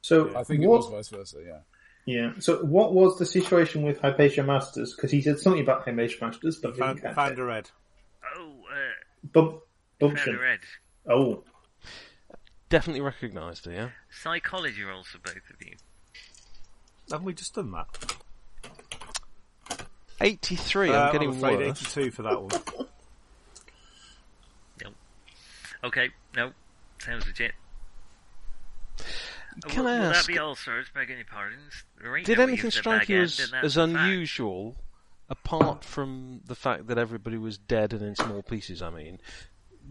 Speaker 11: So
Speaker 9: I think it
Speaker 11: what-
Speaker 9: was vice versa. Yeah.
Speaker 11: Yeah. So what was the situation with Hypatia Masters? Because he said something about Hypatia Masters, but he
Speaker 10: Found,
Speaker 11: didn't catch
Speaker 10: found
Speaker 11: it.
Speaker 10: a red.
Speaker 8: Oh, uh,
Speaker 11: Bump,
Speaker 8: found a
Speaker 11: bumption.
Speaker 8: red.
Speaker 11: Oh,
Speaker 7: Definitely recognised
Speaker 8: Uh,
Speaker 7: her, yeah?
Speaker 8: Psychology rolls for both of you.
Speaker 10: Haven't we just done that?
Speaker 7: 83,
Speaker 10: Uh,
Speaker 7: I'm getting
Speaker 10: afraid
Speaker 7: worse.
Speaker 10: 82 for that one.
Speaker 8: Okay, no, sounds legit. Uh,
Speaker 7: Can
Speaker 8: will,
Speaker 7: I
Speaker 8: will
Speaker 7: ask-
Speaker 8: that be all, sirs? Begging your pardons. There ain't
Speaker 7: Did
Speaker 8: no
Speaker 7: anything
Speaker 8: use of
Speaker 7: strike
Speaker 8: bag
Speaker 7: you
Speaker 8: end,
Speaker 7: as,
Speaker 8: and that's
Speaker 7: as
Speaker 8: a fact.
Speaker 7: unusual, apart from the fact that everybody was dead and in small pieces, I mean?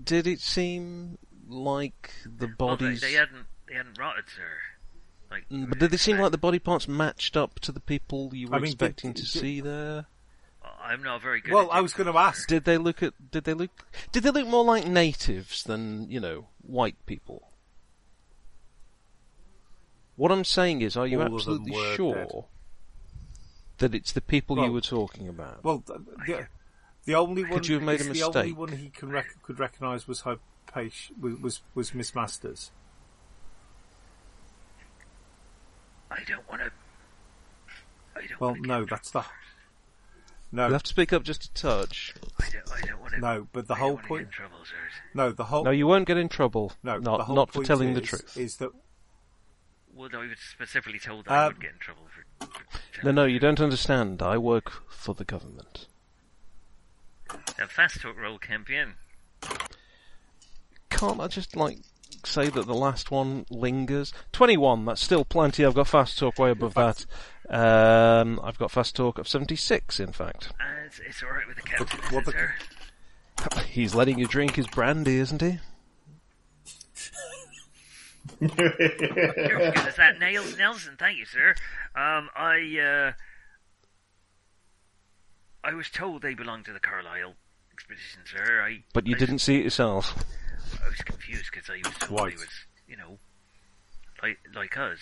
Speaker 7: Did it seem like the
Speaker 8: Well, they,
Speaker 7: bodies...
Speaker 8: they hadn't, they hadn't rotted, sir. Like,
Speaker 7: Mm, but did they seem like the body parts matched up to the people you were
Speaker 10: I mean, did-
Speaker 7: expecting to
Speaker 10: did-
Speaker 7: see there?
Speaker 8: I'm not very good.
Speaker 10: Well,
Speaker 8: at
Speaker 10: I was going to ask.
Speaker 7: Did they look at? Did they look? Did they look more like natives than you know white people? What I'm saying is, are you
Speaker 10: All of them
Speaker 7: absolutely
Speaker 10: were
Speaker 7: sure
Speaker 10: dead.
Speaker 7: that it's the people
Speaker 10: Well-
Speaker 7: you were talking about?
Speaker 10: Well, th- the, the only one.
Speaker 7: you have made a
Speaker 10: it's The only
Speaker 7: mistake?
Speaker 10: one he can rec- could recognise was Hypatia, was, was was Miss Masters.
Speaker 8: I don't want to. I don't.
Speaker 10: Well,
Speaker 8: wanna
Speaker 10: no,
Speaker 8: get-
Speaker 10: that's the. No,
Speaker 7: You'll have to speak up just a touch.
Speaker 8: I don't, I don't want to.
Speaker 10: no, but the
Speaker 8: I don't
Speaker 10: whole
Speaker 8: wanna
Speaker 10: point.
Speaker 8: Get in trouble, sirs.
Speaker 10: No, the whole.
Speaker 7: No, you won't get in trouble.
Speaker 10: Oh. no,
Speaker 7: not,
Speaker 10: the whole
Speaker 7: not for
Speaker 10: point
Speaker 7: telling the
Speaker 10: is-
Speaker 7: truth.
Speaker 10: Is that
Speaker 8: Well, I was specifically told that I
Speaker 10: Um,
Speaker 8: would get in trouble for. for
Speaker 7: No,
Speaker 8: telling
Speaker 7: no, you don't understand. I work for the government.
Speaker 8: A fast talk roll champion.
Speaker 7: Can't I just like say that the last one lingers? Twenty-one. That's still plenty. I've got fast talk way above that. Um, I've got fast talk of seventy-six. In fact,
Speaker 8: Uh, it's, it's all right with the captain,
Speaker 10: what
Speaker 8: is
Speaker 10: the-
Speaker 8: it, sir?
Speaker 7: he's letting you drink his brandy, isn't he?
Speaker 8: You're as good as that, Nails Nelson. Thank you, sir. Um, I uh, I was told they belonged to the Carlisle expedition, sir. I
Speaker 7: But you
Speaker 8: I
Speaker 7: didn't see it yourself.
Speaker 8: Was, I was confused because I was told
Speaker 10: White.
Speaker 8: they was, you know, like like us.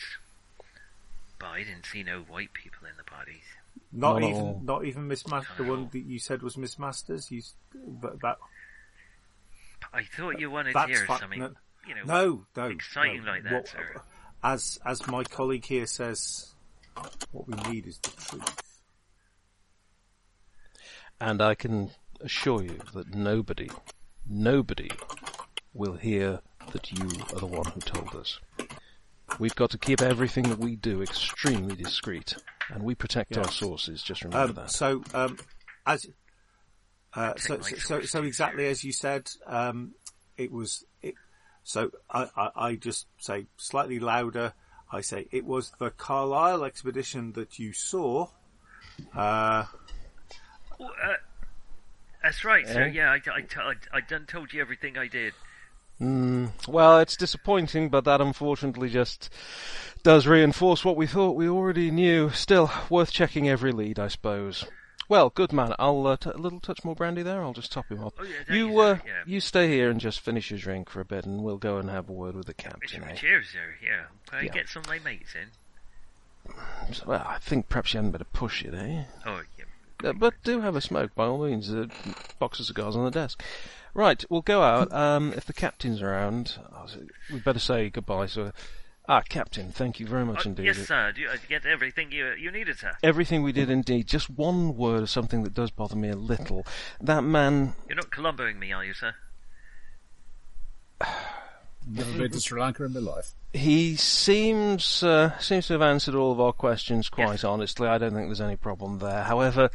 Speaker 8: But I didn't see no white people in the bodies.
Speaker 10: not
Speaker 7: Not at all.
Speaker 10: even not even Miss Masters? The one that you said was Miss Masters. You s- but that
Speaker 8: I thought you wanted to
Speaker 10: that's
Speaker 8: hear
Speaker 10: fi-
Speaker 8: something,
Speaker 10: no,
Speaker 8: you know,
Speaker 10: no, no,
Speaker 8: exciting
Speaker 10: no.
Speaker 8: like that,
Speaker 10: What-
Speaker 8: sir.
Speaker 10: As as my colleague here says, what we need is the truth.
Speaker 7: And I can assure you that nobody, nobody will hear that you are the one who told us. We've got to keep everything that we do extremely discreet, and we protect our sources. Just remember
Speaker 10: Um,
Speaker 7: that.
Speaker 10: so, um, as uh, so,
Speaker 8: my
Speaker 10: so, so,
Speaker 8: choice,
Speaker 10: so exactly as you said, um, it was. It, so I, I, I just say slightly louder. I say it was the Carlisle expedition that you saw. Uh,
Speaker 8: Oh, uh, that's right,
Speaker 7: Eh?
Speaker 8: sir. Yeah, I, I, t- I, I done told you everything I did.
Speaker 7: Mm, well, it's disappointing, but that unfortunately just does reinforce what we thought we already knew. Still, worth checking every lead, I suppose. Well, good man. I'll uh, t- a little touch more brandy there. I'll just top him up.
Speaker 8: Oh, yeah, thank
Speaker 7: you
Speaker 8: you, sir.
Speaker 7: uh,
Speaker 8: Yeah.
Speaker 7: you stay here and just finish your drink for a bit, and we'll go and have a word with the
Speaker 8: It's
Speaker 7: captain. eh?
Speaker 8: cheers, sir. Yeah, Can I
Speaker 7: Yeah.
Speaker 8: get some of my mates in.
Speaker 7: So, Well, I think perhaps you hadn't better push it, eh?
Speaker 8: Oh, yeah.
Speaker 7: Uh, but do have a smoke by all means. A box of cigars on the desk. Right, we'll go out. Um, if the captain's around, I'll s- we'd better say goodbye. So, ah, captain, thank you very much
Speaker 8: Oh,
Speaker 7: indeed.
Speaker 8: yes, sir. Do you, I get everything you you needed, sir?
Speaker 7: Everything we did, indeed. Just one word of something that does bother me a little. That man,
Speaker 8: You're not columboing me, are you, sir?
Speaker 9: Never been to Sri Lanka in my life.
Speaker 7: He seems uh, seems to have answered all of our questions quite honestly. I don't think there's any problem there. However,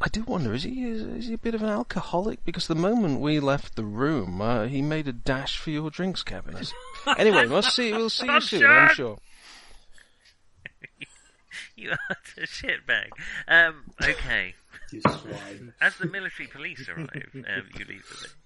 Speaker 7: I do wonder is he is, is he a bit of an alcoholic? Because the moment we left the room, uh, he made a dash for your drinks cabinet. anyway, we'll see. We'll see you
Speaker 8: I'm
Speaker 7: soon.
Speaker 8: sure.
Speaker 7: I'm sure.
Speaker 8: You are a shitbag. Um, okay. As the military police arrive, um, you leave the room.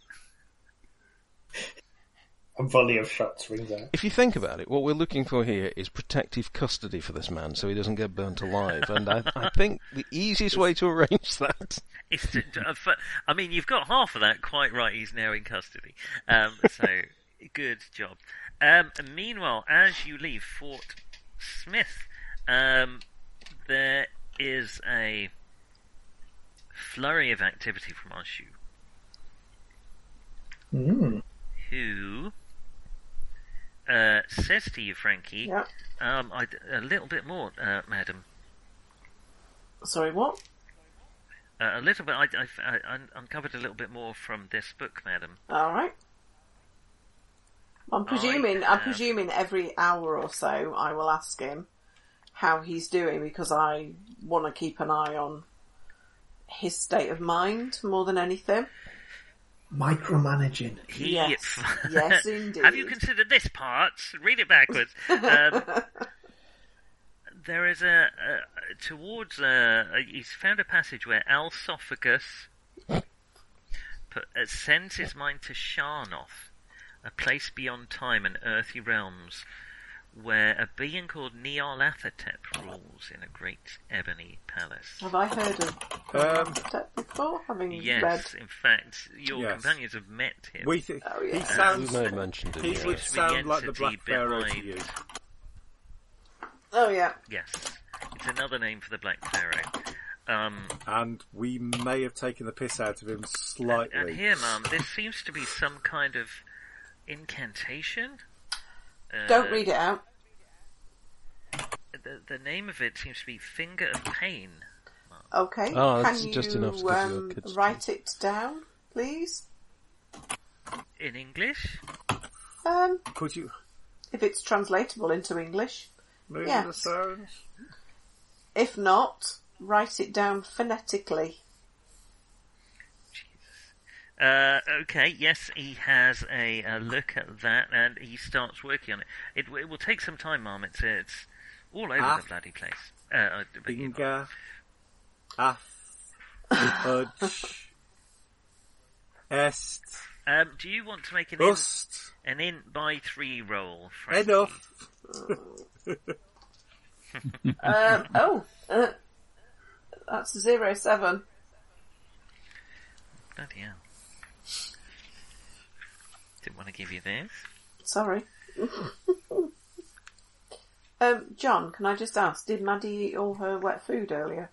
Speaker 11: A volley of shots rings out.
Speaker 7: If you think about it, what we're looking for here is protective custody for this man, so he doesn't get burnt alive. And I, I think the easiest way to arrange that.
Speaker 8: It's to, to- uh, fu- I mean, you've got half of that quite right. He's now in custody. Um, so, good job. Um, meanwhile, as you leave Fort Smith, um, there is a flurry of activity from Anshu,
Speaker 11: Mm.
Speaker 8: who uh, says to you, Frankie,
Speaker 5: Yeah.
Speaker 8: um, I, a little bit more, uh, madam.
Speaker 5: Sorry, what?
Speaker 8: Uh, a little bit. I, I, I un- uncovered a little bit more from this book, madam.
Speaker 5: All right. I'm presuming.
Speaker 8: I
Speaker 5: I'm
Speaker 8: have-
Speaker 5: presuming every hour or so, I will ask him how he's doing because I want to keep an eye on his state of mind more than anything.
Speaker 11: Micromanaging.
Speaker 8: He,
Speaker 5: Yes. Yes,
Speaker 8: Have you
Speaker 5: indeed.
Speaker 8: considered this part? Read it backwards. Um, there is a, a towards uh, a, a. He's found a passage where Alsophagus put, uh, sends his mind to Sharnoth, a place beyond time and earthy realms, where a being called Nyarlathotep rules in a great ebony palace.
Speaker 5: Have I heard of
Speaker 10: Um,
Speaker 5: that before? Having read,
Speaker 8: Yes, in fact, your
Speaker 10: Yes.
Speaker 8: companions have met him.
Speaker 10: We th-
Speaker 5: Oh, yeah.
Speaker 10: He sounds.
Speaker 7: We may have mentioned it,
Speaker 10: he
Speaker 7: yeah.
Speaker 10: would
Speaker 8: Seems to be
Speaker 10: sound like the
Speaker 8: entity
Speaker 10: Black Pharaoh to
Speaker 8: behind-
Speaker 10: you.
Speaker 5: oh yeah,
Speaker 8: Yes, it's another name for the Black Pharaoh. Um,
Speaker 10: And we may have taken the piss out of him slightly.
Speaker 8: and here, ma'am, there seems to be some kind of incantation. Uh,
Speaker 5: don't read it out.
Speaker 8: The, the name of it seems to be Finger of Pain.
Speaker 5: Okay.
Speaker 7: Oh, that's
Speaker 5: Can
Speaker 7: just
Speaker 5: you
Speaker 7: enough to give your
Speaker 5: um,
Speaker 7: kids
Speaker 5: write it down, please?
Speaker 8: In English?
Speaker 5: Um,
Speaker 10: Could you
Speaker 5: if it's translatable into English.
Speaker 10: move
Speaker 5: Yes.
Speaker 10: the sounds?
Speaker 5: If not, write it down phonetically.
Speaker 8: Uh, okay, yes, he has a, a look at that and he starts working on it. It, w- it will take some time, ma'am. It's, it's all over
Speaker 10: Ah.
Speaker 8: the bloody place. Uh, I beg your pardon.
Speaker 10: Finger. Af. Fudge. Est.
Speaker 8: um, do you want to make an in,
Speaker 10: Rust.
Speaker 8: an in by three roll? Frankie?
Speaker 10: Enough.
Speaker 5: Um, oh, uh, that's zero seven.
Speaker 8: Bloody hell. Didn't want to give you this.
Speaker 5: Sorry. um, John, can I just ask, did Maddie eat all her wet food earlier?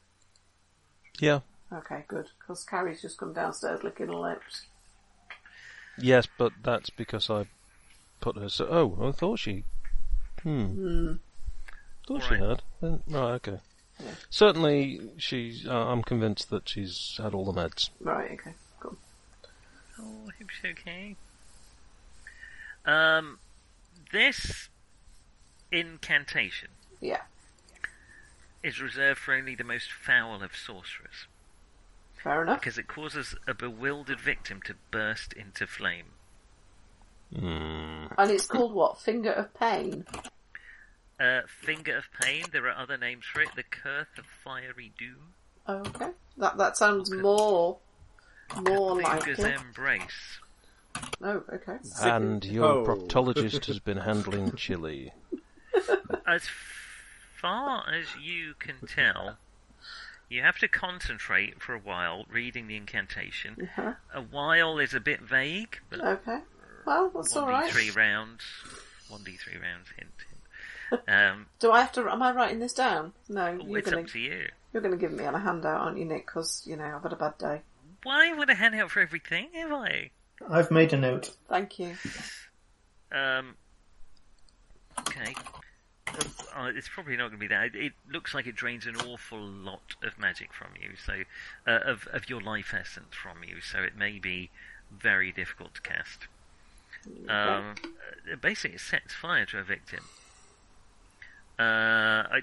Speaker 7: Yeah.
Speaker 5: Okay, good. Because Carrie's just come downstairs licking her lips.
Speaker 7: Yes, but that's because I put her. So, oh, I thought she. Hmm. Thought she
Speaker 8: Right.
Speaker 7: had. Then- Right. Okay. Certainly, she's. Uh, I'm convinced that she's had all the meds.
Speaker 5: Right, okay, cool.
Speaker 8: Oh, I hope she's okay. Um, this incantation
Speaker 5: Yeah.
Speaker 8: is reserved for only the most foul of sorcerers,
Speaker 5: Fair enough.
Speaker 8: because it causes a bewildered victim to burst into flame.
Speaker 7: Hmm.
Speaker 5: And it's called what? Finger of Pain.
Speaker 8: Uh, Finger of Pain, there are other names for it. The Curse of Fiery Doom.
Speaker 5: Okay. That that sounds more more like
Speaker 8: Finger's
Speaker 5: it.
Speaker 8: Embrace.
Speaker 5: Oh, okay.
Speaker 7: And your
Speaker 10: Oh.
Speaker 7: proctologist has been handling chili.
Speaker 8: As far as you can tell, you have to concentrate for a while reading the incantation.
Speaker 5: Uh-huh.
Speaker 8: A while is a bit vague, but
Speaker 5: Okay. Well, Uh, that's all right.
Speaker 8: 1d3 rounds. 1d3 rounds, hint. hint. Um,
Speaker 5: Do I have to? Am I writing this down? No,
Speaker 8: oh,
Speaker 5: you're
Speaker 8: it's
Speaker 5: gonna
Speaker 8: up to you.
Speaker 5: you're gonna give me a handout, aren't you, Nick? Because you know I've had a bad day.
Speaker 8: Why would I hand out for everything, have I?
Speaker 11: I've made a note.
Speaker 5: Thank you.
Speaker 8: Um, okay. Uh, it's probably not going to be that. It, it looks like it drains an awful lot of magic from you, so uh, of of your life essence from you. So it may be very difficult to cast. Um, uh, basically, it sets fire to a victim. Uh, I,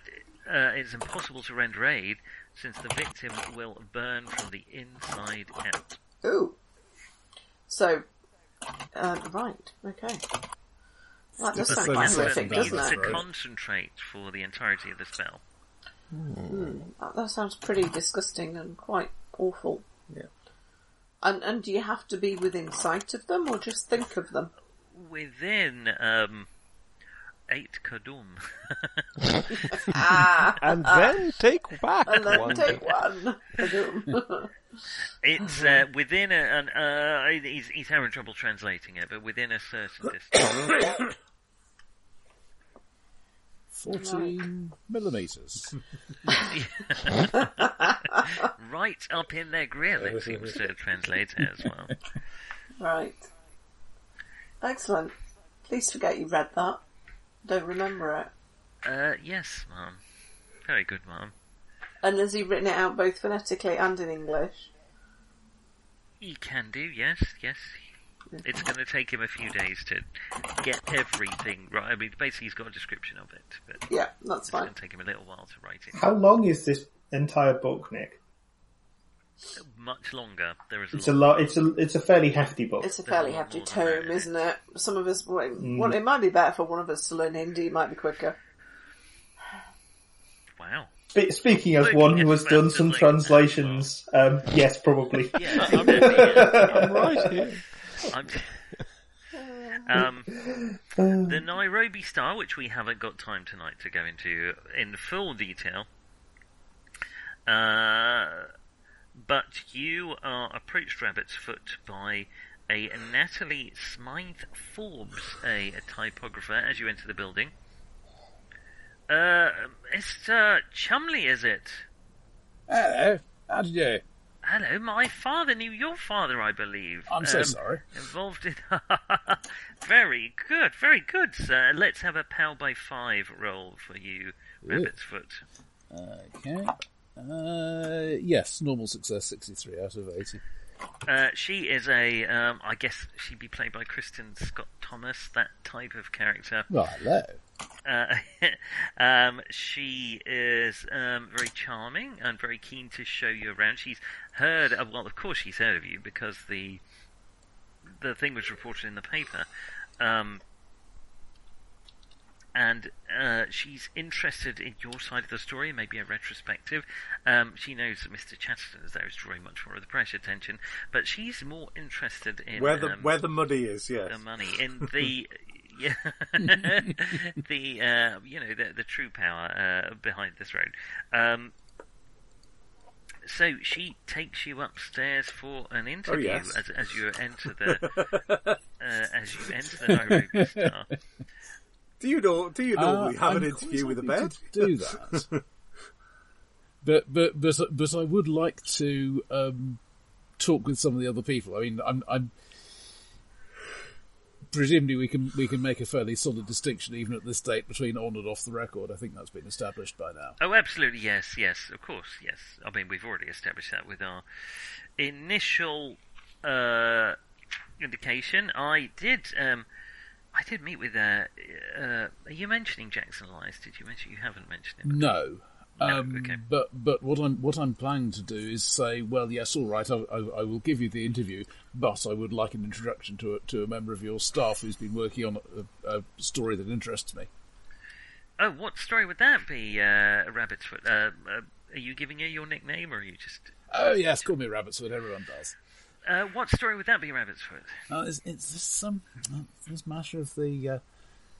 Speaker 8: uh, it's impossible to render aid since the victim will burn from the inside out.
Speaker 5: Ooh. So, uh, right, okay. That does sound quite horrific,
Speaker 8: needs
Speaker 5: doesn't it?
Speaker 8: to concentrate for the entirety of the spell.
Speaker 5: Hmm, that, that sounds pretty disgusting and quite awful.
Speaker 10: Yeah.
Speaker 5: And and do you have to be within sight of them or just think of them?
Speaker 8: Within um, eight kadum.
Speaker 7: and then take back
Speaker 5: And then
Speaker 7: one.
Speaker 5: take one. Kadum.
Speaker 8: It's uh, within a. An, uh, he's, he's having trouble translating it, but within a certain distance.
Speaker 9: 40 millimetres.
Speaker 8: right up in their grill, it seems to translate it as well.
Speaker 5: right. Excellent. Please forget you read that. Don't remember it.
Speaker 8: Uh, yes, ma'am. Very good, ma'am.
Speaker 5: And has he written it out both phonetically and in English?
Speaker 8: He can do, yes, yes. It's going to take him a few days to get everything right. I mean, basically, he's got a description of it, but
Speaker 5: yeah, that's
Speaker 8: it's
Speaker 5: fine.
Speaker 8: going to take him a little while to write it.
Speaker 11: How long is this entire book, Nick?
Speaker 8: Much longer. There is a
Speaker 11: It's a
Speaker 8: lot.
Speaker 11: lot. It's a it's a fairly hefty book.
Speaker 5: It's a fairly hefty tome, isn't it? Some of us, well,
Speaker 11: Mm.
Speaker 5: well, it might be better for one of us to learn Hindi. It might be quicker.
Speaker 8: Wow.
Speaker 11: Spe- speaking as one who has done some translations, um, yes, probably.
Speaker 7: I'm right here.
Speaker 8: I'm- um, the Nairobi Star, which we haven't got time tonight to go into in full detail, uh, but you are approached Rabbit's Foot by a Natalie Smythe Forbes, a, a typographer, as you enter the building. Uh, Mr. Chumley, is it?
Speaker 9: Hello. How did you?
Speaker 8: Hello, my father knew your father, I believe. Um,
Speaker 9: I'm so sorry.
Speaker 8: Involved in. very good, very good, sir. Let's have a pow by five roll for you, Rabbit's Foot.
Speaker 9: Okay. Uh, yes, normal success, 63 out of 80.
Speaker 8: Uh, she is a, um, I guess she'd be played by Kristen Scott Thomas, that type of character.
Speaker 9: Well, hello.
Speaker 8: Uh, um, she is um, very charming and very keen to show you around. She's heard, uh, well, of course, she's heard of you because the the thing was reported in the paper, um, and uh, she's interested in your side of the story, maybe a retrospective. Um, she knows that Mr. Chatterton is there, is drawing much more of the press attention, but she's more interested in
Speaker 10: where the
Speaker 8: um,
Speaker 10: where the money is, yes.
Speaker 8: the money in the yeah, the uh, you know the the true power uh, behind this road. Um, so she takes you upstairs for an interview
Speaker 10: Oh, yes.
Speaker 8: as, as you enter the uh, as you enter the Nairobi Star.
Speaker 10: Do you know? Do you
Speaker 9: Uh,
Speaker 10: normally have an
Speaker 9: I'm
Speaker 10: interview
Speaker 9: quite
Speaker 10: with a
Speaker 9: happy
Speaker 10: bed?
Speaker 9: to do that. But but but but I would like to um, talk with some of the other people. I mean, I'm, I'm presumably we can we can make a fairly solid distinction even at this date between on and off the record. I think that's been established by now.
Speaker 8: Oh, absolutely, yes, yes, of course, yes. I mean, we've already established that with our initial uh, indication. I did, um, I did meet with. Uh, uh, are you mentioning Jackson Lies? Did you mention? You haven't mentioned him.
Speaker 9: No.
Speaker 8: No,
Speaker 9: Um,
Speaker 8: okay.
Speaker 9: But but what I'm what I'm planning to do is say, well, yes, all right, I, I, I will give you the interview, but I would like an introduction to a, to a member of your staff who's been working on a, a story that interests me.
Speaker 8: Oh, what story would that be, uh, Rabbit's Foot? Uh, uh, are you giving her your nickname, or are you just?
Speaker 9: Oh yes, call me Rabbitswood. Everyone does.
Speaker 8: Uh, what story would that be, Rabbit's Foot?
Speaker 9: Uh, it's, it's this some um, this matter of the uh,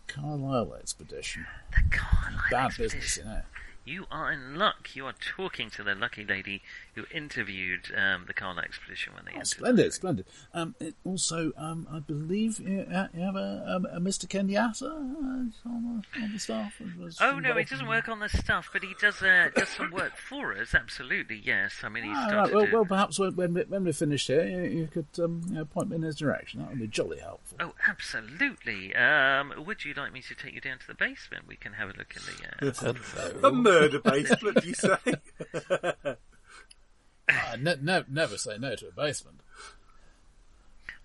Speaker 9: Carlisle expedition.
Speaker 8: The Carlisle
Speaker 9: Bad business, you
Speaker 8: expedition.
Speaker 9: know.
Speaker 8: You are in luck. You are talking to the lucky lady who interviewed um, the Carlisle expedition when they entered.
Speaker 9: Oh, Splendid, splendid. Um, it also, um, I believe you, ha- you have a, um, a Mr. Kenyatta uh, on, the, on the staff. and was
Speaker 8: Oh no, he
Speaker 9: involved
Speaker 8: doesn't
Speaker 9: in-
Speaker 8: work on the stuff, but he does uh, does some work for us. Absolutely, yes. I mean, he's
Speaker 9: Ah, right,
Speaker 8: started.
Speaker 9: well,
Speaker 8: to...
Speaker 9: well, perhaps when when, we- when we're finished here, you, you could um, you know, point me in his direction. That would be jolly helpful.
Speaker 8: Oh, absolutely. Um, would you like me to take you down to the basement? We can have a look in the. Uh...
Speaker 10: The murder basement, you say?
Speaker 9: I Ah, ne- ne- never say no to a basement.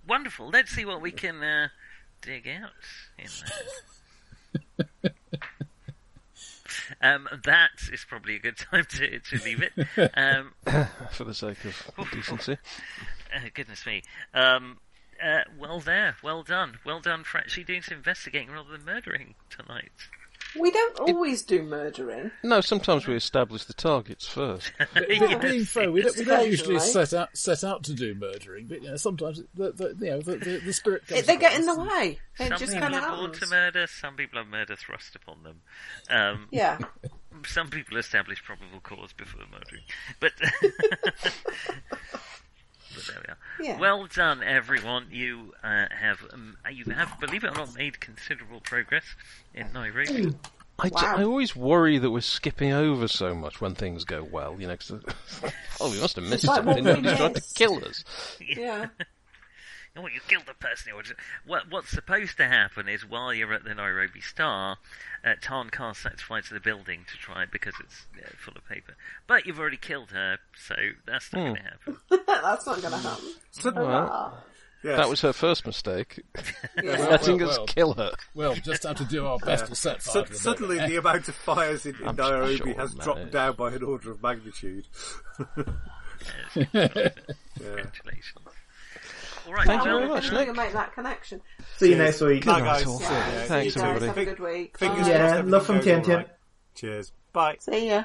Speaker 8: Wonderful. Let's see what we can uh, dig out in there. Um, that is probably a good time to, to leave it. Um,
Speaker 7: for the sake of decency.
Speaker 8: Uh, goodness me. Um, uh, well, there. Well done. Well done for actually doing some investigating rather than murdering tonight.
Speaker 5: We don't always do murdering.
Speaker 7: No, sometimes we establish the targets first.
Speaker 9: But being fair, we don't, we don't usually set out set out to do murdering, but you know, sometimes the, the, you know, the, the, the spirit comes.
Speaker 5: They
Speaker 9: to
Speaker 5: get
Speaker 9: us
Speaker 5: in the
Speaker 9: and-
Speaker 5: way. It
Speaker 8: some
Speaker 5: just
Speaker 8: people
Speaker 5: kind of
Speaker 8: are born
Speaker 5: happens.
Speaker 8: to murder, some people have murder thrust upon them. Um,
Speaker 5: Yeah.
Speaker 8: Some people establish probable cause before murdering. But, but there we are.
Speaker 5: Yeah.
Speaker 8: Well done, everyone. You uh, have, um, you have, believe it or not, made considerable progress in Nairobi.
Speaker 7: I, d- I always worry that we're skipping over so much when things go well, you know, 'cause, uh, oh, we must have missed
Speaker 8: It's like
Speaker 7: something.
Speaker 8: what we
Speaker 7: Nobody's trying to
Speaker 8: missed.
Speaker 7: kill us.
Speaker 5: Yeah.
Speaker 8: Well, you killed the person who was. What, what's supposed to happen is while you're at the Nairobi Star, uh, Tarn casts that fly to the building to try because it's uh, full of paper. But you've already killed her, so that's not
Speaker 7: Hmm.
Speaker 8: going to happen.
Speaker 5: That's not going to happen.
Speaker 7: Well,
Speaker 5: Yes.
Speaker 7: That was her first mistake.
Speaker 5: Yeah.
Speaker 7: Letting
Speaker 9: Well,
Speaker 7: us
Speaker 9: well.
Speaker 7: kill her.
Speaker 9: Well, just have to do our best to set fire.
Speaker 10: Sud-
Speaker 9: to the
Speaker 10: suddenly,
Speaker 9: building.
Speaker 10: the amount of fires in, in
Speaker 7: I'm
Speaker 10: Nairobi
Speaker 7: sure,
Speaker 10: has
Speaker 7: man.
Speaker 10: dropped down by an order of magnitude. yeah.
Speaker 8: Congratulations. All right,
Speaker 7: Thank you
Speaker 8: well,
Speaker 7: very much,
Speaker 5: I'm
Speaker 7: Nick.
Speaker 5: going to make that connection.
Speaker 11: See you next week.
Speaker 10: Bye, guys.
Speaker 5: Yeah.
Speaker 7: Thanks,
Speaker 5: you guys
Speaker 7: everybody.
Speaker 5: Have a good week.
Speaker 10: Fingers
Speaker 5: Bye.
Speaker 10: crossed
Speaker 11: Yeah, love
Speaker 10: everything
Speaker 11: from
Speaker 10: goes
Speaker 11: TNT.
Speaker 10: all right. Cheers. Bye.
Speaker 5: See ya.